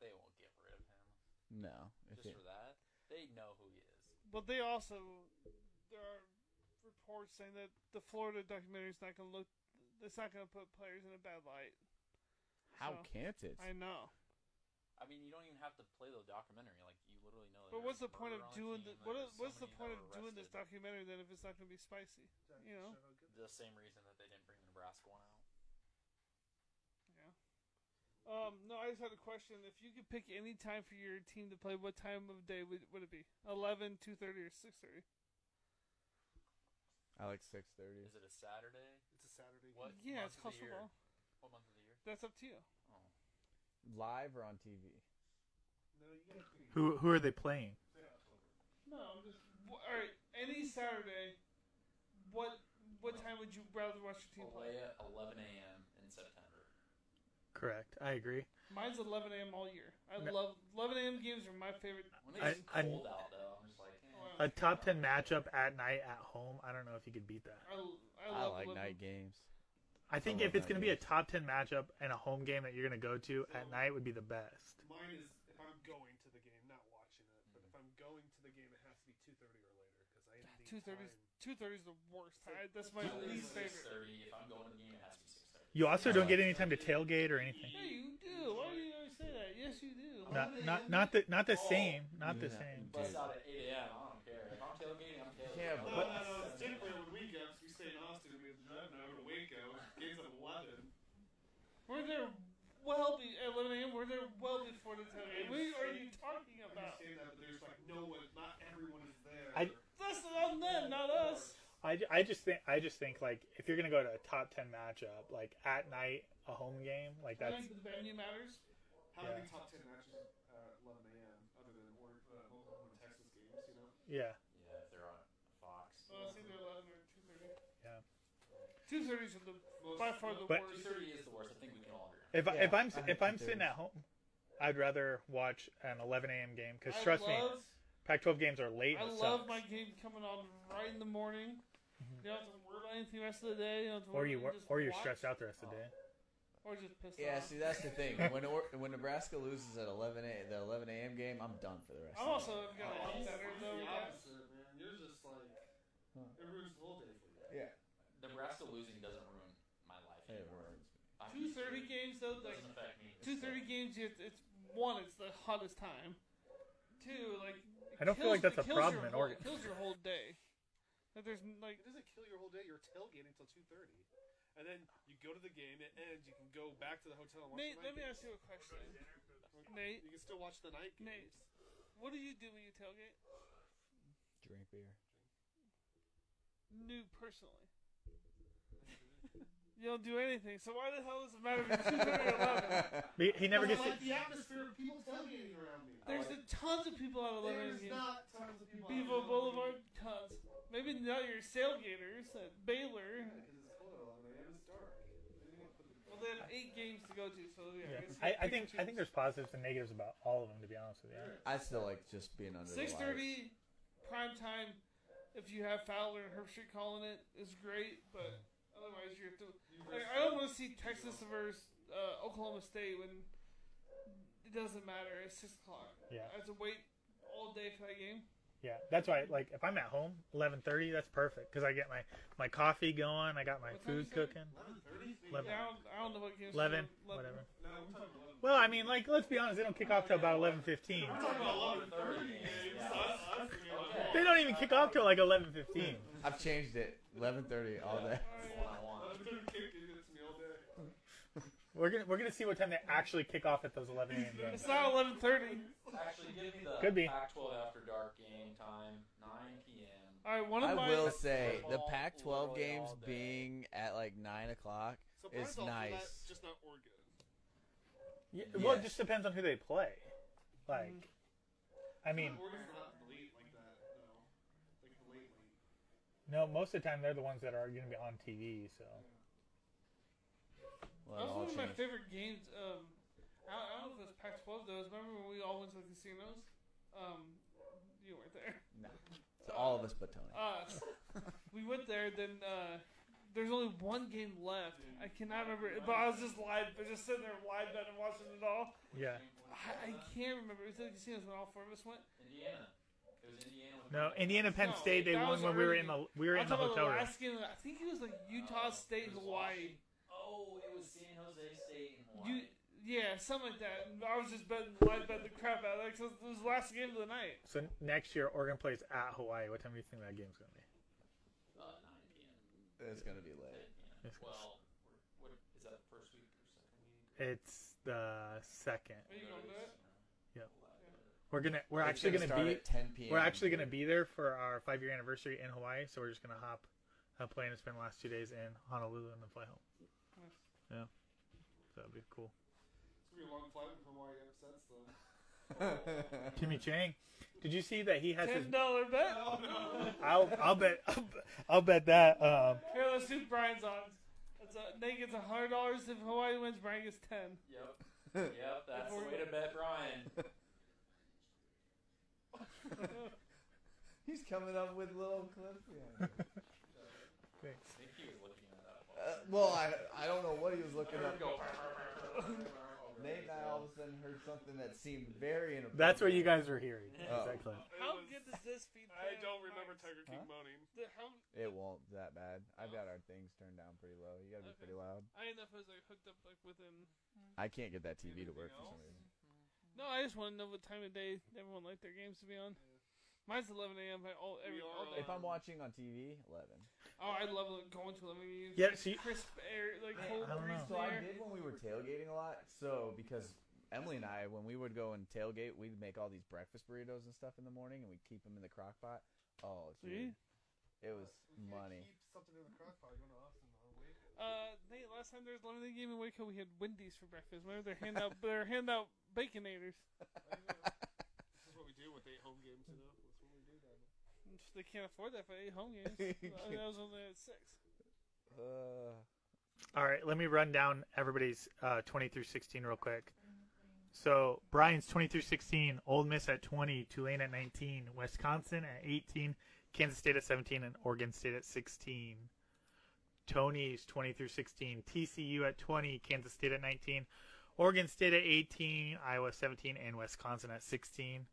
Speaker 4: They won't get rid of him
Speaker 1: no. If
Speaker 4: just
Speaker 1: it-
Speaker 4: for that. They know who he is.
Speaker 2: But they also there are reports saying that the Florida documentary is not going to look. It's not going to put players in a bad light.
Speaker 1: how
Speaker 2: So,
Speaker 1: can't it?
Speaker 2: I know.
Speaker 4: I mean, you don't even have to play the documentary. Like you literally know.
Speaker 2: But what's
Speaker 4: there's a
Speaker 2: the point of
Speaker 4: murder on
Speaker 2: doing
Speaker 4: team,
Speaker 2: the,
Speaker 4: like,
Speaker 2: what
Speaker 4: there's
Speaker 2: is, what's
Speaker 4: so
Speaker 2: the
Speaker 4: many
Speaker 2: point of
Speaker 4: that were
Speaker 2: doing this
Speaker 4: arrested.
Speaker 2: documentary then if it's not going to be spicy? You know.
Speaker 4: The same reason that they didn't bring the Nebraska one out.
Speaker 2: Um, no, I just had a question. If you could pick any time for your team to play, what time of day would, would it be? 11, 2.30, or 6.30?
Speaker 1: I like six thirty.
Speaker 4: Is it a Saturday?
Speaker 3: It's a Saturday.
Speaker 4: What?
Speaker 2: yeah,
Speaker 4: month
Speaker 2: it's
Speaker 4: of the
Speaker 2: college
Speaker 4: year?
Speaker 2: football.
Speaker 4: What month of the year?
Speaker 2: That's up to you.
Speaker 4: Oh,
Speaker 1: Live or on TV?
Speaker 3: No, you gotta pick.
Speaker 6: Who who are they playing?
Speaker 2: No, I'm just... Wh- all right, any Saturday, what what time would you rather watch your team play?
Speaker 4: Alea, 11 a.m. in September.
Speaker 6: Correct. I agree.
Speaker 2: Mine's 11 a.m. all year. I
Speaker 6: No.
Speaker 2: love... 11 a.m. games are my favorite.
Speaker 4: When it's
Speaker 6: I- I-
Speaker 4: cold out, though, I'm just like, eh.
Speaker 2: Oh,
Speaker 6: A top ten matchup at night at home. I don't know if you could beat that.
Speaker 2: I, l- I
Speaker 1: I
Speaker 2: love
Speaker 1: like
Speaker 2: 11.
Speaker 1: night games.
Speaker 6: I think
Speaker 1: love
Speaker 6: if it's
Speaker 1: night
Speaker 6: going to be a
Speaker 1: games.
Speaker 6: top ten matchup and a home game that you're going to go to at night would be the best.
Speaker 3: Mine is if I'm going to the game, not watching it. But if I'm going to the game, it has to be 2:30 or later because I
Speaker 2: 2:30
Speaker 3: need time.
Speaker 2: 2.30 is the worst time. That's my
Speaker 4: Usually
Speaker 2: least
Speaker 4: it's
Speaker 2: favorite.
Speaker 4: 6:30. If I'm going to the game, it has to be 6:30.
Speaker 6: You also
Speaker 1: Yeah.
Speaker 6: don't get any time to tailgate or anything.
Speaker 2: Yeah, you do. Why do you always say that? Yes, you do.
Speaker 6: Not not not the not the
Speaker 4: Oh.
Speaker 6: same. Not the
Speaker 1: Yeah.
Speaker 6: same.
Speaker 4: Bust out at 8 a.m. I don't care. If I'm tailgating, I'm tailgating.
Speaker 1: Yeah,
Speaker 4: I'm
Speaker 1: but-
Speaker 3: No,
Speaker 4: not
Speaker 3: no, no. It's
Speaker 4: upset.
Speaker 3: different when we go. 'cause We stay in Austin. We have to drive an hour to Waco. Game's at 11.
Speaker 2: We're there well be at 11 a.m. We're there well before the time. What are you talking
Speaker 3: I
Speaker 2: about?
Speaker 3: understand that, but there's like no one. Not everyone is there.
Speaker 6: I-
Speaker 2: That's on them, not us.
Speaker 6: I, ju- I just think I just think like if you're going to go to a top ten matchup like at night a home game like
Speaker 2: I
Speaker 6: that's
Speaker 2: think the venue matters.
Speaker 3: How
Speaker 6: Yeah.
Speaker 3: many top 10 matches uh, at 11 a.m. other than or, uh, Oklahoma and Texas games? You know.
Speaker 6: yeah.
Speaker 4: Yeah, if they're on Fox.
Speaker 2: Well, it's either 11 or 2:30.
Speaker 6: Yeah.
Speaker 2: 2:30s are the by far the
Speaker 6: But-
Speaker 2: worst.
Speaker 4: 2:30 is the worst. I think we can all agree.
Speaker 6: If I if
Speaker 1: Yeah,
Speaker 6: I'm
Speaker 1: I hate
Speaker 6: if I'm
Speaker 1: the
Speaker 6: sitting
Speaker 1: Thursdays.
Speaker 6: at home, I'd rather watch an 11 a.m. game because
Speaker 2: I
Speaker 6: trust me,
Speaker 2: love,
Speaker 6: Pac-12 games are late.
Speaker 2: I
Speaker 6: and it
Speaker 2: love
Speaker 6: sucks.
Speaker 2: my game coming on right in the morning. You don't have to worry about anything the rest of the day. You don't have to
Speaker 6: Mm-hmm. or
Speaker 2: worry
Speaker 6: you
Speaker 2: about
Speaker 6: wor-
Speaker 2: just
Speaker 6: or you're
Speaker 2: watch, Oh.
Speaker 6: stressed out the rest of the day.
Speaker 2: Or just pissed
Speaker 1: Yeah,
Speaker 2: off.
Speaker 1: see that's the thing. When or, when Nebraska loses at eleven a, the eleven a.m. game, I'm done for the rest. of
Speaker 2: I'm
Speaker 1: the
Speaker 2: also got a lot better though.
Speaker 3: Oh, the
Speaker 2: yeah.
Speaker 3: opposite, man. You're just like
Speaker 1: Huh.
Speaker 3: it ruins the whole day for you.
Speaker 1: Yeah.
Speaker 4: Nebraska losing doesn't ruin my life
Speaker 1: Hey,
Speaker 4: anymore.
Speaker 1: words.
Speaker 4: I'm
Speaker 2: Two
Speaker 4: used to
Speaker 2: thirty
Speaker 4: it.
Speaker 2: games though, like
Speaker 4: doesn't affect me.
Speaker 2: two thirty games, you have to- it's one, it's the hottest time. Two, like it
Speaker 6: I don't feel
Speaker 2: kills-
Speaker 6: like that's
Speaker 2: it
Speaker 6: a
Speaker 2: kills your
Speaker 6: problem in
Speaker 2: whole-
Speaker 6: Oregon.
Speaker 2: It kills your whole day. Like there's n- like
Speaker 3: It doesn't kill your whole day. You're tailgating until 2:30, and then you go to the game. It ends. You can go back to the hotel and watch
Speaker 2: Nate.
Speaker 3: the
Speaker 2: Let
Speaker 3: night
Speaker 2: me
Speaker 3: game.
Speaker 2: ask you a question, Nate.
Speaker 3: You can still watch the night games.
Speaker 2: Nate. What do you do when you tailgate?
Speaker 1: Drink beer.
Speaker 2: New personally. You don't do anything, so why the hell does it matter if it's two thirty or eleven?
Speaker 6: He, he never
Speaker 3: I
Speaker 6: gets.
Speaker 3: like the atmosphere of people tailgating around me.
Speaker 2: There's a tons of people out of eleven.
Speaker 3: There's
Speaker 2: games.
Speaker 3: not tons of people. out
Speaker 2: Bevo
Speaker 3: there.
Speaker 2: Boulevard, tons. Maybe not your tailgaters at Baylor.
Speaker 3: Yeah, 'cause it's cold out, man. It's dark.
Speaker 2: Well, they have eight games to go to, so yeah.
Speaker 6: Yeah.
Speaker 2: guess you
Speaker 6: I, I
Speaker 2: pick
Speaker 6: think
Speaker 2: and
Speaker 6: I
Speaker 2: choose.
Speaker 6: think there's positives and negatives about all of them to be honest with you.
Speaker 1: I still like just being under
Speaker 2: six
Speaker 1: the lights.
Speaker 2: thirty prime time. If you have Fowler and Herbstreit calling it, is great, but otherwise you have to. Like, I don't want to see Texas versus uh, Oklahoma State when it doesn't matter. It's six o'clock.
Speaker 6: Yeah.
Speaker 2: I have to wait all day for that game.
Speaker 6: Yeah, that's why like if I'm at home, 11:30, that's perfect because I get my my coffee going, I got my
Speaker 2: What time is
Speaker 6: food
Speaker 2: it?
Speaker 6: cooking.
Speaker 3: 11:30?
Speaker 6: Eleven.
Speaker 2: Yeah, I don't, I don't know what game.
Speaker 6: 11, whatever.
Speaker 3: No, we're talking about
Speaker 6: Well, I mean, like let's be honest, they don't kick off till about 11:15.
Speaker 3: We're talking about 11:30 games.
Speaker 4: Yeah.
Speaker 3: so that's- that's gonna be a lot
Speaker 4: Okay.
Speaker 6: They don't even kick off till like 11:15.
Speaker 1: I've changed it. Eleven thirty all day.
Speaker 4: That's the one I want.
Speaker 3: more. 11:30 kicked in, it's me all day.
Speaker 6: We're gonna we're gonna see what time they actually kick off at those 11 a.m. games.
Speaker 2: It's not eleven thirty.
Speaker 4: Actually, give me the
Speaker 6: Could be.
Speaker 4: Pac-12 after dark game time, 9 p.m.
Speaker 2: I All right, one of
Speaker 1: I
Speaker 2: my
Speaker 1: will say the
Speaker 4: All-
Speaker 1: Pac-12
Speaker 4: literally
Speaker 1: games
Speaker 4: all day.
Speaker 1: being at like nine o'clock.
Speaker 3: So
Speaker 1: It's
Speaker 3: Barnes also not-
Speaker 1: nice.
Speaker 3: just not Oregon.
Speaker 6: Yeah, Well, it
Speaker 1: Yes.
Speaker 6: just depends on who they play.
Speaker 2: Mm-hmm.
Speaker 6: Like, I mean,
Speaker 3: Oregon's not late like that. though. Like the late late.
Speaker 6: no, most of the time they're the ones that are going to be on TV. So
Speaker 1: Well,
Speaker 2: That was
Speaker 1: it'll all
Speaker 2: one of my
Speaker 1: change.
Speaker 2: favorite games. Um, I, I don't know if it was Pac-12 though. is Remember when we all went to the casinos? Um, you weren't there.
Speaker 1: No. So all of us but Tony.
Speaker 2: Uh, we went there. Then uh, there's only one game left. I cannot remember, it, but I was just live, I was just sitting there live bet and watching it all.
Speaker 6: yeah,
Speaker 2: I, I can't remember. It was at the casinos when all four of us went.
Speaker 4: Indiana. It was Indiana. with
Speaker 6: no,
Speaker 4: Indiana.
Speaker 6: Indiana Penn
Speaker 2: No,
Speaker 6: State they
Speaker 2: that
Speaker 6: won
Speaker 2: was
Speaker 6: when we were in
Speaker 2: early.
Speaker 6: the we were
Speaker 2: I'm
Speaker 6: in the
Speaker 2: talking about
Speaker 6: hotel room.
Speaker 2: last game. I think it was like Utah
Speaker 4: Oh,
Speaker 2: State,
Speaker 4: it was
Speaker 2: Hawaii.
Speaker 4: Oh, it was San Jose State and
Speaker 2: You,
Speaker 4: Hawaii.
Speaker 2: yeah, something like that. And I was just betting live bet the crap out of it. 'cause It was the last game of the night.
Speaker 6: So next year Oregon plays at Hawaii. What time do you think that game's going to be?
Speaker 4: uh, 9 p.m.
Speaker 1: It's gonna be late.
Speaker 4: Yeah. Well, what, is that the first week or second week?
Speaker 6: It's the second.
Speaker 2: Are you going to do it?
Speaker 6: Yep. We're gonna we're
Speaker 1: It's
Speaker 6: actually
Speaker 1: gonna
Speaker 6: going to
Speaker 1: start at 10 p.m.
Speaker 6: be we're actually going to be there for our five year anniversary in Hawaii. So we're just going to hop a plane and spend the last two days in Honolulu and then fly home.
Speaker 2: Nice.
Speaker 6: So that'd be cool.
Speaker 3: It's gonna be a long flight from Hawaii upsets though.
Speaker 6: Timmy Chang, did you see that he has his?
Speaker 2: Ten dollar bet.
Speaker 3: Oh,
Speaker 4: Oh,
Speaker 6: I'll I'll bet I'll, I'll bet that um,
Speaker 2: Here, let's do Brian's odds. That's a, Nate gets hundred dollars if Hawaii wins. Brian gets ten.
Speaker 4: Yep. Yep, that's the way to bet Brian.
Speaker 1: He's coming up with little clips. Yeah.
Speaker 4: I
Speaker 6: Thanks.
Speaker 4: think he was looking at that one.
Speaker 1: Uh, well, I I don't know what he was looking up.
Speaker 4: Go.
Speaker 1: Nate and I all of a sudden heard something that seemed very inappropriate.
Speaker 6: That's what you guys were hearing.
Speaker 1: Oh.
Speaker 6: Exactly.
Speaker 2: How
Speaker 3: It was-
Speaker 2: good does this be?
Speaker 3: I
Speaker 2: playing
Speaker 3: don't
Speaker 2: on
Speaker 3: remember
Speaker 2: Fox?
Speaker 3: Tiger
Speaker 1: Huh?
Speaker 3: King moaning.
Speaker 2: The- how-
Speaker 1: It won't that bad. I've got our things turned down pretty low. You gotta be
Speaker 2: Okay.
Speaker 1: pretty loud.
Speaker 2: I didn't know if it was like hooked up like within.
Speaker 1: I can't get that TV to work for some reason.
Speaker 2: No, I just want to know what time of day everyone liked their games to be on. Mine's 11 a.m. by all every
Speaker 3: We are uh,
Speaker 2: all day.
Speaker 3: on-
Speaker 1: If I'm watching on TV, eleven.
Speaker 2: Oh, I love like, going to 11 a.m.
Speaker 6: Yeah,
Speaker 2: Like,
Speaker 6: see-
Speaker 2: crisp air, like
Speaker 1: Man,
Speaker 2: cold
Speaker 6: I don't
Speaker 2: breeze
Speaker 6: know.
Speaker 1: So I
Speaker 2: there.
Speaker 1: did when we were tailgating a lot. So because Emily and I, when we would go and tailgate, we'd make all these breakfast burritos and stuff in the morning, and we'd keep them in the crock pot. Oh, dude,
Speaker 2: See?
Speaker 1: it was
Speaker 3: You can't
Speaker 1: money.
Speaker 3: Keep something in the crock pot. You went to Austin on Wake.
Speaker 2: Uh, Nate, last time there was 11 a.m. game in Waco, we had Wendy's for breakfast. Remember their handout, their handout baconators.
Speaker 3: This is what we do with eight home games. You know, that's what we do down there.
Speaker 2: They can't afford that for eight home games. I mean, that was only at six.
Speaker 1: Uh,
Speaker 6: All right, let me run down everybody's uh, 20 through 16 real quick. So Brian's 20 through 16, Old Miss at 20, Tulane at 19, Wisconsin at 18, Kansas State at 17, and Oregon State at 16. Tony's 20 through 16, TCU at 20, Kansas State at 19, Oregon State at 18, Iowa 17, and Wisconsin at 16.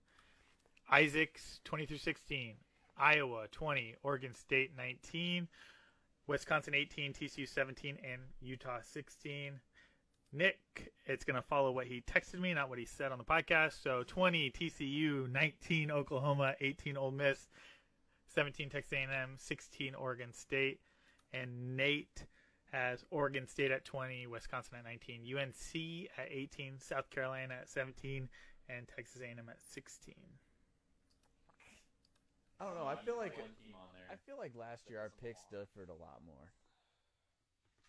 Speaker 6: Isaac's 20 through 16, Iowa 20, Oregon State 19, Wisconsin 18, TCU 17, and Utah 16. Nick, it's going to follow what he texted me, not what he said on the podcast. So 20 TCU, 19 Oklahoma, 18 Ole Miss, 17 Texas A&M, 16 Oregon State, and Nate has Oregon State at 20, Wisconsin at 19, UNC at 18, South Carolina at 17, and Texas A&M at 16.
Speaker 1: I don't know. I feel like
Speaker 4: one team on
Speaker 1: I
Speaker 4: there.
Speaker 1: feel like last year our picks differed a lot more.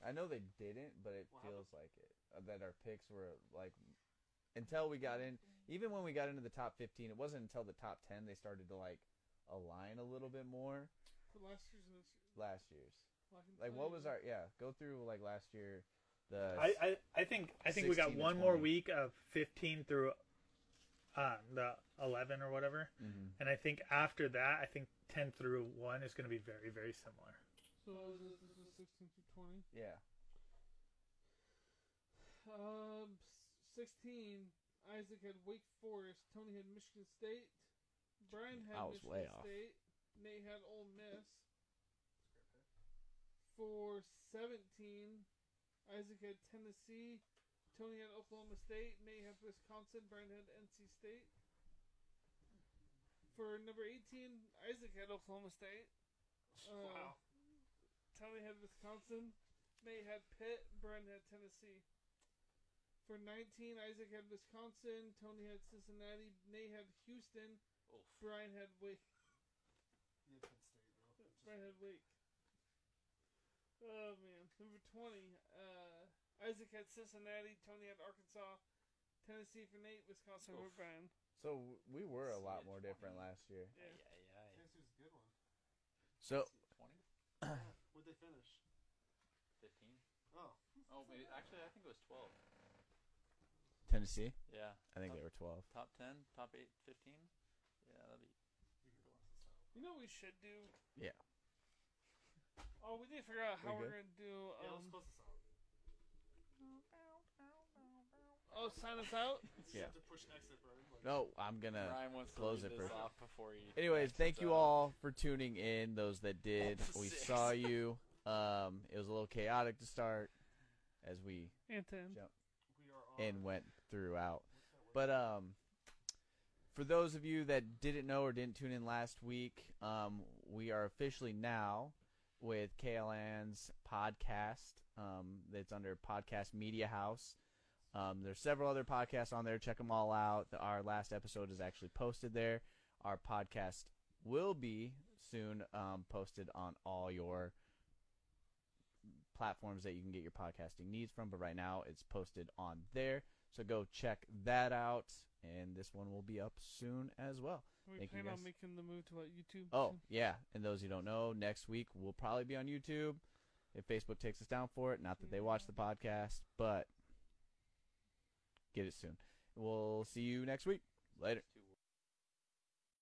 Speaker 1: I know they didn't, but it feels like it uh, that our picks were like until we got in. Even when we got into the top fifteen, it wasn't until the top ten they started to like align a little bit more.
Speaker 2: For last year's and this year's.
Speaker 1: Last year's,
Speaker 2: Well, I can
Speaker 1: like
Speaker 2: tell
Speaker 1: what
Speaker 2: you
Speaker 1: was our
Speaker 2: that.
Speaker 1: yeah? Go through like last year. The
Speaker 6: I, I, I think I think we
Speaker 1: 16
Speaker 6: got
Speaker 1: to
Speaker 6: one more
Speaker 1: 20.
Speaker 6: week of 15 through uh, the 11 or whatever,
Speaker 1: Mhm.
Speaker 6: and I think after that, I think 10 through one is going to be very very similar.
Speaker 2: So what was this, this was 16 through 20.
Speaker 1: yeah.
Speaker 2: Um, s- 16. Isaac had Wake Forest. Tony had Michigan State. Brian had
Speaker 1: I was way
Speaker 2: Michigan
Speaker 1: off.
Speaker 2: State. Nate had Ole Miss. For 17, Isaac had Tennessee. Tony had Oklahoma State. Nate had Wisconsin. Brian had NC State. For number 18, Isaac had Oklahoma State. Uh,
Speaker 3: Wow.
Speaker 2: Tony had Wisconsin. Nate had Pitt. Brian had Tennessee. For 19, Isaac had Wisconsin. Tony had Cincinnati. Nate had Houston.
Speaker 4: Oof.
Speaker 2: Brian had Wake.
Speaker 3: Yeah, Penn State. Though.
Speaker 2: midweek. Oh man, number twenty. Uh, Isaac had Cincinnati. Tony had Arkansas. Tennessee for Nate. Wisconsin for
Speaker 4: Oof.
Speaker 2: Brian.
Speaker 1: So we were a lot
Speaker 4: Sneak
Speaker 1: more different last year.
Speaker 2: Yeah.
Speaker 4: Yeah, yeah, yeah.
Speaker 3: Tennessee's a good one.
Speaker 1: So
Speaker 6: Uh,
Speaker 4: 20?
Speaker 3: Where'd they finish?
Speaker 4: 15?
Speaker 3: Oh,
Speaker 4: Oh, wait, actually, I think it was 12.
Speaker 1: Tennessee,
Speaker 4: Yeah.
Speaker 1: I think
Speaker 4: top,
Speaker 1: they were 12.
Speaker 4: Top 10? Top 8? 15? Yeah, that'd be.
Speaker 2: You know what we should do?
Speaker 1: Yeah.
Speaker 2: Oh, we did figure out how
Speaker 1: We
Speaker 2: we are gonna do.
Speaker 3: yeah, let's
Speaker 2: Um,
Speaker 3: close this out.
Speaker 2: oh, sign us out.
Speaker 3: You
Speaker 1: Yeah.
Speaker 3: have to push exit, Brian. Like,
Speaker 1: No, I'm gonna.
Speaker 4: Ryan wants
Speaker 1: close
Speaker 4: to leave
Speaker 1: it
Speaker 4: this
Speaker 1: for-
Speaker 4: off before you.
Speaker 1: Anyways,
Speaker 4: exits
Speaker 1: thank you
Speaker 4: out.
Speaker 1: all for tuning in. Those that did, we
Speaker 4: Six.
Speaker 1: saw you. Um, it was a little chaotic to start, as we
Speaker 2: And ten.
Speaker 3: We are on.
Speaker 1: and went throughout.
Speaker 3: What's that word?
Speaker 1: But um, for those of you that didn't know or didn't tune in last week, um, we are officially now with KLN's podcast. Um, that's under Podcast Media House. Um, there's several other podcasts on there. Check them all out. The- Our last episode is actually posted there. Our podcast will be soon um, posted on all your platforms that you can get your podcasting needs from. But right now, it's posted on there. So go check that out. And this one will be up soon as well.
Speaker 2: We
Speaker 1: Thank you
Speaker 2: plan on
Speaker 1: guys.
Speaker 2: making the move to what YouTube.
Speaker 1: Oh, yeah. And those who don't know, next week we'll probably be on YouTube if Facebook takes us down for it. Not that they watch the podcast, but get it soon. We'll see you next week. Later.
Speaker 4: Two words.